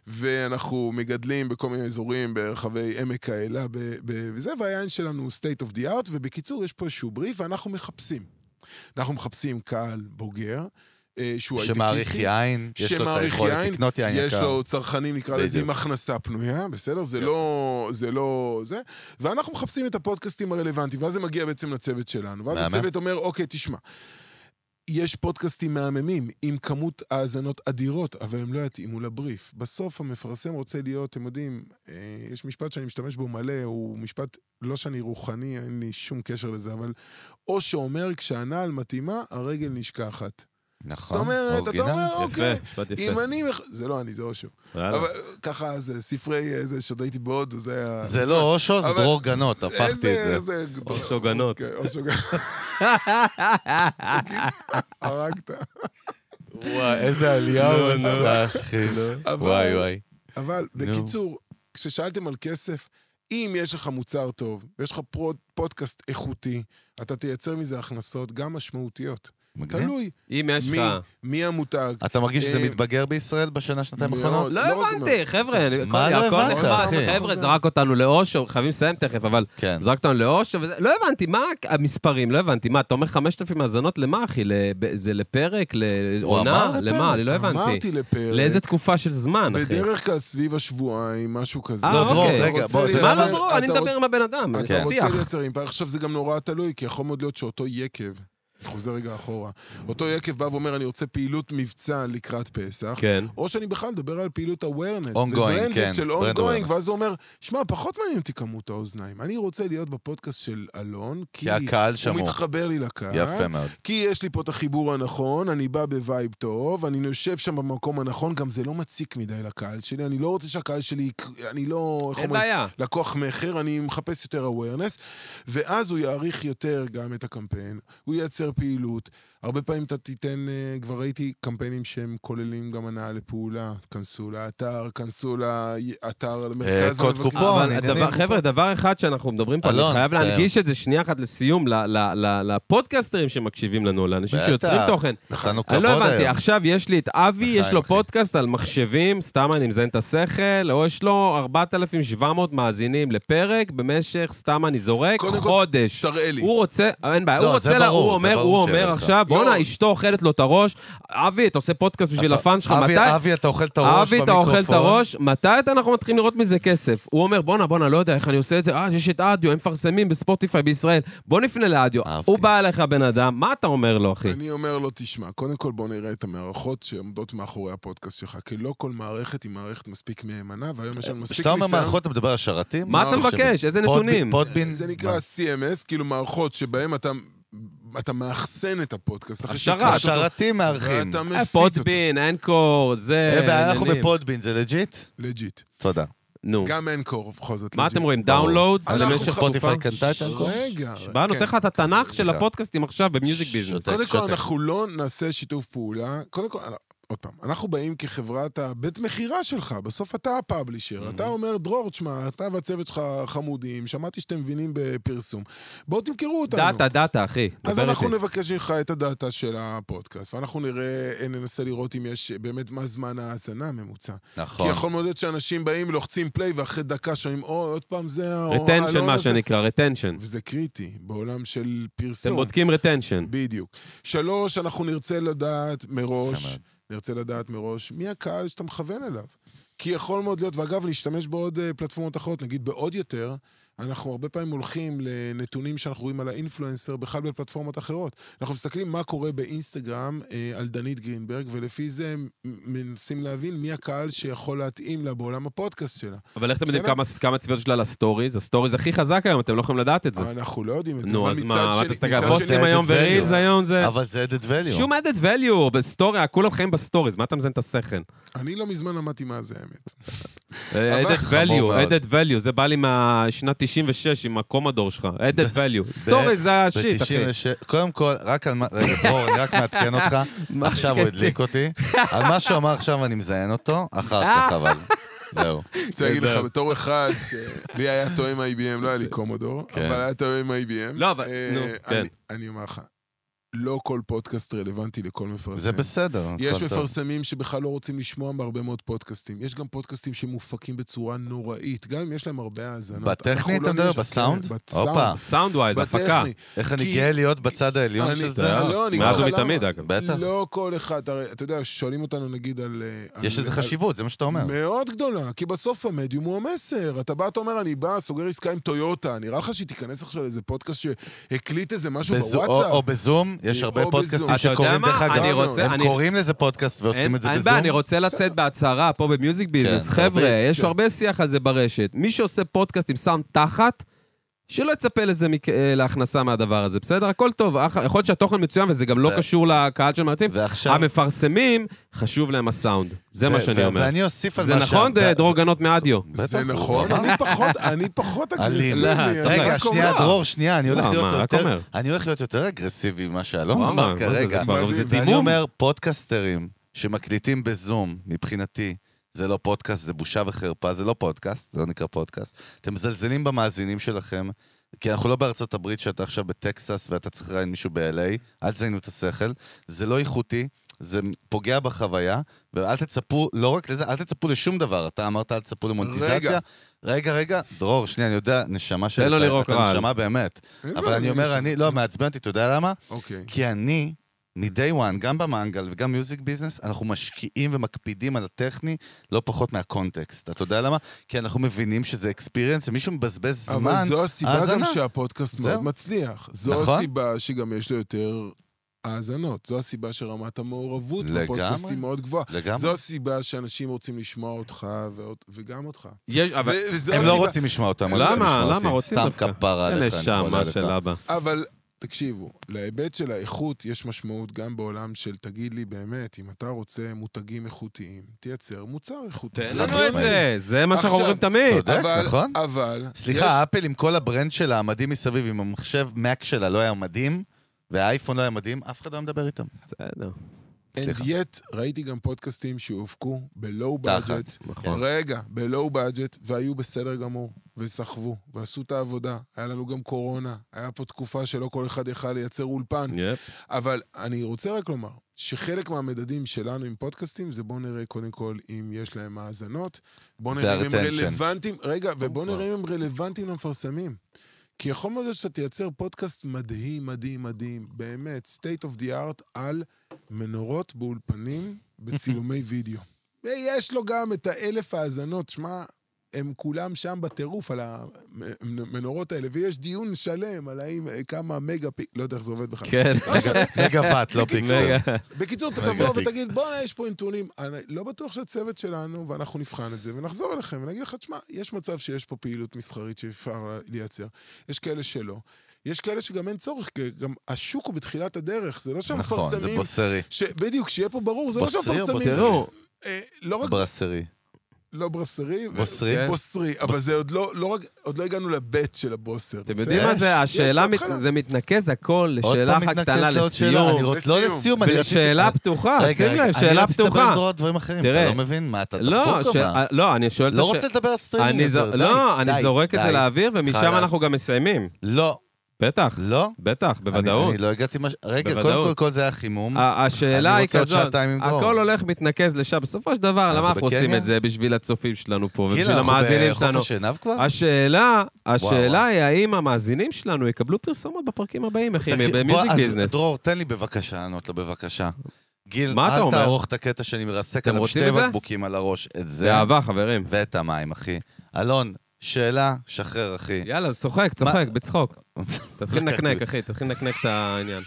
Speaker 3: ואנחנו מגדלים בכל מיני אזורים ברחבי עמק האלה, ב- ב- וזה, והיין שלנו הוא state of the art, ובקיצור, יש פה איזשהו בריף, ואנחנו מחפשים. אנחנו מחפשים קהל בוגר, אה, שהוא
Speaker 2: שמעריך
Speaker 3: הייטקיסטי.
Speaker 2: יין, יש לו את
Speaker 3: שמעריך
Speaker 2: היכולת
Speaker 3: יין,
Speaker 2: לקנות יין
Speaker 3: יש
Speaker 2: כן, יקר.
Speaker 3: לו צרכנים, נקרא לזה,
Speaker 2: בדיוק. כן.
Speaker 3: עם הכנסה פנויה, בסדר? זה
Speaker 2: יפה.
Speaker 3: לא... זה לא... זה. ואנחנו מחפשים את הפודקאסטים הרלוונטיים, ואז זה מגיע בעצם לצוות שלנו. ואז
Speaker 2: מהמם.
Speaker 3: הצוות אומר, אוקיי, תשמע, יש פודקאסטים מהממים עם כמות האזנות אדירות, אבל הם לא יתאימו לבריף. בסוף המפרסם רוצה להיות, אתם יודעים, אה, יש משפט שאני משתמש בו מלא, הוא משפט, לא שאני רוחני, אין לי שום קשר לזה, אבל או שאומר, כשהנעל מתאימה, הרגל נשכחת.
Speaker 2: נכון,
Speaker 3: זאת אומרת, אתה
Speaker 2: אורגינל.
Speaker 3: אומר, אוקיי,
Speaker 1: יפה, משפט יפה.
Speaker 3: אם אני... מח- זה לא אני, זה אושר.
Speaker 1: וואלה.
Speaker 3: אבל ככה, זה ספרי, אה, זה שעוד הייתי בהודו, אה, זה היה...
Speaker 2: זה לא אושו, זה
Speaker 3: אבל-
Speaker 2: דרור גנות, הפכתי
Speaker 3: איזה-
Speaker 2: את זה.
Speaker 3: איזה-
Speaker 1: אושו גנות.
Speaker 3: כן, אושו
Speaker 1: [laughs]
Speaker 3: גנות. הרגת.
Speaker 2: וואי, איזה עלייה הוא
Speaker 1: לא.
Speaker 2: עשה, לא, אחי.
Speaker 3: אבל-
Speaker 2: וואי, וואי.
Speaker 3: אבל
Speaker 2: נו.
Speaker 3: בקיצור, כששאלתם על כסף, אם יש לך מוצר טוב, ויש לך פרו- פודקאסט איכותי, אתה תייצר מזה הכנסות גם משמעותיות.
Speaker 2: מגניב.
Speaker 3: תלוי.
Speaker 1: אם כן. יש לך...
Speaker 3: מי, מי המותג?
Speaker 2: אתה מרגיש שזה
Speaker 3: אה,
Speaker 2: מתבגר בישראל בשנה, שנתיים
Speaker 3: מאוד.
Speaker 2: האחרונות?
Speaker 1: לא
Speaker 3: לא רק
Speaker 1: הבנתי, חבר'ה, אני-
Speaker 2: מה
Speaker 1: הכל-
Speaker 2: לא
Speaker 1: הכל
Speaker 2: הבנת,
Speaker 1: נחמד,
Speaker 2: אחי?
Speaker 1: חבר'ה, זרק אותנו לאושר, חייבים לסיים תכף, אבל
Speaker 2: כן.
Speaker 1: זרק אותנו לאושר, וזה- לא הבנתי, מה המספרים, לא הבנתי, מה, אתה אומר 5,000 האזנות למה, אחי? לב- זה לפרק, לעונה?
Speaker 2: אמר
Speaker 1: למה?
Speaker 2: לפרק,
Speaker 1: אני לא הבנתי.
Speaker 3: אמרתי לפרק.
Speaker 1: לאיזה תקופה של זמן, אחי?
Speaker 3: בדרך כלל סביב השבועיים, משהו כזה.
Speaker 1: אה, לא, אוקיי. דרור,
Speaker 2: רגע,
Speaker 3: רוצה
Speaker 2: בוא,
Speaker 3: לייצר-
Speaker 1: מה לא דרור? אני
Speaker 3: אתה
Speaker 1: מדבר
Speaker 3: רוצ-
Speaker 1: עם הבן אדם,
Speaker 3: אתה
Speaker 2: כן.
Speaker 1: שיח.
Speaker 3: רוצה לייצר אימפקט. עכשיו זה גם נורא תלוי, כי יכול מאוד להיות שאותו יקב, אני חוזר רגע אחורה, אותו יקב בא ואומר, אני רוצה פעילות מבצע לקראת פסח.
Speaker 1: כן.
Speaker 3: או שאני בכלל מדבר על פעילות awareness.
Speaker 2: Ongoing,
Speaker 3: וברנדד
Speaker 2: כן,
Speaker 3: של
Speaker 2: brand
Speaker 3: ongoing,
Speaker 2: awareness.
Speaker 3: ואז הוא אומר, שמע, פחות מעניין אותי כמות האוזניים. אני רוצה להיות בפודקאסט של אלון, כי...
Speaker 2: כי הקהל
Speaker 3: הוא
Speaker 2: שמור.
Speaker 3: מתחבר לי לקהל.
Speaker 2: יפה מאוד.
Speaker 3: כי יש לי פה את החיבור הנכון, אני בא בווייב טוב, אני יושב שם במקום הנכון, גם זה לא מציק מדי לקהל שלי, אני לא רוצה שהקהל שלי, יק- אני לא... איך
Speaker 1: אין
Speaker 3: אומרים?
Speaker 1: בעיה.
Speaker 3: לקוח מכר, אני מחפש יותר awareness, ואז הוא יעריך יותר גם את הקמפיין, הוא ייצר פעילות. הרבה פעמים אתה תיתן, אה, כבר ראיתי קמפיינים שהם כוללים גם הנעה לפעולה. כנסו לאתר, כנסו לאתר, למרכז...
Speaker 2: אה, קוד
Speaker 3: המבקרים.
Speaker 2: קופון.
Speaker 1: אה, אבל
Speaker 2: עניינים,
Speaker 1: הדבר-
Speaker 2: הוא
Speaker 1: חבר'ה, דבר אחד שאנחנו מדברים פה, אני
Speaker 2: אלון,
Speaker 1: חייב
Speaker 2: תסיים.
Speaker 1: להנגיש את זה שנייה אחת לסיום ל- ל- ל- לפודקאסטרים שמקשיבים לנו, לאנשים
Speaker 2: בטח.
Speaker 1: שיוצרים תוכן.
Speaker 3: אה?
Speaker 2: נתנו כבוד
Speaker 1: אני לא הבנתי,
Speaker 2: היום.
Speaker 1: עכשיו יש לי את אבי,
Speaker 2: בחיים,
Speaker 1: יש לו
Speaker 2: אחי.
Speaker 1: פודקאסט על מחשבים, סתם אני מזיין את השכל, או יש לו 4,700 מאזינים לפרק במשך, סתם אני זורק,
Speaker 3: קודם כל,
Speaker 1: חודש.
Speaker 3: תראה לי.
Speaker 1: הוא רוצה, אין בעיה,
Speaker 2: לא,
Speaker 1: הוא
Speaker 2: זה
Speaker 1: רוצה, לה-
Speaker 2: ברור,
Speaker 1: הוא
Speaker 2: זה
Speaker 1: אומר,
Speaker 2: ברור
Speaker 1: הוא
Speaker 2: שאין
Speaker 1: אומר
Speaker 2: לך.
Speaker 1: עכשיו, בואנה,
Speaker 3: לא.
Speaker 1: אשתו אוכלת לו את הראש, אבי, אתה עושה פודקאסט בשביל
Speaker 2: אתה-
Speaker 1: הפאן שלך,
Speaker 2: אבי-
Speaker 1: מתי?
Speaker 2: אבי, אתה אוכל את הראש
Speaker 1: אבי,
Speaker 2: במיקרופון.
Speaker 1: אתה אוכל את הראש, מתי אתה- אנחנו מתחילים לראות מזה כסף? הוא אומר, בואנה, בואנה, לא יודע איך אני עושה את זה, אה, יש את אדיו, הם מפרסמים בספוטיפיי בישראל, בוא נפנה לאדיו.
Speaker 2: אהבתי.
Speaker 1: הוא בא אליך, בן אדם, מה אתה אומר לו, אחי?
Speaker 3: אני אומר לו, תשמע, קודם כל בוא נראה את המערכות שעומדות מאחורי הפודקאסט שלך, כי לא כל מערכת היא מערכת מספיק מהימנה, והיום יש לנו מספיק
Speaker 2: אה,
Speaker 3: לא,
Speaker 2: כשאתה אומר מערכות, אתה מדבר על שרתים?
Speaker 1: מה אתה
Speaker 2: מחשבים?
Speaker 1: מבקש? איזה
Speaker 2: פודבין-
Speaker 1: נתונים?
Speaker 2: פודבין?
Speaker 3: זה נקרא CMS, כאילו מערכות שבהן אתה... אתה מאחסן את הפודקאסט. אחרי
Speaker 1: השרת.
Speaker 3: שהקלטת אותו,
Speaker 2: השרתים מארחים.
Speaker 3: ואתה מפיץ
Speaker 1: אה,
Speaker 3: אותו.
Speaker 1: פודבין, אנקור, זה...
Speaker 2: אה, בעיה, אנחנו
Speaker 1: עניינים.
Speaker 2: בפודבין, זה לג'יט?
Speaker 3: לג'יט.
Speaker 2: תודה.
Speaker 1: נו,
Speaker 3: גם אנקור בכל זאת.
Speaker 1: מה
Speaker 3: לג'יט.
Speaker 1: אתם רואים?
Speaker 2: ברור.
Speaker 1: דאונלואודס
Speaker 3: אנחנו
Speaker 1: למשך תקופה?
Speaker 2: ספוטיפיי קנתה את אנקור?
Speaker 3: רגע.
Speaker 1: בא,
Speaker 3: כן.
Speaker 1: נותן לך את התנ"ך של
Speaker 2: סליחה.
Speaker 1: הפודקאסטים עכשיו במיוזיק
Speaker 2: ש-
Speaker 1: ביזנס.
Speaker 2: שותק,
Speaker 3: קודם כל,
Speaker 2: שותק.
Speaker 3: אנחנו לא נעשה שיתוף פעולה. קודם כל, אה, עוד פעם, אנחנו באים כחברת הבית מכירה שלך, בסוף אתה הפאבלישר. אתה אומר, דרור, תשמע, אתה והצוות שלך חמודים, שמעתי שאתם מבינים בפרסום. בואו תמכרו אותנו.
Speaker 1: דאטה, דאטה, אחי.
Speaker 3: אז
Speaker 1: דבר
Speaker 3: אנחנו
Speaker 1: איתי.
Speaker 3: נבקש ממך את הדאטה של הפודקאסט, ואנחנו נראה, ננסה לראות אם יש באמת מה זמן ההאזנה הממוצע. כי
Speaker 2: נכון.
Speaker 3: יכול מאוד להיות שאנשים באים, לוחצים פליי, ואחרי דקה שומעים, או, עוד פעם זה... ה- או,
Speaker 1: רטנשן,
Speaker 3: האלון
Speaker 1: מה
Speaker 3: הזה."
Speaker 1: שנקרא, רטנשן.
Speaker 3: וזה קריטי, בעולם של
Speaker 1: אתם
Speaker 3: פרסום.
Speaker 1: בודקים רטנשן.
Speaker 3: בדיוק. שלוש, אנחנו נרצה לדעת
Speaker 2: יפה
Speaker 3: מראש,
Speaker 2: מאוד.
Speaker 3: נרצה לדעת מראש מי הקהל שאתה מכוון אליו. כי יכול מאוד להיות, ואגב, להשתמש בעוד אה, פלטפורמות אחרות, נגיד בעוד יותר, אנחנו הרבה פעמים הולכים לנתונים שאנחנו רואים על האינפלואנסר בכלל בפלטפורמות אחרות. אנחנו מסתכלים מה קורה באינסטגרם אה, על דנית גרינברג, ולפי זה מ- מנסים להבין מי הקהל שיכול להתאים לה בעולם הפודקאסט שלה.
Speaker 1: אבל איך אתם יודעים
Speaker 3: בסדר?
Speaker 1: כמה- כמה צפיות שלה לסטוריז? הסטוריז הכי חזק היום, אתם לא יכולים לדעת את זה.
Speaker 3: אנחנו לא יודעים את זה.
Speaker 1: נו,
Speaker 3: אבל
Speaker 1: אז
Speaker 3: מצד
Speaker 1: מה, מה
Speaker 3: שני-
Speaker 1: אתה מסתכל
Speaker 3: מצד
Speaker 1: על פוסטים
Speaker 3: שני-
Speaker 2: זה
Speaker 1: היום
Speaker 2: added
Speaker 1: ורידס אה?
Speaker 2: value.
Speaker 1: היום זה...
Speaker 2: אבל זה added value.
Speaker 1: שום added value, בסטוריה, כולם חיים בסטוריז, מה אתה מזיין את השכל?
Speaker 3: אני לא מזמן למדתי מה זה, האמת.
Speaker 1: אה, added
Speaker 2: חמור
Speaker 1: value,
Speaker 2: מאוד.
Speaker 1: added value, זה בא לי מהשנת 96 עם הקומדור שלך, added value. סטוריז זה השיט, אחי.
Speaker 2: ב-96, קודם כל, רק על מה, רגע, דרור, אני רק מעדכן אותך,
Speaker 1: [laughs] מה
Speaker 2: עכשיו הוא
Speaker 1: הקטע?
Speaker 2: הדליק אותי, על מה שהוא אמר עכשיו אני מזיין אותו, אחר
Speaker 1: אה.
Speaker 2: כך אבל,
Speaker 3: [laughs]
Speaker 2: זהו.
Speaker 3: רוצה להגיד לך
Speaker 1: נהדר.
Speaker 3: בתור אחד,
Speaker 2: [laughs]
Speaker 3: שלי היה טועה עם IBM, לא היה לי קומודור,
Speaker 2: כן.
Speaker 3: אבל היה טועה עם IBM.
Speaker 1: לא, אבל-
Speaker 3: אה,
Speaker 1: נו,
Speaker 3: אני-
Speaker 1: כן.
Speaker 3: אני אומר לך, לא כל פודקאסט רלוונטי לכל מפרסם.
Speaker 2: זה בסדר.
Speaker 3: יש
Speaker 2: הכל טוב.
Speaker 3: מפרסמים שבכלל לא רוצים לשמוע בהרבה מאוד פודקאסטים. יש גם פודקאסטים שמופקים בצורה נוראית, גם אם יש להם הרבה האזנות.
Speaker 2: בטכני
Speaker 3: אנחנו לא
Speaker 2: אתה מדבר?
Speaker 3: נשקר,
Speaker 2: בסאונד? הופה.
Speaker 3: בסאונד.
Speaker 1: סאונד ווייז, הפקה.
Speaker 3: בטכני.
Speaker 2: איך אני
Speaker 3: כי-
Speaker 2: גאה להיות בצד העליון
Speaker 3: אני-
Speaker 2: של
Speaker 3: אתה
Speaker 2: זה? אה.
Speaker 3: יודע, לא, אני אגיד
Speaker 1: מאז
Speaker 3: לך
Speaker 1: ומתמיד,
Speaker 3: למה.
Speaker 1: אגב.
Speaker 2: בטח.
Speaker 3: לא כל אחד, הרי, אתה יודע, שואלים אותנו נגיד על... אה,
Speaker 2: יש
Speaker 3: על-
Speaker 2: לזה
Speaker 3: על-
Speaker 2: חשיבות, זה מה שאתה אומר.
Speaker 3: מאוד גדולה, כי בסוף המדיום הוא המסר. אתה בא, אתה אומר, אני בא, סוגר עסקה עם טויוטה, נראה לך שהיא תיקנס עכשיו לאיזה פודקאסט שהקליט איזה משהו
Speaker 2: בזו- או-
Speaker 3: בוואטסאפ?
Speaker 2: או בזום, יש
Speaker 3: או
Speaker 2: הרבה
Speaker 3: בזום.
Speaker 2: פודקאסטים
Speaker 1: אתה יודע
Speaker 2: שקוראים
Speaker 1: מה?
Speaker 2: דרך
Speaker 1: אני
Speaker 2: אגב,
Speaker 1: רוצה-
Speaker 2: הם
Speaker 1: אני-
Speaker 2: קוראים לזה פודקאסט ועושים
Speaker 1: אין
Speaker 2: את זה
Speaker 1: אין
Speaker 2: בזום.
Speaker 1: בעיה, אני רוצה לצאת בהצהרה פה במיוזיק ביזנס.
Speaker 2: כן,
Speaker 1: חבר'ה,
Speaker 2: תרביץ.
Speaker 1: יש הרבה שיח על זה ברשת. מי שעושה פודקאסט עם סאונד תחת, שלא יצפה לזה מכ- אה, להכנסה מהדבר הזה, בסדר? הכל טוב. אח- יכול להיות שהתוכן מצוין וזה גם לא
Speaker 2: ו-
Speaker 1: קשור לקהל של מרצים.
Speaker 2: ועכשיו...
Speaker 1: המפרסמים, חשוב להם הסאונד. זה
Speaker 2: ו-
Speaker 1: מה שאני
Speaker 2: ו-
Speaker 1: אומר.
Speaker 2: ואני אוסיף על
Speaker 1: זה
Speaker 2: מה
Speaker 1: נכון,
Speaker 2: שאמרת.
Speaker 1: דרור גנות מאדיו.
Speaker 2: בטח,
Speaker 3: זה
Speaker 2: הוא
Speaker 3: נכון,
Speaker 2: אמר. [laughs]
Speaker 3: אני פחות, אני פחות
Speaker 2: אלים.
Speaker 3: אגרסיבי. אני
Speaker 2: רגע,
Speaker 3: רק
Speaker 2: שנייה,
Speaker 3: אומר,
Speaker 1: אומר.
Speaker 2: דרור, שנייה, אני הולך
Speaker 1: לא,
Speaker 2: להיות
Speaker 1: מה, רק
Speaker 2: יותר...
Speaker 1: אומר.
Speaker 2: אני הולך להיות יותר אגרסיבי ממה שאלון
Speaker 1: וואו,
Speaker 2: אמר
Speaker 1: מה זה, זה
Speaker 2: לא, כרגע.
Speaker 1: כבר- אבל זה
Speaker 2: ואני
Speaker 1: דימום.
Speaker 2: אומר, פודקסטרים שמקליטים בזום, מבחינתי, זה לא פודקאסט, זה בושה וחרפה, זה לא פודקאסט, זה לא נקרא פודקאסט. אתם מזלזלים במאזינים שלכם, כי אנחנו לא בארצות הברית, שאתה עכשיו בטקסס ואתה צריך לראיין מישהו ב-LA, אל תזיינו את השכל. זה לא איכותי, זה פוגע בחוויה, ואל תצפו, לא רק לזה, אל תצפו לשום דבר. אתה אמרת, אל תצפו למונטיזציה.
Speaker 3: רגע.
Speaker 2: רגע, רגע, רגע דרור, שנייה, אני יודע, נשמה שלי,
Speaker 1: לו
Speaker 2: אתה-
Speaker 1: לירוק
Speaker 2: אתה
Speaker 1: רעל.
Speaker 2: נשמה באמת.
Speaker 3: איזה
Speaker 2: אבל אני אומר, אני, לא, מעצבן אותי, אתה יודע למה?
Speaker 3: אוקיי.
Speaker 2: כי אני, מ-day one, גם במנגל וגם מיוזיק ביזנס, אנחנו משקיעים ומקפידים על הטכני לא פחות מהקונטקסט. אתה יודע למה? כי אנחנו מבינים שזה אקספיריאנס, וממישהו מבזבז זמן,
Speaker 3: אבל זו הסיבה גם
Speaker 2: האזנה.
Speaker 3: שהפודקאסט
Speaker 2: זהו.
Speaker 3: מאוד מצליח. זו
Speaker 2: נכון.
Speaker 3: הסיבה שגם יש לו יותר האזנות. זו הסיבה שרמת המעורבות
Speaker 2: לגמרי.
Speaker 3: בפודקאסט היא מאוד גבוהה.
Speaker 2: לגמרי.
Speaker 3: זו הסיבה שאנשים רוצים לשמוע אותך ואות- וגם אותך.
Speaker 1: יש, אבל...
Speaker 3: ו- וזו
Speaker 2: הם לא
Speaker 3: הסיבה-
Speaker 2: רוצים לשמוע אותם, הם
Speaker 1: למה?
Speaker 2: רוצים לשמוע
Speaker 1: למה?
Speaker 2: אותי.
Speaker 1: רוצים דווקא.
Speaker 2: סתם כפרה
Speaker 1: זה
Speaker 2: עליך, אני חולה
Speaker 1: נשמה
Speaker 2: עליך.
Speaker 1: של אבא.
Speaker 3: אבל תקשיבו, להיבט של האיכות יש משמעות גם בעולם של תגיד לי באמת, אם אתה רוצה מותגים איכותיים, תייצר מוצר איכותי.
Speaker 1: תן
Speaker 2: חד
Speaker 1: לנו את זה, זה מה שאנחנו
Speaker 3: עכשיו,
Speaker 1: אומרים תמיד.
Speaker 2: לא, צודק,
Speaker 3: אבל,
Speaker 2: נכון?
Speaker 3: אבל...
Speaker 2: סליחה, אפל עם כל הברנד שלה, המדהים מסביב, אם המחשב מק שלה לא היה מדהים, והאייפון לא היה מדהים, אף אחד לא היה מדבר
Speaker 3: [laughs]
Speaker 2: איתם.
Speaker 1: בסדר.
Speaker 3: And
Speaker 2: סליחה.
Speaker 3: yet, ראיתי גם פודקאסטים שהופקו בלואו
Speaker 2: תחת,
Speaker 3: בדג'ט.
Speaker 1: נכון.
Speaker 3: רגע, בלואו בדג'ט, והיו בסדר גמור, וסחבו, ועשו את העבודה. היה לנו גם קורונה, היה פה תקופה שלא כל אחד יכל לייצר אולפן.
Speaker 1: יפ.
Speaker 3: אבל אני רוצה רק לומר, שחלק מהמדדים שלנו עם פודקאסטים זה בואו נראה קודם כל אם יש להם האזנות, בואו נראה אם הם
Speaker 2: וה-retention.
Speaker 3: רלוונטיים, רגע, ובואו נראה אם הם רלוונטיים למפרסמים. כי יכול מאוד להיות שאתה תייצר פודקאסט מדהים, מדהים, מדהים, באמת, state of the art על מנורות באולפנים בצילומי וידאו. ויש לו גם את האלף האזנות, שמע, הם כולם שם בטירוף על המנורות האלה, ויש דיון שלם על האם, אה, כמה מגה פיק, לא יודע איך זה עובד בכלל.
Speaker 1: כן.
Speaker 2: מגה ואט, לא פיקסל.
Speaker 1: רגע.
Speaker 3: אוקיי. בקיצור, אתה
Speaker 2: רגע,
Speaker 3: תבוא
Speaker 2: פיק.
Speaker 3: ותגיד, בואנה, יש פה נתונים. אני לא בטוח שהצוות שלנו, ואנחנו נבחן את זה, ונחזור אליכם ונגיד לך, תשמע, יש מצב שיש פה פעילות מסחרית שאפשר לייצר, יש כאלה שלא. יש כאלה שגם אין צורך, כי גם השוק הוא בתחילת הדרך, זה לא
Speaker 2: נכון, זה
Speaker 3: שהמפרסמים...
Speaker 2: בוסרי.
Speaker 3: ש- בדיוק, שיהיה פה ברור, זה לא
Speaker 2: בוסרי או
Speaker 3: שהמפרסמים...
Speaker 2: בוסרי?
Speaker 1: תראו,
Speaker 3: אה, לא רק
Speaker 2: ברסרי.
Speaker 3: לא ברסרי, ו-
Speaker 2: בוסרי?
Speaker 1: כן.
Speaker 3: בוסרי, אבל זה עוד לא, לא רק, עוד לא הגענו לבית של הבוסר.
Speaker 1: אתם יודעים מה
Speaker 3: יש-
Speaker 1: זה?
Speaker 3: יש
Speaker 1: השאלה, מת-
Speaker 3: בהתחלה.
Speaker 1: זה מתנקז הכל לשאלה אחת קטנה
Speaker 2: אני
Speaker 1: לסיום.
Speaker 2: רוצ- לא
Speaker 3: לסיום.
Speaker 2: לסיום, אני רציתי...
Speaker 1: שאלה פתוחה,
Speaker 2: אה, רגע,
Speaker 1: שים
Speaker 2: רגע,
Speaker 1: לב, שאלה
Speaker 2: אני רציתי לדבר עם
Speaker 1: פתוחה.
Speaker 2: דרור על דברים אחרים,
Speaker 1: תראה.
Speaker 2: אתה לא מבין? מה, אתה
Speaker 1: לא,
Speaker 2: דפוק
Speaker 1: ש-
Speaker 2: או מה?
Speaker 1: לא, אני שואל את
Speaker 2: לא
Speaker 1: השאלה.
Speaker 2: רוצה לדבר על סטרימינג.
Speaker 1: אני זו-
Speaker 2: יותר,
Speaker 1: לא,
Speaker 2: די,
Speaker 1: אני
Speaker 2: די,
Speaker 1: זורק את
Speaker 2: די.
Speaker 1: זה לאוויר, ומשם
Speaker 2: חלאס.
Speaker 1: אנחנו גם מסיימים.
Speaker 2: לא,
Speaker 1: בטח,
Speaker 2: לא.
Speaker 1: בטח,
Speaker 2: אני-
Speaker 1: בוודאות.
Speaker 2: אני לא הגעתי מה... ש- רגע, קודם
Speaker 1: בוודאות. אה,
Speaker 2: כל, כל זה היה חימום.
Speaker 1: ה- השאלה
Speaker 2: אני
Speaker 1: היא
Speaker 2: רוצה עוד
Speaker 1: כזאת,
Speaker 2: שעתיים עם דרור.
Speaker 1: הכל הולך, מתנקז לשם. בסופו של דבר,
Speaker 2: אנחנו
Speaker 1: למה אנחנו עושים
Speaker 2: בקניה?
Speaker 1: את זה? בשביל הצופים שלנו פה,
Speaker 2: גיל,
Speaker 1: ובשביל
Speaker 2: אנחנו
Speaker 1: המאזינים שלנו. אה,
Speaker 2: בחופש עיניו כבר?
Speaker 1: השאלה, השאלה
Speaker 2: אה. וואו.
Speaker 1: היא האם המאזינים שלנו יקבלו פרסומות בפרקים הבאים, אחי,
Speaker 2: תקשיב,
Speaker 1: במיוזיק
Speaker 2: בוא, אז
Speaker 1: ביזנס.
Speaker 2: דרור, תן לי בבקשה לענות לו, בבקשה. גיל,
Speaker 1: מה אתה
Speaker 2: אל
Speaker 1: אומר?
Speaker 2: תערוך את הקטע שאני מרסק
Speaker 1: אתם
Speaker 2: עליו
Speaker 1: רוצים
Speaker 2: שתי
Speaker 1: את זה?
Speaker 2: בקבוקים על הראש. את זה
Speaker 1: באהבה, חברים.
Speaker 2: ואת המים, אחי. אלון, שאלה, שחרר, אחי.
Speaker 1: יאללה, אז צוחק, צוחק, בצחוק.
Speaker 2: [laughs]
Speaker 1: תתחיל
Speaker 2: לקחת
Speaker 1: לנקנק,
Speaker 2: לי.
Speaker 1: אחי, תתחיל לנקנק את העניין.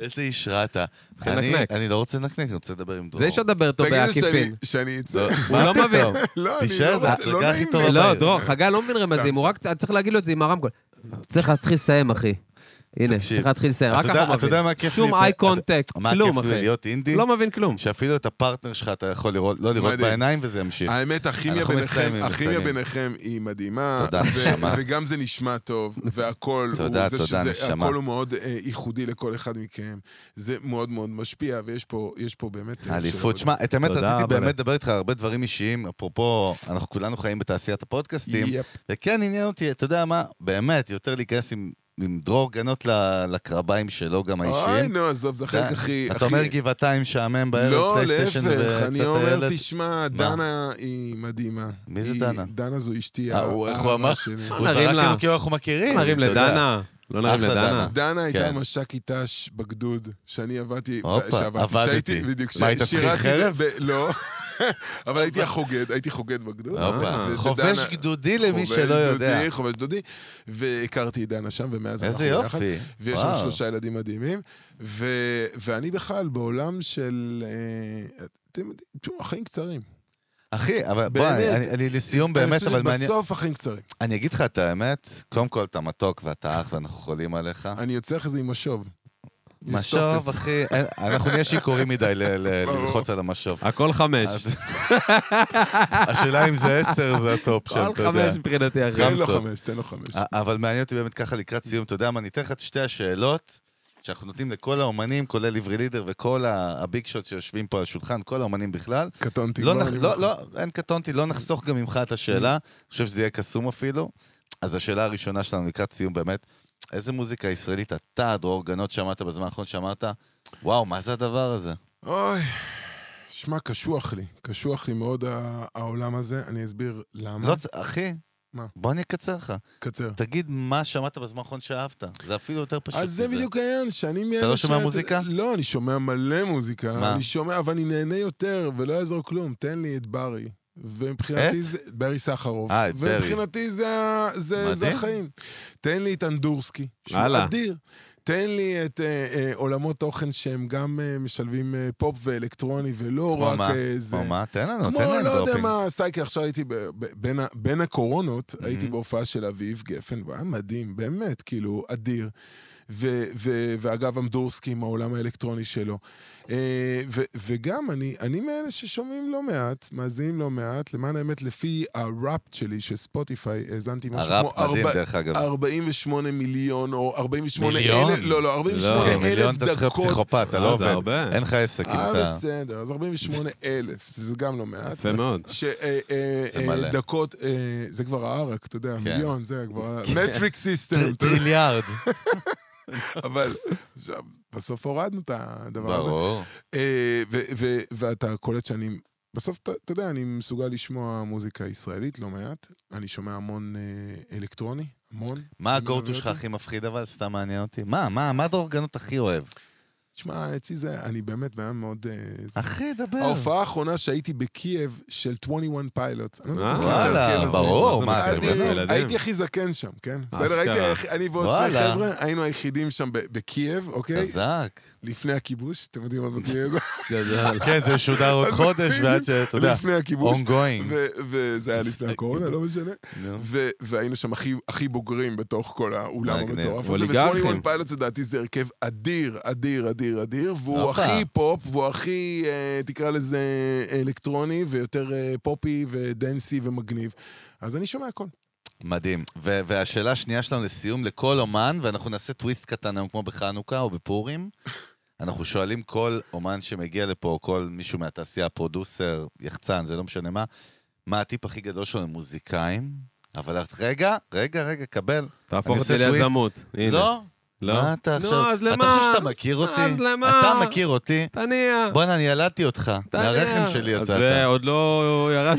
Speaker 2: איזה איש רע אתה.
Speaker 1: תתחיל
Speaker 2: אני-
Speaker 1: לנקנק.
Speaker 2: אני לא רוצה לנקנק, אני רוצה לדבר עם דרור.
Speaker 1: זה שאתה מדבר איתו
Speaker 3: תגידו
Speaker 1: בעקיפין.
Speaker 3: שאני- שאני
Speaker 2: לא,
Speaker 3: אצא.
Speaker 1: הוא
Speaker 2: מה
Speaker 1: לא
Speaker 2: פתאום?
Speaker 1: מבין.
Speaker 3: לא, אני
Speaker 2: תישאר,
Speaker 3: לא
Speaker 2: זה
Speaker 3: רוצה, לא
Speaker 2: ההצגה הכי
Speaker 3: נעים
Speaker 2: טובה
Speaker 3: לי.
Speaker 1: לא,
Speaker 2: הבעיה.
Speaker 1: דרור, חגי לא מבין רמזים, הוא רק צריך להגיד לו את זה עם הרמקול. צריך להתחיל לסיים, אחי. הנה,
Speaker 2: תקשיב,
Speaker 1: צריך להתחיל לסיים,
Speaker 2: אתה
Speaker 1: רק
Speaker 2: יודע-
Speaker 1: ככה הוא
Speaker 2: אתה יודע מה
Speaker 1: מבין.
Speaker 2: כיף
Speaker 1: שום
Speaker 2: לי-
Speaker 1: איי קונטקט,
Speaker 2: מה
Speaker 1: כלום,
Speaker 2: כיף לי
Speaker 1: אחי.
Speaker 2: להיות אינדי?
Speaker 1: לא מבין כלום.
Speaker 2: שאפילו את הפרטנר שלך אתה יכול לראות- לא לראות
Speaker 3: מדהים.
Speaker 2: בעיניים וזה ימשיך.
Speaker 3: האמת, הכימיה
Speaker 2: כן. אנחנו
Speaker 3: ביניכם,
Speaker 2: מסיימים,
Speaker 3: הכימיה
Speaker 2: מסיימים.
Speaker 3: ביניכם היא מדהימה.
Speaker 2: תודה,
Speaker 3: ו-
Speaker 2: נשמה.
Speaker 3: וגם זה נשמע טוב, והכל הוא
Speaker 2: תודה,
Speaker 3: זה
Speaker 2: תודה,
Speaker 3: שזה,
Speaker 2: נשמה.
Speaker 3: הכל הוא מאוד אה, ייחודי לכל אחד מכם. זה מאוד מאוד משפיע, ויש פה, יש פה באמת... אה,
Speaker 2: אליפות.
Speaker 3: שאלה.
Speaker 2: שמע, את האמת,
Speaker 1: תודה,
Speaker 2: רציתי
Speaker 1: אבל-
Speaker 2: באמת לדבר איתך על הרבה דברים אישיים. אפרופו, אנחנו כולנו חיים בתעשיית הפודקאסטים.
Speaker 3: יפ.
Speaker 2: וכן עניין אותי, אתה יודע מה, באמת, יותר להיכנס עם, עם דרור גנות ל- לקרביים שלו, גם
Speaker 3: אוי,
Speaker 2: האישיים.
Speaker 3: נו, עזוב, זה החלק
Speaker 2: אתה-
Speaker 3: הכי...
Speaker 2: אתה
Speaker 3: הכי-
Speaker 2: אומר גבעתיים משעמם בערב,
Speaker 3: לא,
Speaker 2: פלייסטיישן
Speaker 3: להפך, אני אומר,
Speaker 2: הילד.
Speaker 3: תשמע, דנה היא מדהימה.
Speaker 2: מי זה
Speaker 3: היא-
Speaker 2: דנה?
Speaker 3: דנה זו אשתי.
Speaker 2: אה, הוא- איך הוא
Speaker 3: האהבה
Speaker 2: אמר?
Speaker 3: שלי.
Speaker 2: הוא
Speaker 1: נרים
Speaker 2: זרק
Speaker 1: לה.
Speaker 2: לנו כאילו אנחנו מכירים.
Speaker 1: לא נרים
Speaker 2: אתה יודע.
Speaker 1: לדנה, לא נרים
Speaker 2: אחלה
Speaker 1: לדנה.
Speaker 2: דנה.
Speaker 3: דנה הייתה
Speaker 2: כן.
Speaker 3: מש"קית ת"ש בגדוד, שאני עבדתי...
Speaker 2: הופה,
Speaker 3: שעבדתי-
Speaker 2: עבדתי.
Speaker 3: שהייתי- בדיוק,
Speaker 2: מה, היית צריך
Speaker 3: ששירתי
Speaker 2: חרב?
Speaker 3: ב- לא, [laughs] אבל הייתי החוגד, הייתי חוגד בגדוד.
Speaker 1: אה.
Speaker 2: הופה,
Speaker 3: ודנה-
Speaker 2: חובש גדודי למי
Speaker 3: חובש
Speaker 2: שלא יודע.
Speaker 3: גדודי, חובש גדודי, והכרתי את דנה שם, ומאז
Speaker 2: איזה
Speaker 3: אנחנו ביחד.
Speaker 2: יופי.
Speaker 3: נכון, ויש לנו
Speaker 2: וואו.
Speaker 3: שלושה ילדים מדהימים, ו- ואני בכלל בעולם של... אה, אתם יודעים, תשמעו, החיים קצרים.
Speaker 2: אחי, אבל בוא,
Speaker 3: באמת.
Speaker 2: אני- אני- אני לסיום
Speaker 3: אני
Speaker 2: באמת,
Speaker 3: חושב
Speaker 2: אבל מעניין.
Speaker 3: שבסוף החיים קצרים.
Speaker 2: אני אגיד לך את האמת, קודם כל אתה מתוק ואתה אח ואנחנו חולים עליך.
Speaker 3: אני יוצא אחרי זה עם משוב. יש
Speaker 2: משוב,
Speaker 3: טופס.
Speaker 2: אחי, אין- אנחנו נהיה שיכורים מדי ל- ל-
Speaker 3: ברור.
Speaker 2: ללחוץ
Speaker 1: [laughs]
Speaker 2: על המשוב.
Speaker 1: הכל חמש.
Speaker 2: [laughs] השאלה אם זה עשר, זה הטופ
Speaker 1: [laughs]
Speaker 2: שם,
Speaker 1: כל
Speaker 2: אתה יודע.
Speaker 1: חמש מבחינתי, אחי.
Speaker 3: תן לו
Speaker 2: חמסות.
Speaker 3: חמש, תן לו חמש.
Speaker 2: א- אבל מעניין אותי באמת ככה לקראת סיום, אתה יודע מה, אני אתן לך את שתי השאלות שאנחנו נותנים לכל האומנים, כולל עברי לידר וכל ה- הביג שוט שיושבים פה על השולחן, כל האומנים בכלל.
Speaker 3: קטונתי.
Speaker 2: לא,
Speaker 3: כבר
Speaker 2: נח-
Speaker 3: אני
Speaker 2: לא,
Speaker 3: מוכן.
Speaker 2: לא, אין קטונתי, לא נחסוך גם ממך את השאלה, אני חושב שזה יהיה קסום אפילו. אז השאלה הראשונה שלנו לקראת סיום באמת, איזה מוזיקה ישראלית אתה, דרור גנות, שמעת בזמן האחרון, שמעת, וואו, מה זה הדבר הזה?
Speaker 3: אוי, שמע, קשוח לי. קשוח לי מאוד ה- העולם הזה, אני אסביר למה.
Speaker 2: לא, צ- אחי,
Speaker 3: מה?
Speaker 2: בוא אני אקצר לך.
Speaker 3: קצר.
Speaker 2: תגיד מה שמעת בזמן האחרון שאהבת. זה אפילו יותר פשוט
Speaker 3: אז זה
Speaker 2: מזה.
Speaker 3: בדיוק העניין, שאני מאלה
Speaker 2: לא שומע
Speaker 3: שאת-
Speaker 2: מוזיקה?
Speaker 3: לא, אני שומע מלא מוזיקה.
Speaker 2: מה?
Speaker 3: אני שומע, אבל אני נהנה יותר, ולא יעזור כלום. תן לי את ברי. ומבחינתי
Speaker 2: את?
Speaker 3: זה... ברי סחרוף.
Speaker 2: אה, את ברי.
Speaker 3: ומבחינתי זה, ה- זה, זה
Speaker 2: מדהים.
Speaker 3: החיים. תן לי את אנדורסקי, שהוא
Speaker 1: וואלה.
Speaker 3: אדיר. תן לי את אה, אה, עולמות תוכן שהם גם אה, משלבים אה, פופ ואלקטרוני, ולא
Speaker 2: כמו
Speaker 3: רק אה,
Speaker 2: מה?
Speaker 3: איזה...
Speaker 2: כמו מה? תן לנו, אה, תן
Speaker 3: כמו,
Speaker 2: לנו
Speaker 3: לא יודע
Speaker 2: דרופים.
Speaker 3: מה, סייקל, עכשיו הייתי ב, ב, בין, ה- בין הקורונות, mm-hmm. הייתי
Speaker 2: מהמם.
Speaker 3: בהופעה של אביב גפן, והוא היה מדהים, באמת, כאילו, אדיר. ו, ו, ואגב, אמדורסקי עם העולם האלקטרוני שלו. אה, ו, וגם, אני, אני מאלה ששומעים לא מעט, מאזינים לא מעט, למען האמת, לפי הראפ שלי, של ספוטיפיי, האזנתי משהו
Speaker 2: הראפ
Speaker 3: כמו
Speaker 2: מדהים,
Speaker 3: ארבע-
Speaker 2: דרך אגב.
Speaker 3: 48 מיליון, או 48
Speaker 2: מיליון?
Speaker 3: אלף, לא, לא, 48
Speaker 2: לא, מיליון
Speaker 3: אלף
Speaker 2: אתה צריך להיות
Speaker 3: דקות.
Speaker 2: פסיכופת, אתה לא
Speaker 1: אה, זה
Speaker 2: עובד.
Speaker 1: הרבה.
Speaker 2: אין לך עסק אם
Speaker 3: אה,
Speaker 2: אתה...
Speaker 3: בסדר, אז 48 אלף, זה גם לא מעט.
Speaker 1: יפה מאוד.
Speaker 3: אה,
Speaker 2: זה מלא.
Speaker 3: שדקות, אה, זה כבר הערק, אתה יודע,
Speaker 2: כן.
Speaker 3: מיליון, זה כבר...
Speaker 2: כן.
Speaker 3: מטריק סיסטם,
Speaker 2: [laughs] טר- טריליארד.
Speaker 3: אבל עכשיו, בסוף הורדנו את הדבר הזה.
Speaker 2: ברור.
Speaker 3: אה, ו- ו- ואתה קולט שאני... בסוף, אתה אתה יודע, אני מסוגל לשמוע מוזיקה ישראלית, לא מעט. אני שומע המון אה, אלקטרוני, המון.
Speaker 2: מה
Speaker 3: אני לא אוהב
Speaker 2: הגו-טו שלך
Speaker 3: אותי.
Speaker 2: הכי מפחיד אבל? סתם מעניין אותי. מה, מה, מה דרור גנות הכי אוהב?
Speaker 3: תשמע, אצלי זה, אני באמת בן אדם מאוד... אה, זה-
Speaker 2: אחי, דבר.
Speaker 3: ההופעה האחרונה שהייתי בקייב של 21 פיילוטס. אני לא יודע,
Speaker 1: אה,
Speaker 3: אתה מכיר את ההרכב
Speaker 2: וואלה,
Speaker 3: הזה?
Speaker 2: כן, ברור,
Speaker 1: זה
Speaker 2: מה, אתם
Speaker 1: מדהים.
Speaker 3: אדיר,
Speaker 2: באמת?
Speaker 1: ילדים.
Speaker 3: הייתי הכי זקן שם, כן? בסדר,
Speaker 1: אשכרה.
Speaker 3: הייתי, הכי- אני ועוד שני
Speaker 2: וואלה.
Speaker 3: חבר'ה, היינו היחידים שם ב- בקייב, אוקיי?
Speaker 2: חזק.
Speaker 3: לפני הכיבוש, אתם יודעים מה בקייב?
Speaker 2: [laughs]
Speaker 1: גדל.
Speaker 2: כן, זה שודר
Speaker 3: [laughs]
Speaker 2: עוד חודש, ועד שאתה יודע,
Speaker 3: לפני הכיבוש.
Speaker 2: ongoing.
Speaker 3: ו- וזה היה לפני הקורונה, לא משנה.
Speaker 2: נו.
Speaker 3: ו- והיינו שם הכי, הכי בוגרים בתוך כל האולם
Speaker 2: מגניב.
Speaker 3: המטורף הזה.
Speaker 1: אוליגרכים.
Speaker 3: ו-21 פיילוט לדעתי זה הרכב אדיר, אדיר, אדיר, אדיר, והוא
Speaker 2: הופה.
Speaker 3: הכי פופ, והוא הכי, אה, תקרא לזה, אלקטרוני, ויותר אה, פופי ודנסי ומגניב. אז אני שומע הכל.
Speaker 2: מדהים. ו- והשאלה השנייה שלנו לסיום, לכל אומן, ואנחנו נעשה טוויסט קטן היום כמו בחנוכה או בפורים, אנחנו שואלים כל אומן שמגיע לפה, או כל מישהו מהתעשייה, פרודוסר, יחצן, זה לא משנה מה, מה הטיפ הכי גדול שלו למוזיקאים? אבל את- רגע, רגע, רגע, קבל.
Speaker 1: תהפוך
Speaker 2: אני
Speaker 1: את
Speaker 2: עושה
Speaker 1: זה
Speaker 2: טוויסט.
Speaker 1: ליזמות. הנה.
Speaker 2: לא?
Speaker 1: לא?
Speaker 2: מה אתה
Speaker 1: נו,
Speaker 2: עכשיו?
Speaker 1: אז
Speaker 2: אתה חושב
Speaker 1: למה?
Speaker 2: שאתה מכיר אותי?
Speaker 1: אז למה?
Speaker 2: אתה מכיר אותי?
Speaker 1: תניע.
Speaker 2: בואנה, אני ילדתי אותך.
Speaker 1: תניע.
Speaker 2: מהרחם שלי
Speaker 1: אז זה
Speaker 2: יצאת.
Speaker 1: עוד לא ירד.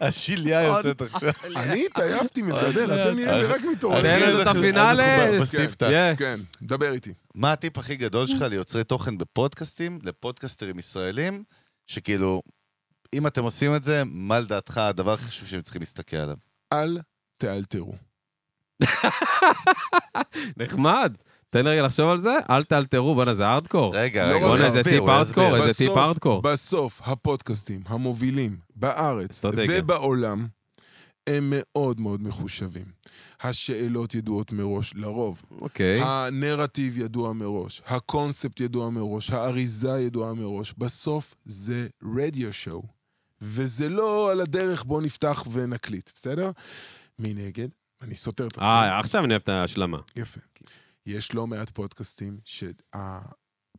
Speaker 2: השיליה
Speaker 1: עוד
Speaker 2: יוצאת עכשיו.
Speaker 3: אני התעייפתי מלדבר, אתם נראים לי רק
Speaker 1: תן
Speaker 3: מתעוררים.
Speaker 1: לנו את הפינאלה.
Speaker 2: אנחנו כבר בספתח.
Speaker 1: כן.
Speaker 3: כן, דבר איתי.
Speaker 2: מה הטיפ הכי גדול שלך ליוצרי תוכן בפודקאסטים, לפודקסטרים ישראלים, שכאילו, אם אתם עושים את זה, מה לדעתך הדבר הכי חשוב שהם צריכים להסתכל עליו?
Speaker 3: אל תאלתרו.
Speaker 1: נחמד. תן לי רגע לחשוב על זה, אל תאלתרו, בואנה זה הארדקור.
Speaker 2: רגע,
Speaker 3: לא
Speaker 2: רגע,
Speaker 3: רק-
Speaker 2: הוא
Speaker 3: בוא'נה,
Speaker 1: זה
Speaker 2: יסביר,
Speaker 1: טיפ
Speaker 2: הוא יסביר.
Speaker 1: ארדקור, איזה
Speaker 3: בסוף-
Speaker 1: טיפ הארדקור.
Speaker 3: בסוף, הפודקאסטים המובילים בארץ
Speaker 1: אסטרטגיה.
Speaker 3: ובעולם הם מאוד מאוד מחושבים. השאלות ידועות מראש, לרוב.
Speaker 1: אוקיי.
Speaker 3: הנרטיב ידוע מראש, הקונספט ידוע מראש, האריזה ידועה מראש. בסוף זה רדיו שואו, וזה לא על הדרך בוא נפתח ונקליט, בסדר? מנגד, אני סותר את עצמי.
Speaker 1: אה, עכשיו אני אוהב את ההשלמה.
Speaker 3: יפה.
Speaker 2: כן.
Speaker 3: יש לא מעט פודקאסטים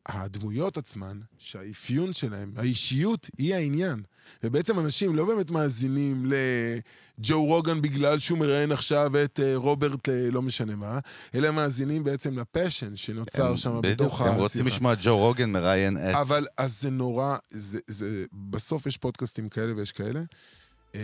Speaker 3: שהדמויות עצמן, שהאפיון שלהם, האישיות, היא העניין. ובעצם אנשים לא באמת מאזינים לג'ו רוגן בגלל שהוא מראיין עכשיו את אה, רוברט אה, לא משנה מה, אלא מאזינים בעצם לפשן שנוצר
Speaker 2: הם-
Speaker 3: שם
Speaker 2: בדיוק,
Speaker 3: בתוך
Speaker 2: הם רוצים לשמוע את ג'ו רוגן מראיין את...
Speaker 3: אבל אז זה נורא, זה, זה, בסוף יש פודקאסטים כאלה ויש כאלה. אה,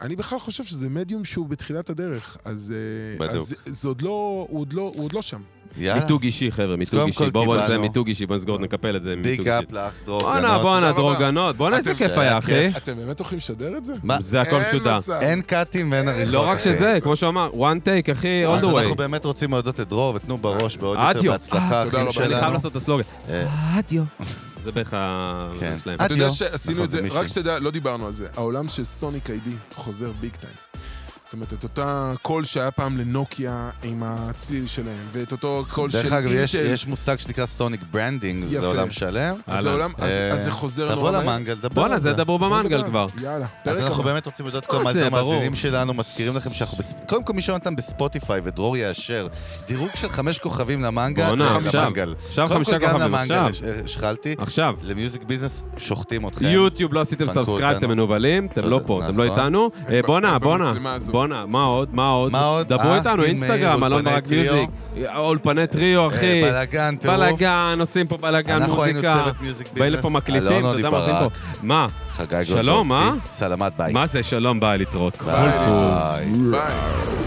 Speaker 3: אני בכלל חושב שזה מדיום שהוא בתחילת הדרך, אז, אה,
Speaker 2: בדיוק.
Speaker 3: אז זה עוד לא, הוא עוד לא, הוא עוד לא שם.
Speaker 2: יאללה,
Speaker 1: מיתוג אישי, חבר'ה, מיתוג
Speaker 2: אה. קודם
Speaker 1: אישי.
Speaker 2: כל
Speaker 1: בואו נעשה
Speaker 2: קיבלנו.
Speaker 1: מיתוג אישי, בואו נסגור, נקפל את זה עם מיתוג
Speaker 2: ביג
Speaker 1: אישי.
Speaker 2: אפ לך, דרור
Speaker 1: בואנה,
Speaker 2: גנות.
Speaker 1: בואנה,
Speaker 3: תודה
Speaker 1: דרור
Speaker 3: רבה.
Speaker 1: גנות, בואנה, איזה
Speaker 2: אתם-
Speaker 1: כיף
Speaker 2: אה, זה
Speaker 1: היה,
Speaker 2: היה
Speaker 1: אחי.
Speaker 3: אתם באמת הולכים לשדר את זה?
Speaker 2: מה,
Speaker 1: זה אה? הכל משודר.
Speaker 2: אין קאטים ואין עריכות.
Speaker 1: לא רק
Speaker 2: אחי.
Speaker 1: שזה, כמו שהוא אמר, one take, אחי, all
Speaker 2: אז
Speaker 1: the
Speaker 2: אנחנו
Speaker 1: way.
Speaker 2: באמת רוצים להודות לדרור, ותנו בראש בעוד
Speaker 1: אה,
Speaker 2: יותר
Speaker 1: טיו.
Speaker 2: בהצלחה,
Speaker 3: אה, תודה
Speaker 2: אחים
Speaker 3: רבה. אני
Speaker 1: אני חייב
Speaker 2: שלנו.
Speaker 1: לעשות את הסלוגן.
Speaker 2: אה,
Speaker 1: אדיו. זה בערך ה...
Speaker 2: כן.
Speaker 1: שלהם.
Speaker 2: אה,
Speaker 3: אתה יודע
Speaker 2: אדיו.
Speaker 3: שעשינו
Speaker 2: נכון,
Speaker 3: את
Speaker 2: זה
Speaker 3: זה,
Speaker 2: מישהי.
Speaker 3: רק שתדע, לא דיברנו על זה, העולם של סוניק איי-די חוזר ביג טיים. זאת אומרת, את אותה קול שהיה פעם לנוקיה עם הצליל שלהם, ואת אותו קול של
Speaker 2: דרך
Speaker 3: אינטל.
Speaker 2: אגב, יש- יש מושג שנקרא סonic branding, זה
Speaker 3: יפה.
Speaker 2: עולם שלם.
Speaker 3: אז
Speaker 1: אהלן.
Speaker 3: העולם, אז-
Speaker 2: אה,
Speaker 3: אז זה חוזר
Speaker 2: תבוא
Speaker 3: נורא מהר.
Speaker 2: למנגל, דבר
Speaker 1: בואנה,
Speaker 2: על
Speaker 1: זה דברו
Speaker 3: בוא
Speaker 1: במנגל
Speaker 3: נדבר.
Speaker 1: כבר.
Speaker 3: יאללה,
Speaker 2: אז
Speaker 3: פרק
Speaker 2: אנחנו
Speaker 3: הבא.
Speaker 2: באמת רוצים לדעת כל
Speaker 1: מה
Speaker 2: מה
Speaker 1: זה,
Speaker 2: זה
Speaker 1: ברור.
Speaker 2: המאזינים שלנו, מזכירים לכם שאנחנו... בס- קודם כל, מי שלא נתן בספוטיפיי ודרור יאשר, דירוג של חמש כוכבים למנגל.
Speaker 1: בואנה,
Speaker 2: למנגל.
Speaker 1: עכשיו.
Speaker 2: קודם
Speaker 1: עכשיו
Speaker 2: כל,
Speaker 1: חמישה
Speaker 2: גם
Speaker 1: כוכבים,
Speaker 2: למנגל,
Speaker 1: עכשיו. אוקיי.
Speaker 2: אה, שחלתי,
Speaker 1: עכשיו.
Speaker 2: למיוזיק ביזנס שוחטים אתכם.
Speaker 1: יוטיוב לא עשיתם
Speaker 2: כן. חנקו
Speaker 1: סאבסקרייב,
Speaker 2: אותנו.
Speaker 1: אתם מנוולים, אתם
Speaker 2: תודה,
Speaker 1: לא פה, אתם לא
Speaker 2: נכון.
Speaker 1: איתנו. אה,
Speaker 3: ב-
Speaker 1: בואנה,
Speaker 3: אין
Speaker 1: בואנה,
Speaker 3: במצלמה הזו.
Speaker 1: בואנה, מה עוד? מה עוד?
Speaker 2: מה עוד?
Speaker 1: דברו
Speaker 2: אהבתי
Speaker 1: איתנו,
Speaker 2: מאיר,
Speaker 1: אינסטגרם, אלון
Speaker 2: אולפני
Speaker 1: ברק
Speaker 2: טריו. אה,
Speaker 1: מיוזיק. אולפני טריו, אחי.
Speaker 2: בלאגן, טירוף.
Speaker 1: בלאגן, עושים פה בלאגן,
Speaker 2: אנחנו היינו
Speaker 1: מוזיקה.
Speaker 2: צוות מיוזיק ביזנס.
Speaker 1: באים לפה מקליטים,
Speaker 2: אלון
Speaker 1: אתה יודע מה עושים
Speaker 2: אודי
Speaker 1: פה. מה?
Speaker 2: חגי
Speaker 1: שלום, אה?
Speaker 2: גולדובסקי, סלמת ביי.
Speaker 1: מה זה שלום, ביי להתראות. כל
Speaker 2: ביי.
Speaker 1: טוב.
Speaker 2: ביי.
Speaker 3: ביי.